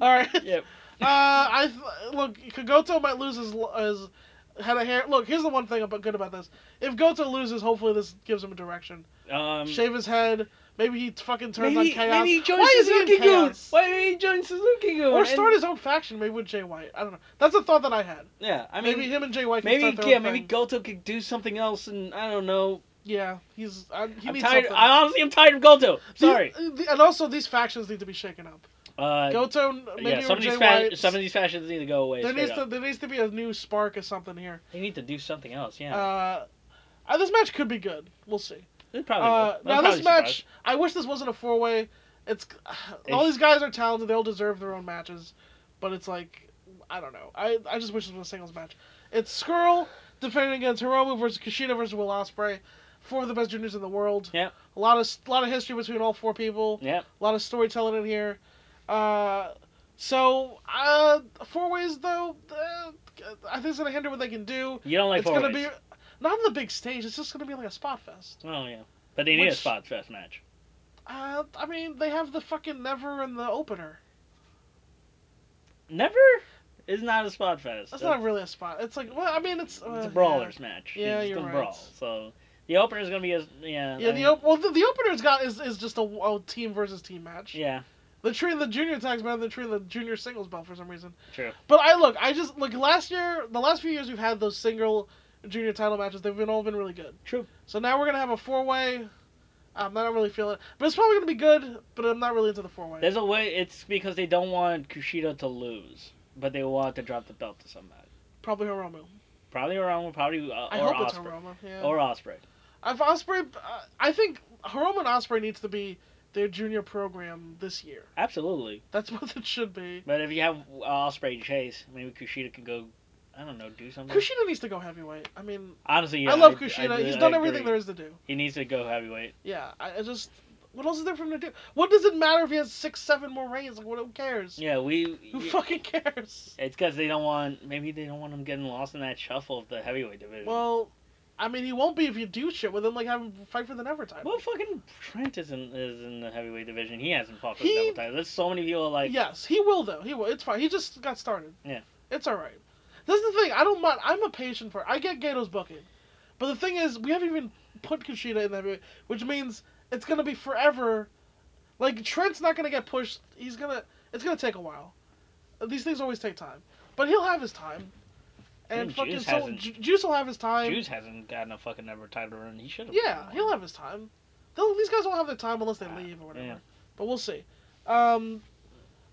All right.
Yep.
Uh, I th- look. Kagoto might lose his, l- his head of hair. Look, here's the one thing about good about this. If Goto loses, hopefully this gives him a direction.
Um,
Shave his head. Maybe he fucking turns
maybe,
on chaos.
maybe he joins
Why is he in
Suzuki Gun.
chaos?
Why did he join Suzuki Gun?
Or start his own faction, maybe with Jay White. I don't know. That's a thought that I had.
Yeah, I mean,
Maybe him and Jay White. Can
maybe
start their
yeah,
own
maybe
thing.
Goto could do something else, and I don't know.
Yeah, he's. I, he
I'm
needs
tired.
something.
I honestly am tired of Goto. Sorry.
These- the- and also, these factions need to be shaken up.
Uh,
Goto, maybe
yeah,
with
some of,
Jay
these fa-
White.
some of these fashions need to go away.
there
straight
needs to
up.
there needs to be a new spark or something here.
They need to do something else. Yeah,
Uh, uh, this match could be good. We'll see.
They probably.
Uh,
will.
now
I'm
this
probably
match,
surprised.
I wish this wasn't a four way. It's all
It's-
these guys are talented. They all deserve their own matches, but it's like I don't know. I I just wish it was a singles match. It's Skrull defending against Hiromu versus Kushida versus Will Ospreay for the best juniors in the world.
Yep.
A lot of a lot of history between all four people.
Yep.
A lot of storytelling in here. Uh, so uh, four ways though, uh, I think it's gonna hinder what they can do.
You don't like
it's
four
gonna
ways.
be not on the big stage. It's just gonna be like a spot fest.
Oh yeah, but they need a
Which-
spot fest match.
Uh, I mean, they have the fucking never in the opener.
Never is not a spot fest.
That's not really a spot. It's like, well, I mean, it's uh,
It's a
yeah.
brawlers match.
Yeah,
He's just
you're
gonna
right.
brawl. So the opener's gonna be a yeah.
Yeah,
I mean,
the op- well, the, the opener's got is, is just a, a team versus team match.
yeah,
The tree of the junior tag's better than the tree of the junior singles belt for some reason.
true.
But I look, I just like last year, the last few years we've had those single junior title matches. They've been all been really good.
True.
So now we're gonna have a four way. I'm not really feeling, it. but it's probably gonna be good. But I'm not really into the four way.
There's a way. It's because they don't want Kushida to lose, but they want to drop the belt to somebody.
Probably Hiromu.
Probably around. Probably uh,
I
or
hope it's
Osprey.
Hiromu. Yeah.
Or Osprey.
If Osprey, uh, I think Hiromu and Osprey needs to be their junior program this year.
Absolutely.
That's what it should be.
But if you have uh, Osprey chase, maybe Kushida can go. I don't know, do something.
Kushida needs to go heavyweight. I mean,
Honestly, yeah,
I love
do-
Kushida.
do-
He's
I
done everything
agree.
there is to do.
He needs to go heavyweight.
Yeah, I, I just. What else is there for him to do? What does it matter if he has six, seven more reigns? Like, what? Who cares?
Yeah, we.
Who fucking cares?
It's because they don't want. Maybe they don't want him getting lost in that shuffle of the heavyweight division.
Well, I mean, he won't be if you do shit with him, like have him fight for the never title.
Well, fucking Trent is in, is in the heavyweight division. He hasn't fought for
He-
the double title. There's so many people like
yes, he will though. He will. It's fine. He just got started.
Yeah.
It's all right. That's the thing. I don't mind. I'm a patient for. I get Gato's booking, but the thing is, we haven't even put Kushida in that, movie, which means it's gonna be forever. Like Trent's not gonna get pushed. He's gonna. It's gonna take a while. These things always take time, but he'll have his time. And
Mm,
fucking
Juice
so,
hasn't-
Ju- Juice will have his time.
Juice hasn't gotten a fucking ever title run. He should have.
Yeah, he'll have his time. They'll, these guys won't have their time unless they
Ah,
leave or whatever.
yeah.
But we'll see. Um,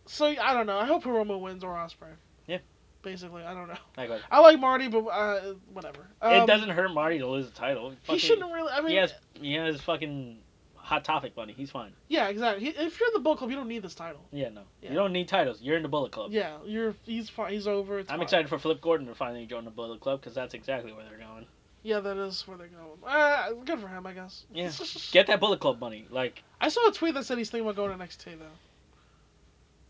so I don't know. I hope Hiromu wins or Osprey.
Yeah.
Basically, I don't know.
Like, like,
I like Marty, but uh, whatever. Um,
it doesn't hurt Marty to lose the title.
He shouldn't really. I mean,
he has he has fucking hot topic money. He's fine.
yeah, exactly. He, if you're in the Bullet Club, you don't need this title.
Yeah, no,
Yeah.
you don't need titles. You're in the Bullet Club.
Yeah, you're. He's fine. He's over. It's
I'm
fine.
excited for Flip Gordon to finally join the Bullet Club because that's exactly where they're going.
Yeah, that is where they're going. Uh, good for him, I guess.
Yeah. Get that Bullet Club money. Like
I saw a tweet that said he's thinking about going to NXT though.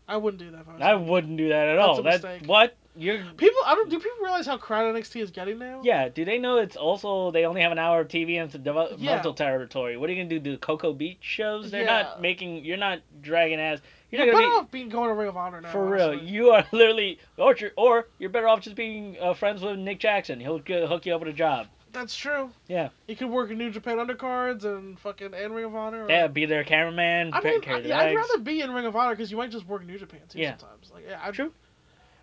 I wouldn't do that. If I was
I
him.
wouldn't do that at
That's
all.
a
That
mistake.
what you're.
People, I don't. Do people realize how crowded NXT is getting now?
Yeah, do they know it's also they only have an hour of TV and it's a developmental
Yeah.
territory? What are you gonna do? Do Cocoa Beach shows? They're
Yeah.
not making. You're not dragging ass. You're
You're,
not
better
gonna
off being going to Ring of Honor
be
now.
for real.
honestly.
You are literally, or you're, or you're better off just being uh, friends with Nick Jackson. He'll g- hook you up with a job.
That's true.
Yeah.
You could work in New Japan undercards and fucking and Ring of Honor. or-
Yeah, be their cameraman.
I
pa-
mean, I,
carry the
would
bags.
rather be in Ring of Honor because you might just work New Japan too
Yeah.
sometimes. Like, yeah, I'd,
True.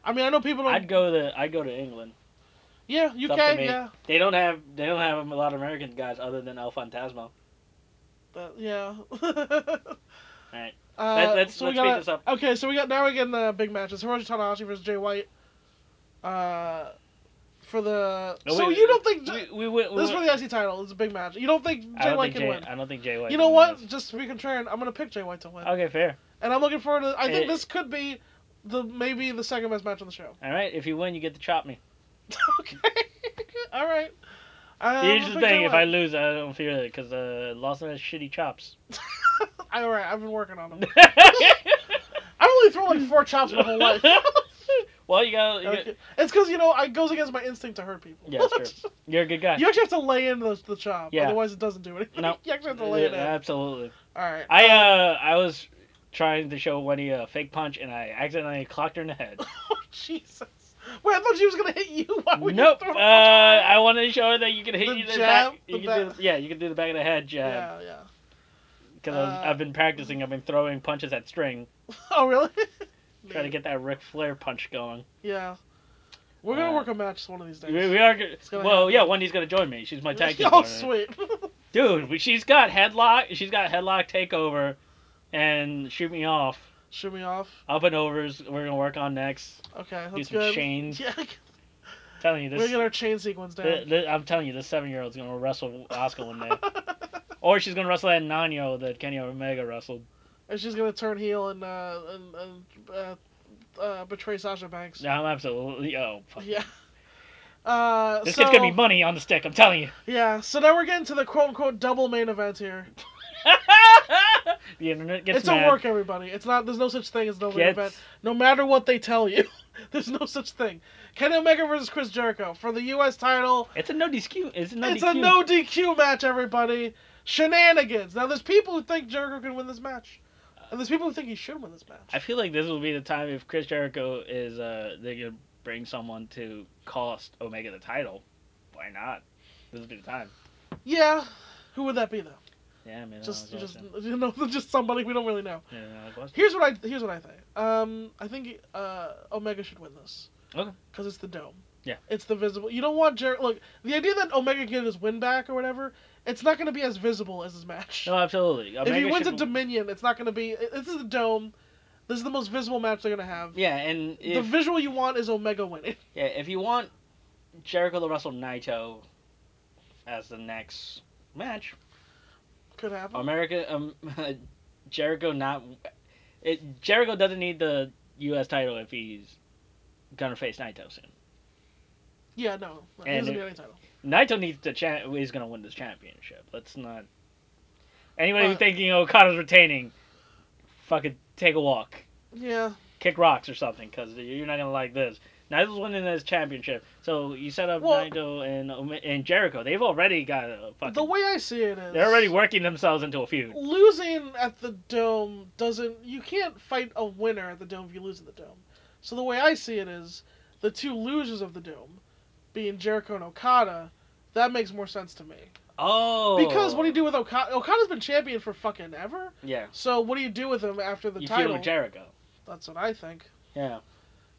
I mean, I know people don't.
I'd go to I'd go to England.
Yeah,
It's up to
UK.
me.
Yeah,
They don't have they don't have a lot of American guys other than El Fantasma.
that, yeah. All
Alright.
Uh,
Let- let's-
so
let's
we
speed
got
this up.
Okay, so we got now we get in the big matches. Hiroshi Tanahashi versus Jay White. Uh, for the
No,
so
Oh, wait, uh,
you don't think
We,
J-
we, went- we,
this is for
went-
the IC title? It's a big match. You don't think
I
Jay
don't
White
think
can
Jay,
win?
I don't think Jay White.
You know
can
what?
win
Just to be contrarian, I'm gonna pick Jay White to win.
this. Okay, fair.
And I'm looking forward to. I think
Eh.
this could be the maybe the second best match on the show.
All right, if you win, you get to chop me.
okay. All right. Um,
Here's the thing: if I lose, I don't feel it because uh, Lawson has shitty chops.
I. All right. I've been working on them. I've only thrown like four chops my whole life.
well, you got you
Okay. It's because you know it goes against my instinct to hurt people.
Yeah, that's
true.
are a good guy.
you actually have to lay in the, the chop,
Yeah.
otherwise it doesn't do anything.
No.
you actually have to lay it in.
Absolutely.
All right.
I uh I was trying to show Wendy a fake punch and I accidentally clocked her in the head.
oh Jesus! Wait, I thought she was gonna hit Oh, you. Why were
nope.
You
Uh,
throwing punches?
I wanted to show her that you can hit
The
you in the
jab,
back. You
the
can do
back.
the- yeah, you can do the back of the head jab
yeah. Yeah.
because
Uh,
I've been practicing. I've been throwing punches at string,
Oh really?
trying to get that Ric Flair punch going.
Yeah. We're gonna
Uh,
work a match one of these days.
We, we are. go-
gonna
Well,
happen.
yeah, Wendy's gonna join me. She's my tag team
oh
partner.
sweet.
Dude, we- she's got headlock. She's got headlock takeover, and shoot me off.
Shoot me off.
Up and overs. We're gonna work on next.
Okay, that's
Do some
good.
chains.
Yeah,
telling you
we're gonna
this.
get our chain sequence down.
th- th- I'm telling you, this seven-year-old's gonna wrestle Oscar one day, or she's gonna wrestle that nine-year-old that Kenny Omega wrestled.
and she's gonna turn heel and uh, and, and uh, uh, betray Sasha Banks.
No, I'm absolutely. Oh, fuck.
Yeah. Uh,
This
so,
kid's gonna be money on the stick. I'm telling you.
Yeah, so now we're getting to the quote unquote double main event here.
the internet gets
it's
mad.
a work, everybody. It's not. There's no such thing as double main
Gets-
event. No matter what they tell you, there's no such thing. Kenny Omega versus Chris Jericho for the U.S. title.
It's a no DQ. It's a no
it's
DQ.
a no DQ match, everybody. Shenanigans. Now there's people who think Jericho can win this match, and there's people who think he should win this match.
I feel like this will be the time if Chris Jericho is uh they're gonna bring someone to cost Omega the title. Why not? This will be the time.
Yeah. Who would that be though?
Yeah, man.
just,
I was
just
watching.
you know, just somebody we don't really know.
Yeah, I was watching.
Here's what I here's what I think. Um, I think uh, Omega should win this.
Okay.
Because it's the dome.
Yeah.
It's the visible. You don't want Jericho. Look, the idea that Omega can get his win back or whatever, it's not going to be as visible as his match.
No, absolutely.
if
Omega
he wins
should-
at Dominion, it's not going to be. it- This is the dome. This is the most visible match they're going to have.
yeah, and
The
if,
visual you want is Omega winning.
yeah, if you want Jericho to wrestle Naito as the next match,
Could happen.
America, um, Jericho not. It, Jericho doesn't need the U.S. title if he's gonna face Naito soon.
yeah, no. no he
And
doesn't
it-
get any title.
Naito needs to cha- is gonna win this championship. Let's not. Anybody who's
But-
thinking oh, Okada's retaining, fucking take a walk,
Yeah.
kick rocks or something, because you're not gonna like this. Naito's winning this championship, so you set up
Well-
Naito and Ome- and Jericho. They've already got a fucking.
The way I see it is.
they're already working themselves into a feud.
losing at the dome doesn't you can't fight a winner at the dome if you lose at the dome so the way i see it is the two losers of the dome being jericho and okada that makes more sense to me
Oh.
because what do you do with okada okada's been champion for fucking ever
Yeah.
so what do you do with him after the
you feud
title
with Jericho.
that's what i think
Yeah.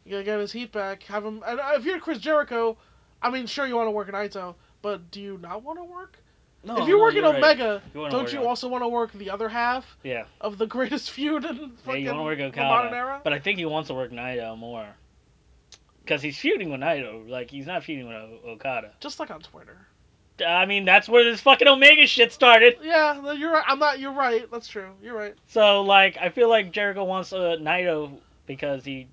you gotta get his heat back have him and uh, if you're chris jericho i mean sure you want to work in Naito, but do you not want to work
No,
if you're
no,
working
Oh, right.
omega
You wanna
don't
work
you
on-
also want to work the other half
Yeah.
of the greatest feud in
Yeah,
fucking
you want to work
the
Okada.
modern era.
But I think he wants to work Naito more. Because he's feuding with Naito. Like, he's not feuding with o- Okada.
Just like on Twitter.
I mean, that's where this fucking Omega shit started.
Yeah, no, you're right. I'm not. You're right. That's true. You're right.
So, like, I feel like Jericho wants uh, Naito because he.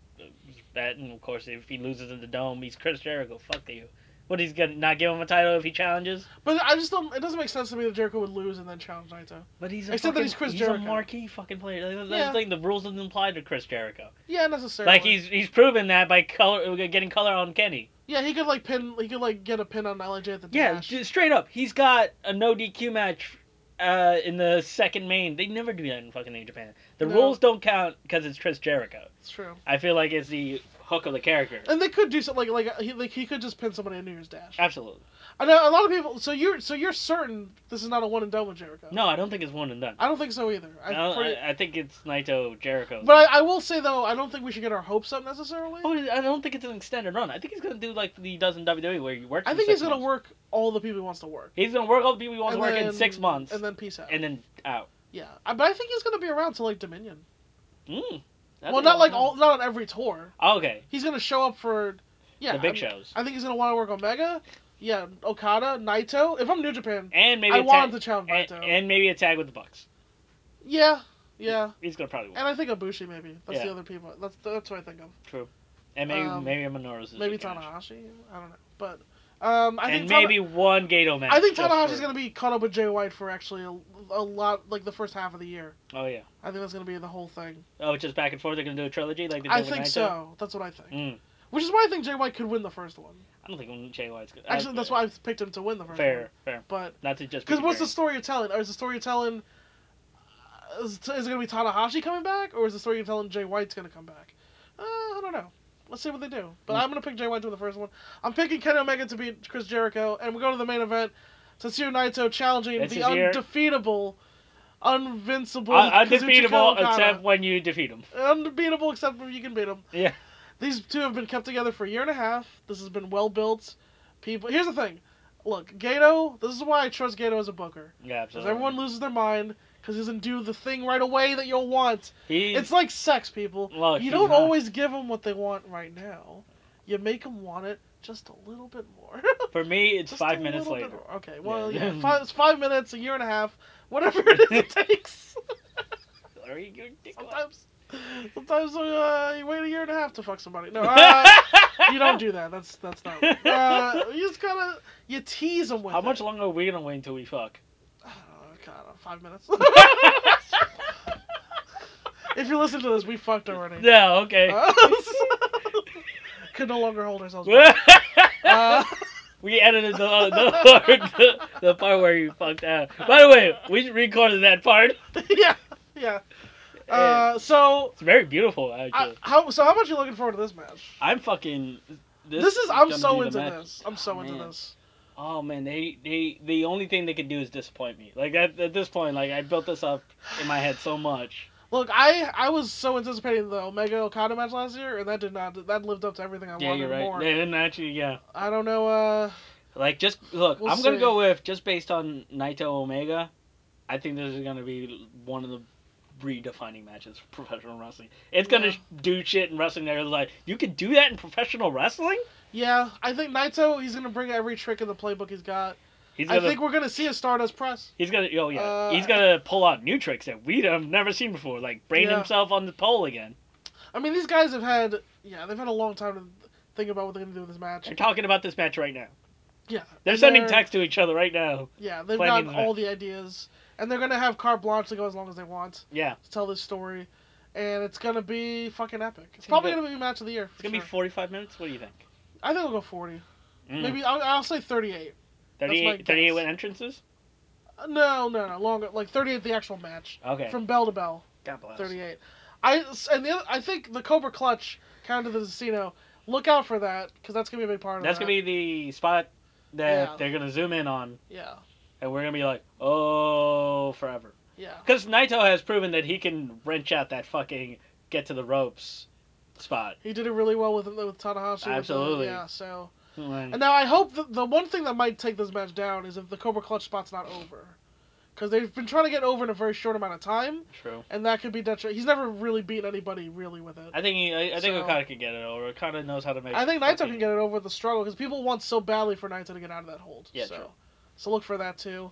He's bad, and of course, if he loses in the dome, he's Chris Jericho. Fuck you. What, he's gonna not give him a title if he challenges?
But I just don't. It doesn't make sense to me that Jericho would lose and then challenge Naito.
But he's a
Except that
fucking-
he's Chris
he's
Jericho.
a marquee fucking player. That's
Yeah.
the thing. The rules doesn't apply to Chris Jericho.
Yeah, necessarily.
Like he's he's proven that by color uh, getting color on Kenny.
Yeah, he could like pin. He could like get a pin on Lij at the
Yeah,
Dash.
ju- straight up, he's got a no DQ match uh, in the second main. They never do that in fucking New Japan. The
No.
rules don't count because it's Chris Jericho.
It's true.
I feel like it's the hook of the character.
And they could do something like like he, like he could just pin somebody in New Year's Dash.
Absolutely.
I know a lot of people. So you're so you're certain this is not a one and done with Jericho.
No, I don't think it's one and done.
I don't think so either. I,
No,
pretty-
I, I think it's Naito Jericho.
but I, I will say though, I don't think we should get our hopes up necessarily.
Oh, I don't think it's an extended run. I think he's gonna do like he does in WWE, where you work.
I
for
think
six
he's gonna work
months.
all the people he wants to work.
He's gonna work all the people he wants
And
to work in
then-
six months,
And then peace out.
and then out.
yeah, I- but I think he's gonna be around till like Dominion.
Mm, That'd
well,
be
not like
awesome.
all, not on every tour.
Oh, okay,
He's gonna show up for, yeah,
the big
I,
shows,
I think he's gonna want to work Omega, yeah, Okada, Naito. If I'm New Japan,
and maybe eh,
I
a
want him
tag-
to challenge
and,
Naito.
and maybe a tag with the Bucks.
yeah, yeah,
He's gonna probably win.
and I think Ibushi maybe. That's
Yeah.
the other people. That's that's what I think of.
And maybe
Um,
maybe Minoru's is
maybe
the finish.
Tanahashi. I don't know, but um, I
and
think Tana-
maybe one Gato match.
I think
just
Tanahashi's
for-
gonna be caught up with Jay White for actually a, a lot, like the first half of the year.
Oh yeah.
I think that's gonna be the whole thing.
Oh, it's just back and forth. They're gonna do a trilogy like they did
I
with
think
Naito?
so. That's what I think.
Mm.
Which is why I think Jay White could win the first one.
I don't think Jay White's gonna. uh,
Actually, that's why I picked him to win the first one.
Fair, fair.
But
Not to just. be
because what's the
comparing.
story you're telling? Or is the story you're telling? uh, Is, is it gonna be Tanahashi coming back, or is the story you're telling Jay White's gonna come back? Uh, I don't know. Let's see what they do. But
Hmm.
I'm gonna pick Jay White to win the first one. I'm picking Kenny Omega to beat Chris Jericho, and we go to the main event. Tetsuya Naito challenging
This
the
is here.
undefeatable, unvincible,
Un-
Kazuchika
undefeatable
Okada.
except when you defeat him.
unbeatable except if you can beat them.
Yeah.
These two have been kept together for a year and a half. This has been well built. People, here's the thing. Look, Gato. This is why I trust Gato as a booker. Because
Yeah, absolutely.
everyone loses their mind because he doesn't do the thing right away that you'll want.
He,
It's like sex, people.
Look,
you
he's
don't
not-
always give them what they want right now. You make them want it just a little bit more.
for me, it's
Just
five
a
minutes
little bit
later.
more. Okay, well,
Yeah.
yeah, five, it's five minutes, a year and a half, whatever it is it takes.
Are you gonna-
Sometimes. Sometimes uh, you wait a year and a half to fuck somebody. No, uh, you don't do that. That's that's not. Uh, you just gotta you tease them with.
How much
it.
longer are we gonna wait until we fuck?
Oh, God, five minutes. if you listen to this, we fucked already.
yeah. Okay.
Uh,
Oh.
could no longer hold ourselves. back. Uh,
we edited the, the, the the part where you fucked out. By the way, we recorded that part.
yeah, yeah. Uh, so,
It's very beautiful,
I,
actually.
how so? How much you looking forward to this match?
I, am fucking. This,
This, is. I'm
gonna
so
be the
into
match.
this. I'm so
Oh,
into
man.
this.
Oh man, they they the only thing they could do is disappoint me. Like at, at this point, like I built this up in my head so much.
Look, I I was so anticipating the Omega Okada match last year, and that did not. That lived up to everything I
yeah,
wanted
you're
and
right.
more.
They didn't actually, yeah.
I don't know. Uh,
Like just look,
We'll
I'm gonna
see.
go with just based on Naito Omega. I think this is gonna be one of the redefining matches for professional wrestling. It's gonna
Yeah.
sh do shit in wrestling that is like you could do that in professional wrestling.
yeah, I think Naito. He's gonna bring every trick in the playbook he's got.
He's
I
gonna
think we're gonna see a Stardust press.
he's gonna oh yeah
uh,
he's gonna pull out new tricks that we have never seen before. Like brain
Yeah.
himself on the pole again.
I mean, these guys have had yeah, they've had a long time to think about what they're gonna do in this match.
They're talking about this match right now.
Yeah,
They're
and
sending texts to each other right now.
Yeah, they've
planning
got
the
all the ideas, and they're gonna have carte blanche to go as long as they want
Yeah,
to tell this story, and it's gonna be fucking epic. It's,
It's gonna
probably
be-
gonna be match of the year.
it's gonna be 45 minutes. What do you think?
I think I'll go forty.
Mm.
Maybe I'll, I'll say thirty-eight. my
38, 38
guess.
win entrances.
Uh, No, no, no, longer. Like thirty-eight, the actual match
Okay.
from bell to bell.
God bless.
Thirty-eight. I and the other, I think the Cobra Clutch counter to the casino. Look out for that because that's gonna be a big part of
That's
that.
gonna be the spot that
Yeah.
they're gonna zoom in on,
Yeah,
and we're gonna be like, oh, forever.
yeah.
Because Naito has proven that he can wrench out that fucking get to the ropes spot.
He did it really well with with Tanahashi. with the-
Absolutely.
yeah. So.
Like,
And now I hope that the one thing that might take this match down is if the Cobra Clutch spot's not over, because they've been trying to get over in a very short amount of time,
True.
and that could be detrimental. He's never really beaten anybody really with it.
I think he, I, I think
So-
Okada can get it over. Okada knows how to make.
I think Naito can get it over with the struggle because people want so badly for Naito to get out of that hold.
Yeah,
so.
true.
So look for that too.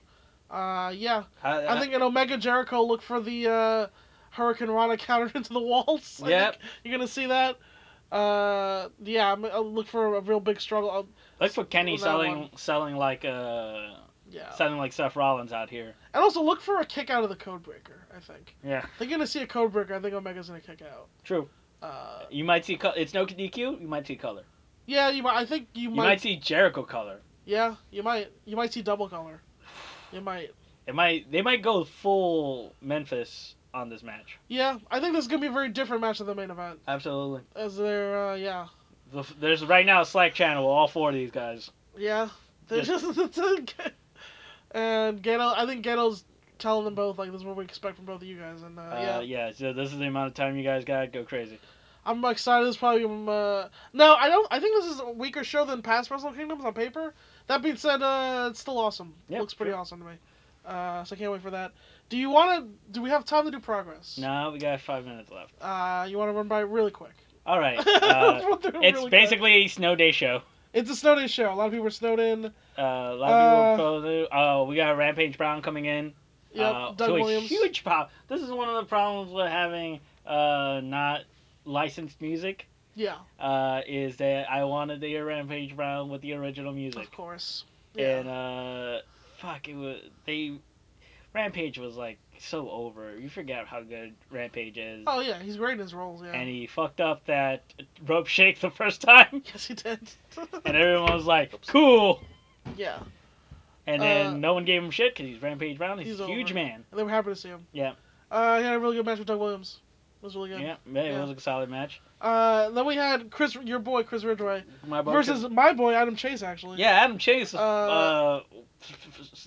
Uh, yeah,
I,
I think in Omega Jericho, look for the uh, Hurricane Rana countered into the walls. I
Yep.
think you're gonna see that. Uh, yeah, I'm, I'll look for a real big struggle. Uh, I'll,
look for Kenny
that
selling
one.
selling like uh
yeah,
selling like Seth Rollins out here.
and also look for a kick out of the code breaker. I think.
Yeah.
They're gonna see a code breaker. I think Omega's gonna kick out.
True.
Uh,
You might see co- it's no DQ. You might see color.
yeah, you might. I think you
You
might,
might, see Jericho color.
Yeah, you might. You might see double color. You might.
It might they might go full Memphis on this match.
Yeah, I think this is gonna be a very different match than the main event.
Absolutely.
As they're, uh, yeah,
The- There's right now a Slack channel with all four of these guys.
yeah. They're
Yeah.
just and Gato. I think Gato's telling them both like this is what we expect from both of you guys. And uh,
Uh, yeah.
yeah,
So this is the amount of time you guys got. Go crazy.
I'm excited. This is probably um, uh, no, I don't. I think this is a weaker show than past Wrestle Kingdoms on paper. That being said, uh, it's still awesome.
Yeah,
Looks pretty
sure.
awesome to me. Uh, so I can't wait for that. Do you want to? Do we have time to do progress?
No, we got five minutes left.
Uh, you want to run by it really quick?
All right.
Let's
Uh,
run through it really
it's
quick.
basically a snow day show.
it's a Snowden show. A lot of people are snowed in.
Uh, a lot of
Uh,
people. go to- Oh, we got Rampage Brown coming in.
Yep,
uh,
Doug
to
Williams.
A huge pop. This is one of the problems with having uh, not licensed music.
Yeah,
Uh, is that I wanted to hear Rampage Brown with the original music.
of course. Yeah.
and uh fuck it was they rampage was like so over you forget how good rampage is
oh yeah, he's great in his roles. Yeah.
and he fucked up that rope shake the first time
yes, he did.
and er- everyone was like cool
yeah,
and then
Uh,
no one gave him shit because he's rampage brown he's,
he's
a huge
over.
man
and they were happy to see him.
Yeah.
Uh, he had a really good match with Doug Williams. It was really
yeah,
good.
yeah, it
Yeah.
was a solid match
Uh, then we had Chris, your boy Chris Ridgway,
my boy-
versus my boy Adam Chase actually.
yeah adam chase uh,
Uh,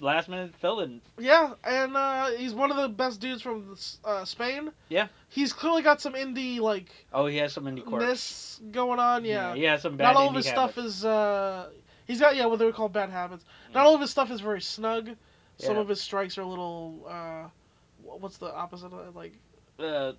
last minute fill-in
Yeah, and uh, he's one of the best dudes from uh, Spain.
Yeah.
He's clearly got some indie like
oh he has some indie quirks
ness going on. Yeah.
he has some bad
Not all of
indie
his stuff
habits.
is.
Mm.
Uh, he's got yeah what they would call bad habits. Not all of his stuff is very snug. Some
Yeah.
of his strikes are a little. Uh, wh- what's the opposite of that? like
uh,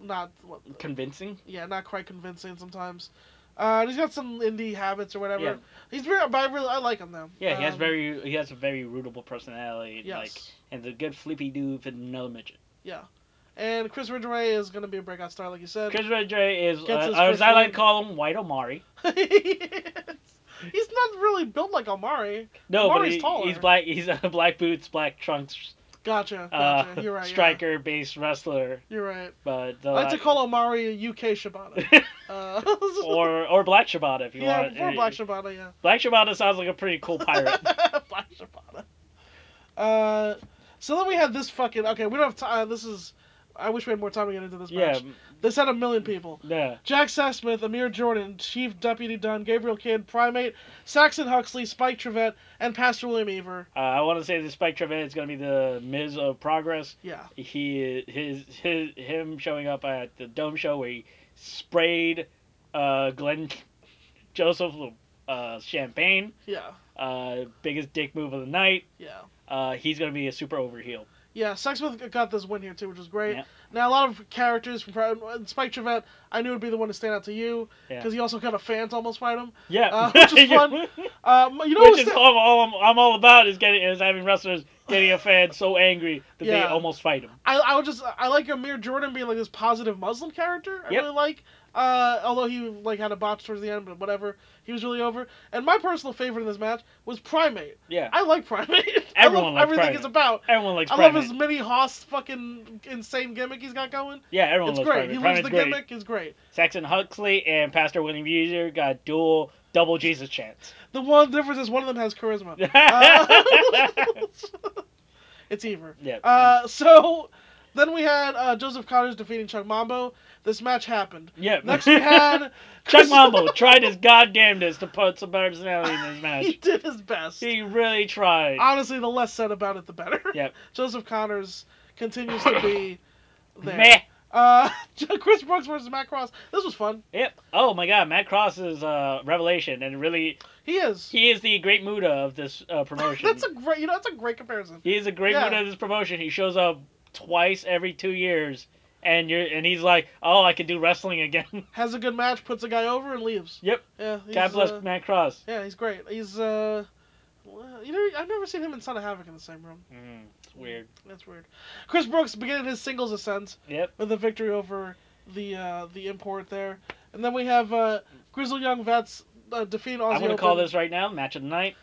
not what,
convincing
yeah not quite convincing sometimes. Uh, and he's got some indie habits or whatever.
Yeah.
He's very, but I really I like him though.
Yeah, he has
Um,
very he has a very rootable personality,
Yes.
like and the good flippy dude for another midget.
And Chris Ridgway is going to be a breakout star, like you said.
Chris Redre is,
Gets
uh,
his
or as
first
I like
win.
to call him, White Omari.
He's not really built like Omari.
No,
Omari's
but
taller.
he, he's black. He's a black boots, black trunks,
Gotcha,
uh,
gotcha. you're right. yeah.
striker-based wrestler.
You're right.
But uh,
I like to call Omari a UK Shibata. Uh,
or or Black Shibata if you
yeah,
want. uh,
before Black Shibata, yeah.
Black Shibata sounds like a pretty cool pirate.
Black Shibata. Uh, so then we had this fucking. Okay, we don't have time. this is. I wish we had more time to get into this
yeah,
match. This had a million people.
yeah.
Jack Sassmith, Amir Jordan, Chief Deputy Dunn, Gabriel Kidd, Primate, Saxon Huxley, Spike Trevette, and Pastor William Eaver.
Uh, I want to say that Spike Trevette is going to be the Miz of Progress.
Yeah.
He his his him showing up at the Dome Show where he sprayed uh, Glenn Joseph with uh, champagne.
Yeah.
Uh, biggest dick move of the night.
Yeah.
Uh, he's going to be a super over heel.
Yeah, Sexsmith got this win here too, which was great.
Yeah.
Now a lot of characters from Pro- Spike Trevette, I knew would be the one to stand out to you
Yeah.
because he also kind of fans almost fight him.
Yeah,
Uh, which is fun. Um, you know, who
Which is
sta-
all, all I'm, I'm all about is getting is having wrestlers getting a fan so angry that they
Yeah.
almost fight him.
I, I would just I like Amir Jordan being like this positive Muslim character. I
Yep.
really like. Uh, although he like had a botch towards the end, but whatever, he was really over. And my personal favorite in this match was Primate.
Yeah,
I like Primate. I love
Everyone likes
everything
Primate.
he's about.
everyone likes.
I
Primate.
love his mini Hoss fucking insane gimmick he's got going.
Yeah, everyone
it's
loves
great. He
Primate.
loves
Primate's
the
great.
gimmick. It's great.
Saxon Huxley and Pastor William User got dual double Jesus chants.
The one difference is one of them has charisma. Uh,
yeah.
it's Ever. Uh, so then we had uh, Joseph Connors defeating Chuck Mambo. This match happened.
yeah.
Next we had
Chuck Mambo tried his goddamnedest to put some personality in his
he
match.
did his best.
He really tried.
Honestly, the less said about it, the better.
Yep.
Joseph Connors continues to be there.
Meh.
Uh, Chris Brooks versus Matt Cross. This was fun.
Yep. Oh my God, Matt Cross is uh, revelation, and really,
He is.
he is the great Muda of this uh, promotion.
that's a great. You know, that's a great comparison.
He is a great
Yeah.
one of this promotion. He shows up twice every two years, and you're and he's like, oh, I can do wrestling again.
Has a good match, puts a guy over, and leaves.
Yep.
Yeah. he's,
God bless
uh,
Matt Cross.
Yeah, he's great. He's uh, well, you know, I've never seen him and Son of Havoc in the same room.
Mm, it's weird.
That's weird. Chris Brooks beginning his singles ascent
Yep.
with a victory over the uh, the import there, and then we have uh, Grizzle Young Vets uh, defeating Aussie
I'm gonna
Open.
call this right now match of the night.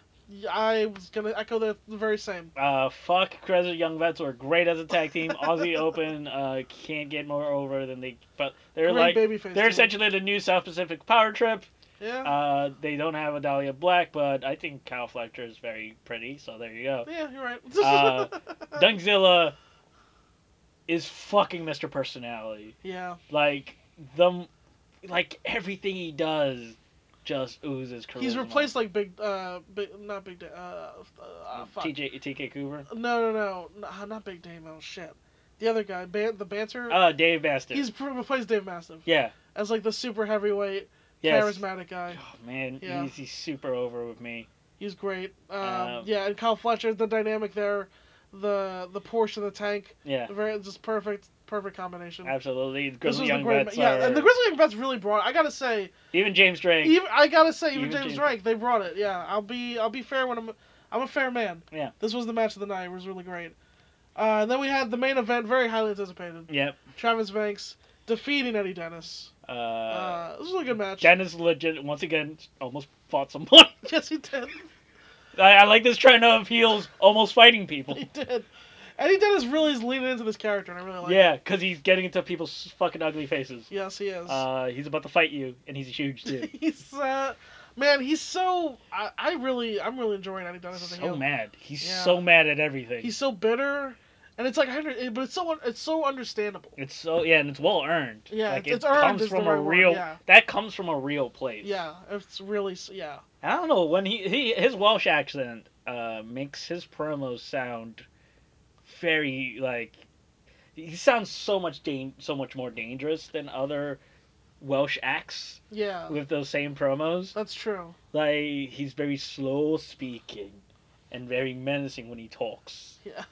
I was gonna echo the, the very same.
Uh, fuck, Crescent Young Vets were great as a tag team. Aussie Open uh, can't get more over than they, but they're
Great
like
babyface.
they're
too.
essentially the new South Pacific Power Trip.
Yeah.
Uh, they don't have a Dahlia Black, but I think Kyle Fletcher is very pretty, so there you go.
yeah, you're right.
uh, Dunkzilla is fucking Mr. Personality.
yeah.
Like the, like everything he does, just oozes charisma.
He's replaced like big, uh, big, not big, Da- uh, uh, fuck.
TJ TK Cooper.
No, no, no, no, not Big Damo. Shit, the other guy, ban- the banter.
Uh, Dave Bastard.
he's pr- replaced Dave Mastiff
yeah.
as like the super heavyweight,
Yes.
charismatic guy.
Oh man,
Yeah.
he's, he's super over with me.
He's great. Um,
Um,
yeah, and Kyle Fletcher, the dynamic there, the the Porsche and the tank,
Yeah,
very just perfect, perfect combination.
absolutely.
This
Grizzly
was the
Young
great,
Vets
yeah,
are-
and the Grizzly Young Vets really brought. I gotta say,
even James Drake.
even I gotta say, even,
Even
James
James-
Drake, they brought it. Yeah, I'll be I'll be fair when I'm I'm a fair man.
Yeah.
this was the match of the night. It was really great. Uh, and then we had the main event, very highly anticipated.
Yep.
Travis Banks defeating Eddie Dennis.
Uh,
Uh, this was a good match.
Dennis legit once again almost fought someone.
yes, he did.
I, I like this trend of heels almost fighting people.
He did. Eddie Dennis really is leaning into this character, and I really like. it.
Yeah, because he's getting into people's fucking ugly faces.
Yes, he is.
Uh, he's about to fight you, and he's huge too.
he's uh, man, he's so I, I really I'm really enjoying Eddie Dennis as a
so
heel.
mad. He's
Yeah.
so mad at everything.
He's so bitter, and it's like I under, but it's so it's so understandable.
It's so yeah, and it's well earned.
Yeah, it's-
like, it
it's earned
comes
is the
from a
right word,
real.
yeah.
That comes from a real place.
Yeah, it's really s- yeah.
I don't know when he, he his Welsh accent uh, makes his promos sound very like he sounds so much dan- so much more dangerous than other Welsh acts
Yeah,
with those same promos.
that's true.
Like he's very slow speaking and very menacing when he talks.
Yeah. Oh,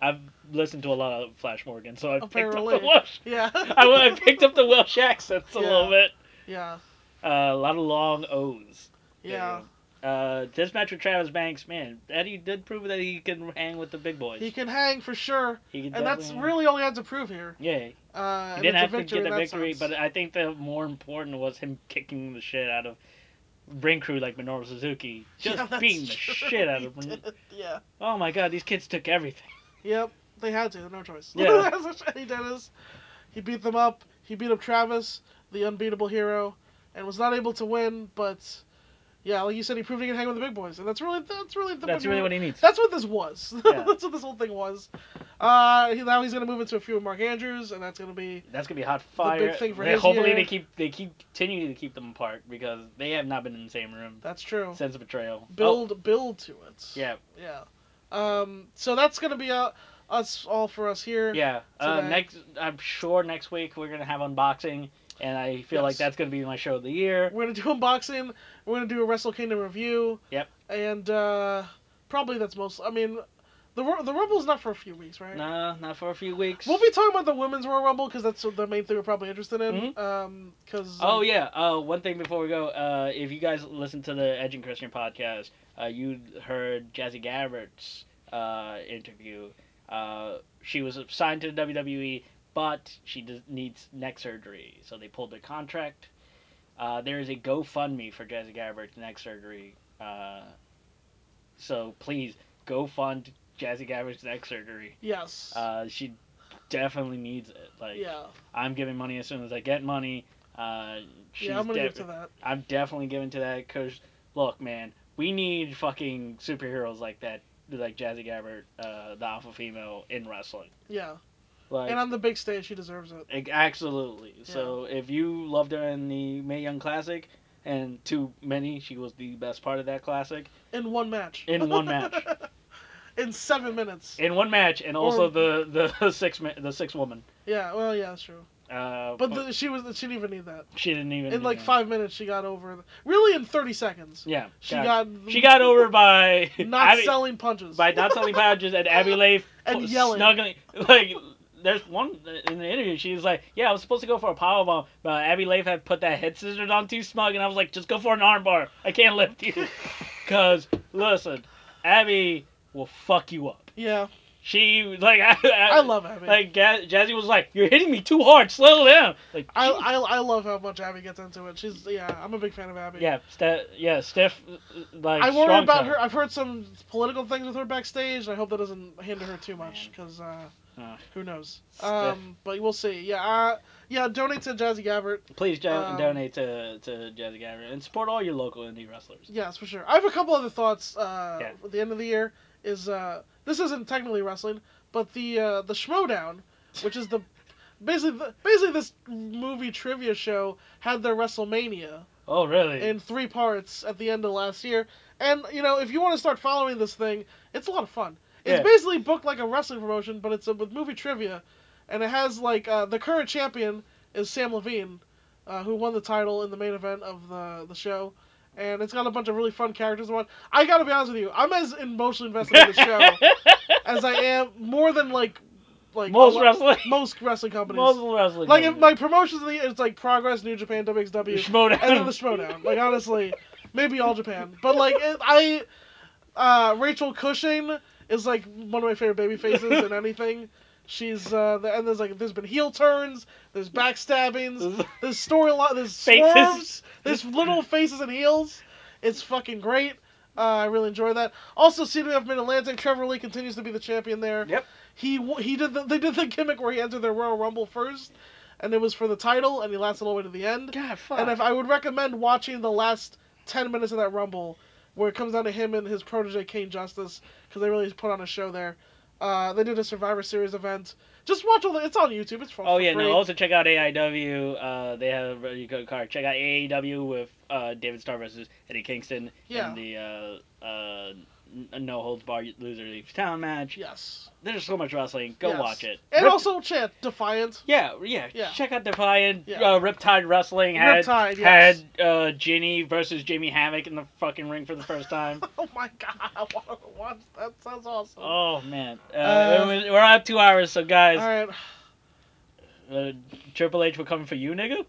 I've listened to a lot of Flash Morgan, so I picked
Apparently.
up the Welsh.
Yeah.
I, I picked up the Welsh accents a
Yeah.
little bit.
yeah.
Uh, a lot of long O's. There you
Yeah.
go. Uh, this match with Travis Banks, man, Eddie did prove that he can hang with the big boys.
He can hang for sure,
He can
and that's
definitely hang.
really all he had to prove here.
yeah.
Uh,
He
and
didn't
it's
have
a
to
victory
get
in
the
that
victory,
sense.
but I think the more important was him kicking the shit out of Ring Crew like Minoru Suzuki, just
Yeah, that's
beating the
true.
shit out
He
of him.
did. Yeah.
Oh my god, these kids took everything.
Yep. They had to. No choice.
Yeah.
That's what Eddie Dennis. He beat them up. He beat up Travis, the unbeatable hero, and was not able to win. But yeah, like you said, he proved he can hang with the big boys, and that's really that's really the
That's really what he needs.
That's what this was.
Yeah.
that's what this whole thing was. Uh, he, now he's gonna move into a few with Mark Andrews, and that's gonna be
That's gonna be hot fire.
big thing for
They-
his
hopefully
year.
they keep they keep continuing to keep them apart because they have not been in the same room
that's true.
since betrayal.
Build build to it.
Oh, yeah,
Yeah. Um. So that's gonna be uh, us all for us here.
yeah. Uh,
Today.
next, I'm sure next week we're gonna have unboxing, and I feel like
Yes.
that's gonna be my show of the year.
We're gonna do unboxing. We're gonna do a Wrestle Kingdom review.
Yep.
And uh, probably that's most. I mean, the Ru- the Rumble's not for a few weeks, right?
Nah, not for a few weeks.
We'll be talking about the women's Royal Rumble because that's the main thing we're probably interested in. Um
Mhm.
'cause Um. Because.
Oh yeah. Uh, one thing before we go, uh, if you guys listen to the Edge and Christian podcast, uh, you heard Jazzy Gabbert's uh, interview. Uh, she was signed to the WWE, but she does, needs neck surgery, so they pulled the contract. Uh, there is a GoFundMe for Jazzy Gabbert's neck surgery. Uh, so please go fund Jazzy Gabbert's neck surgery.
Yes.
Uh, she definitely needs it. Like.
yeah.
I'm giving money as soon as I get money. Uh, she's
Yeah. I'm gonna
def-
get to that.
I'm definitely giving to that because, look, man, we need fucking superheroes like that, like Jazzy Gabbert, uh, the alpha female in wrestling.
Yeah.
Like,
and on the big stage, she deserves it.
ec- absolutely. So if you loved her in the Mae Young Classic, and too many, she was the best part of that classic.
In one match.
In one match.
in seven minutes.
In one match, and also
Or-
the the six ma- the six woman.
Yeah. Well, yeah, that's true.
Uh,
But the, she was. She didn't even need that.
she didn't even
In like
yeah.
five minutes, she got over. The, really, in thirty seconds,
Yeah,
she
God.
got.
She got over by
not
I mean-
selling punches.
by not selling pouches and Abby Leigh
And
f-
yelling.
snuggling like there's one in the interview she was like yeah I was supposed to go for a power bomb but Abby Leigh had put that head scissors on too smug and I was like just go for an arm bar I can't lift you cause listen Abby will fuck you up
yeah,
she like I,
I love Abby.
like Ja- Jazzy was like you're hitting me too hard slow down like
I,
"Jesus
I I love how much Abby gets into it. She's yeah, I'm a big fan of Abby.
Yeah, ste- yeah, stiff. Like
I worry
strong
about
side.
her. I've heard some political things with her backstage, and I hope that doesn't hinder her too much,
Man.
because uh,
Ah.
who knows?
Stiff.
Um, but we'll see. Yeah, uh, yeah. Donate to Jazzy Gabbert.
Please jo-
um,
donate to to Jazzy Gabbert and support all your local indie wrestlers.
Yes, for sure. I have a couple other thoughts. Uh,
Yeah.
at the end of the year is uh, this isn't technically wrestling, but the uh, the Schmodown, which is the basically the, basically this movie trivia show had their WrestleMania.
Oh really?
in three parts at the end of last year. And you know, if you want to start following this thing, it's a lot of fun. It's
Yeah.
basically booked like a wrestling promotion, but it's uh with movie trivia, and it has like uh, the current champion is Sam Levine, uh, who won the title in the main event of the the show. And it's got a bunch of really fun characters. and what- I gotta be honest with you, I'm as emotionally invested in the show as I am more than like like
Most
a lot-
wrestling-
most wrestling companies.
Multiple wrestling.
like if my promotions of the year, it's like Progress, New Japan, WXW,
Schmodown.
and then the showdown. Like honestly, maybe all Japan, but like it, I, uh, Rachel Cushing is like one of my favorite baby faces in anything. She's uh, the, and there's like there's been heel turns, there's backstabbings, there's storyline, there's
Faces.
swerves, there's little faces and heels. It's fucking great. Uh, I really enjoy that. Also, CWF Mid Atlantic, Trevor Lee continues to be the champion there.
Yep.
He w- he did the, they did the gimmick where he entered the Royal Rumble first, and it was for the title, and he lasted all the way to the end.
God, fuck.
And if I would recommend watching the last ten minutes of that Rumble, where it comes down to him and his protege Kane Justice, because they really put on a show there. Uh, they did a Survivor Series event. Just watch all the. It's on YouTube. It's for
oh
for
yeah,
free.
no. Also check out AIW. Uh, they have a really good card. Check out AIW with uh, David Starr versus Eddie Kingston
Yeah.
and the uh, uh, n- no holds bar loser leaves town match.
Yes.
There's so much wrestling. Go
Yes.
watch it.
And
Rip-
also chant Defiant.
Yeah, yeah,
Yeah.
Check out Defiant.
Yeah.
Uh, Riptide Wrestling had
Riptide, yes.
had uh, Ginny versus Jamie Hammock in the fucking ring for the first time.
Oh my god, I want to watch. That sounds awesome.
oh man, uh,
Uh,
it was- we're at two hours, so guys,
All right.
uh, Triple H, we're coming for you, nigga.